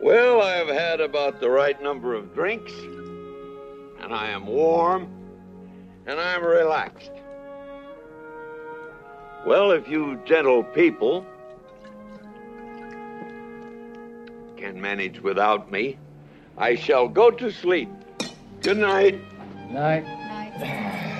S6: Well, I have had about the right number of drinks, and I am warm, and I am relaxed. Well, if you gentle people can manage without me, I shall go to sleep. Good night.
S12: Night. Night.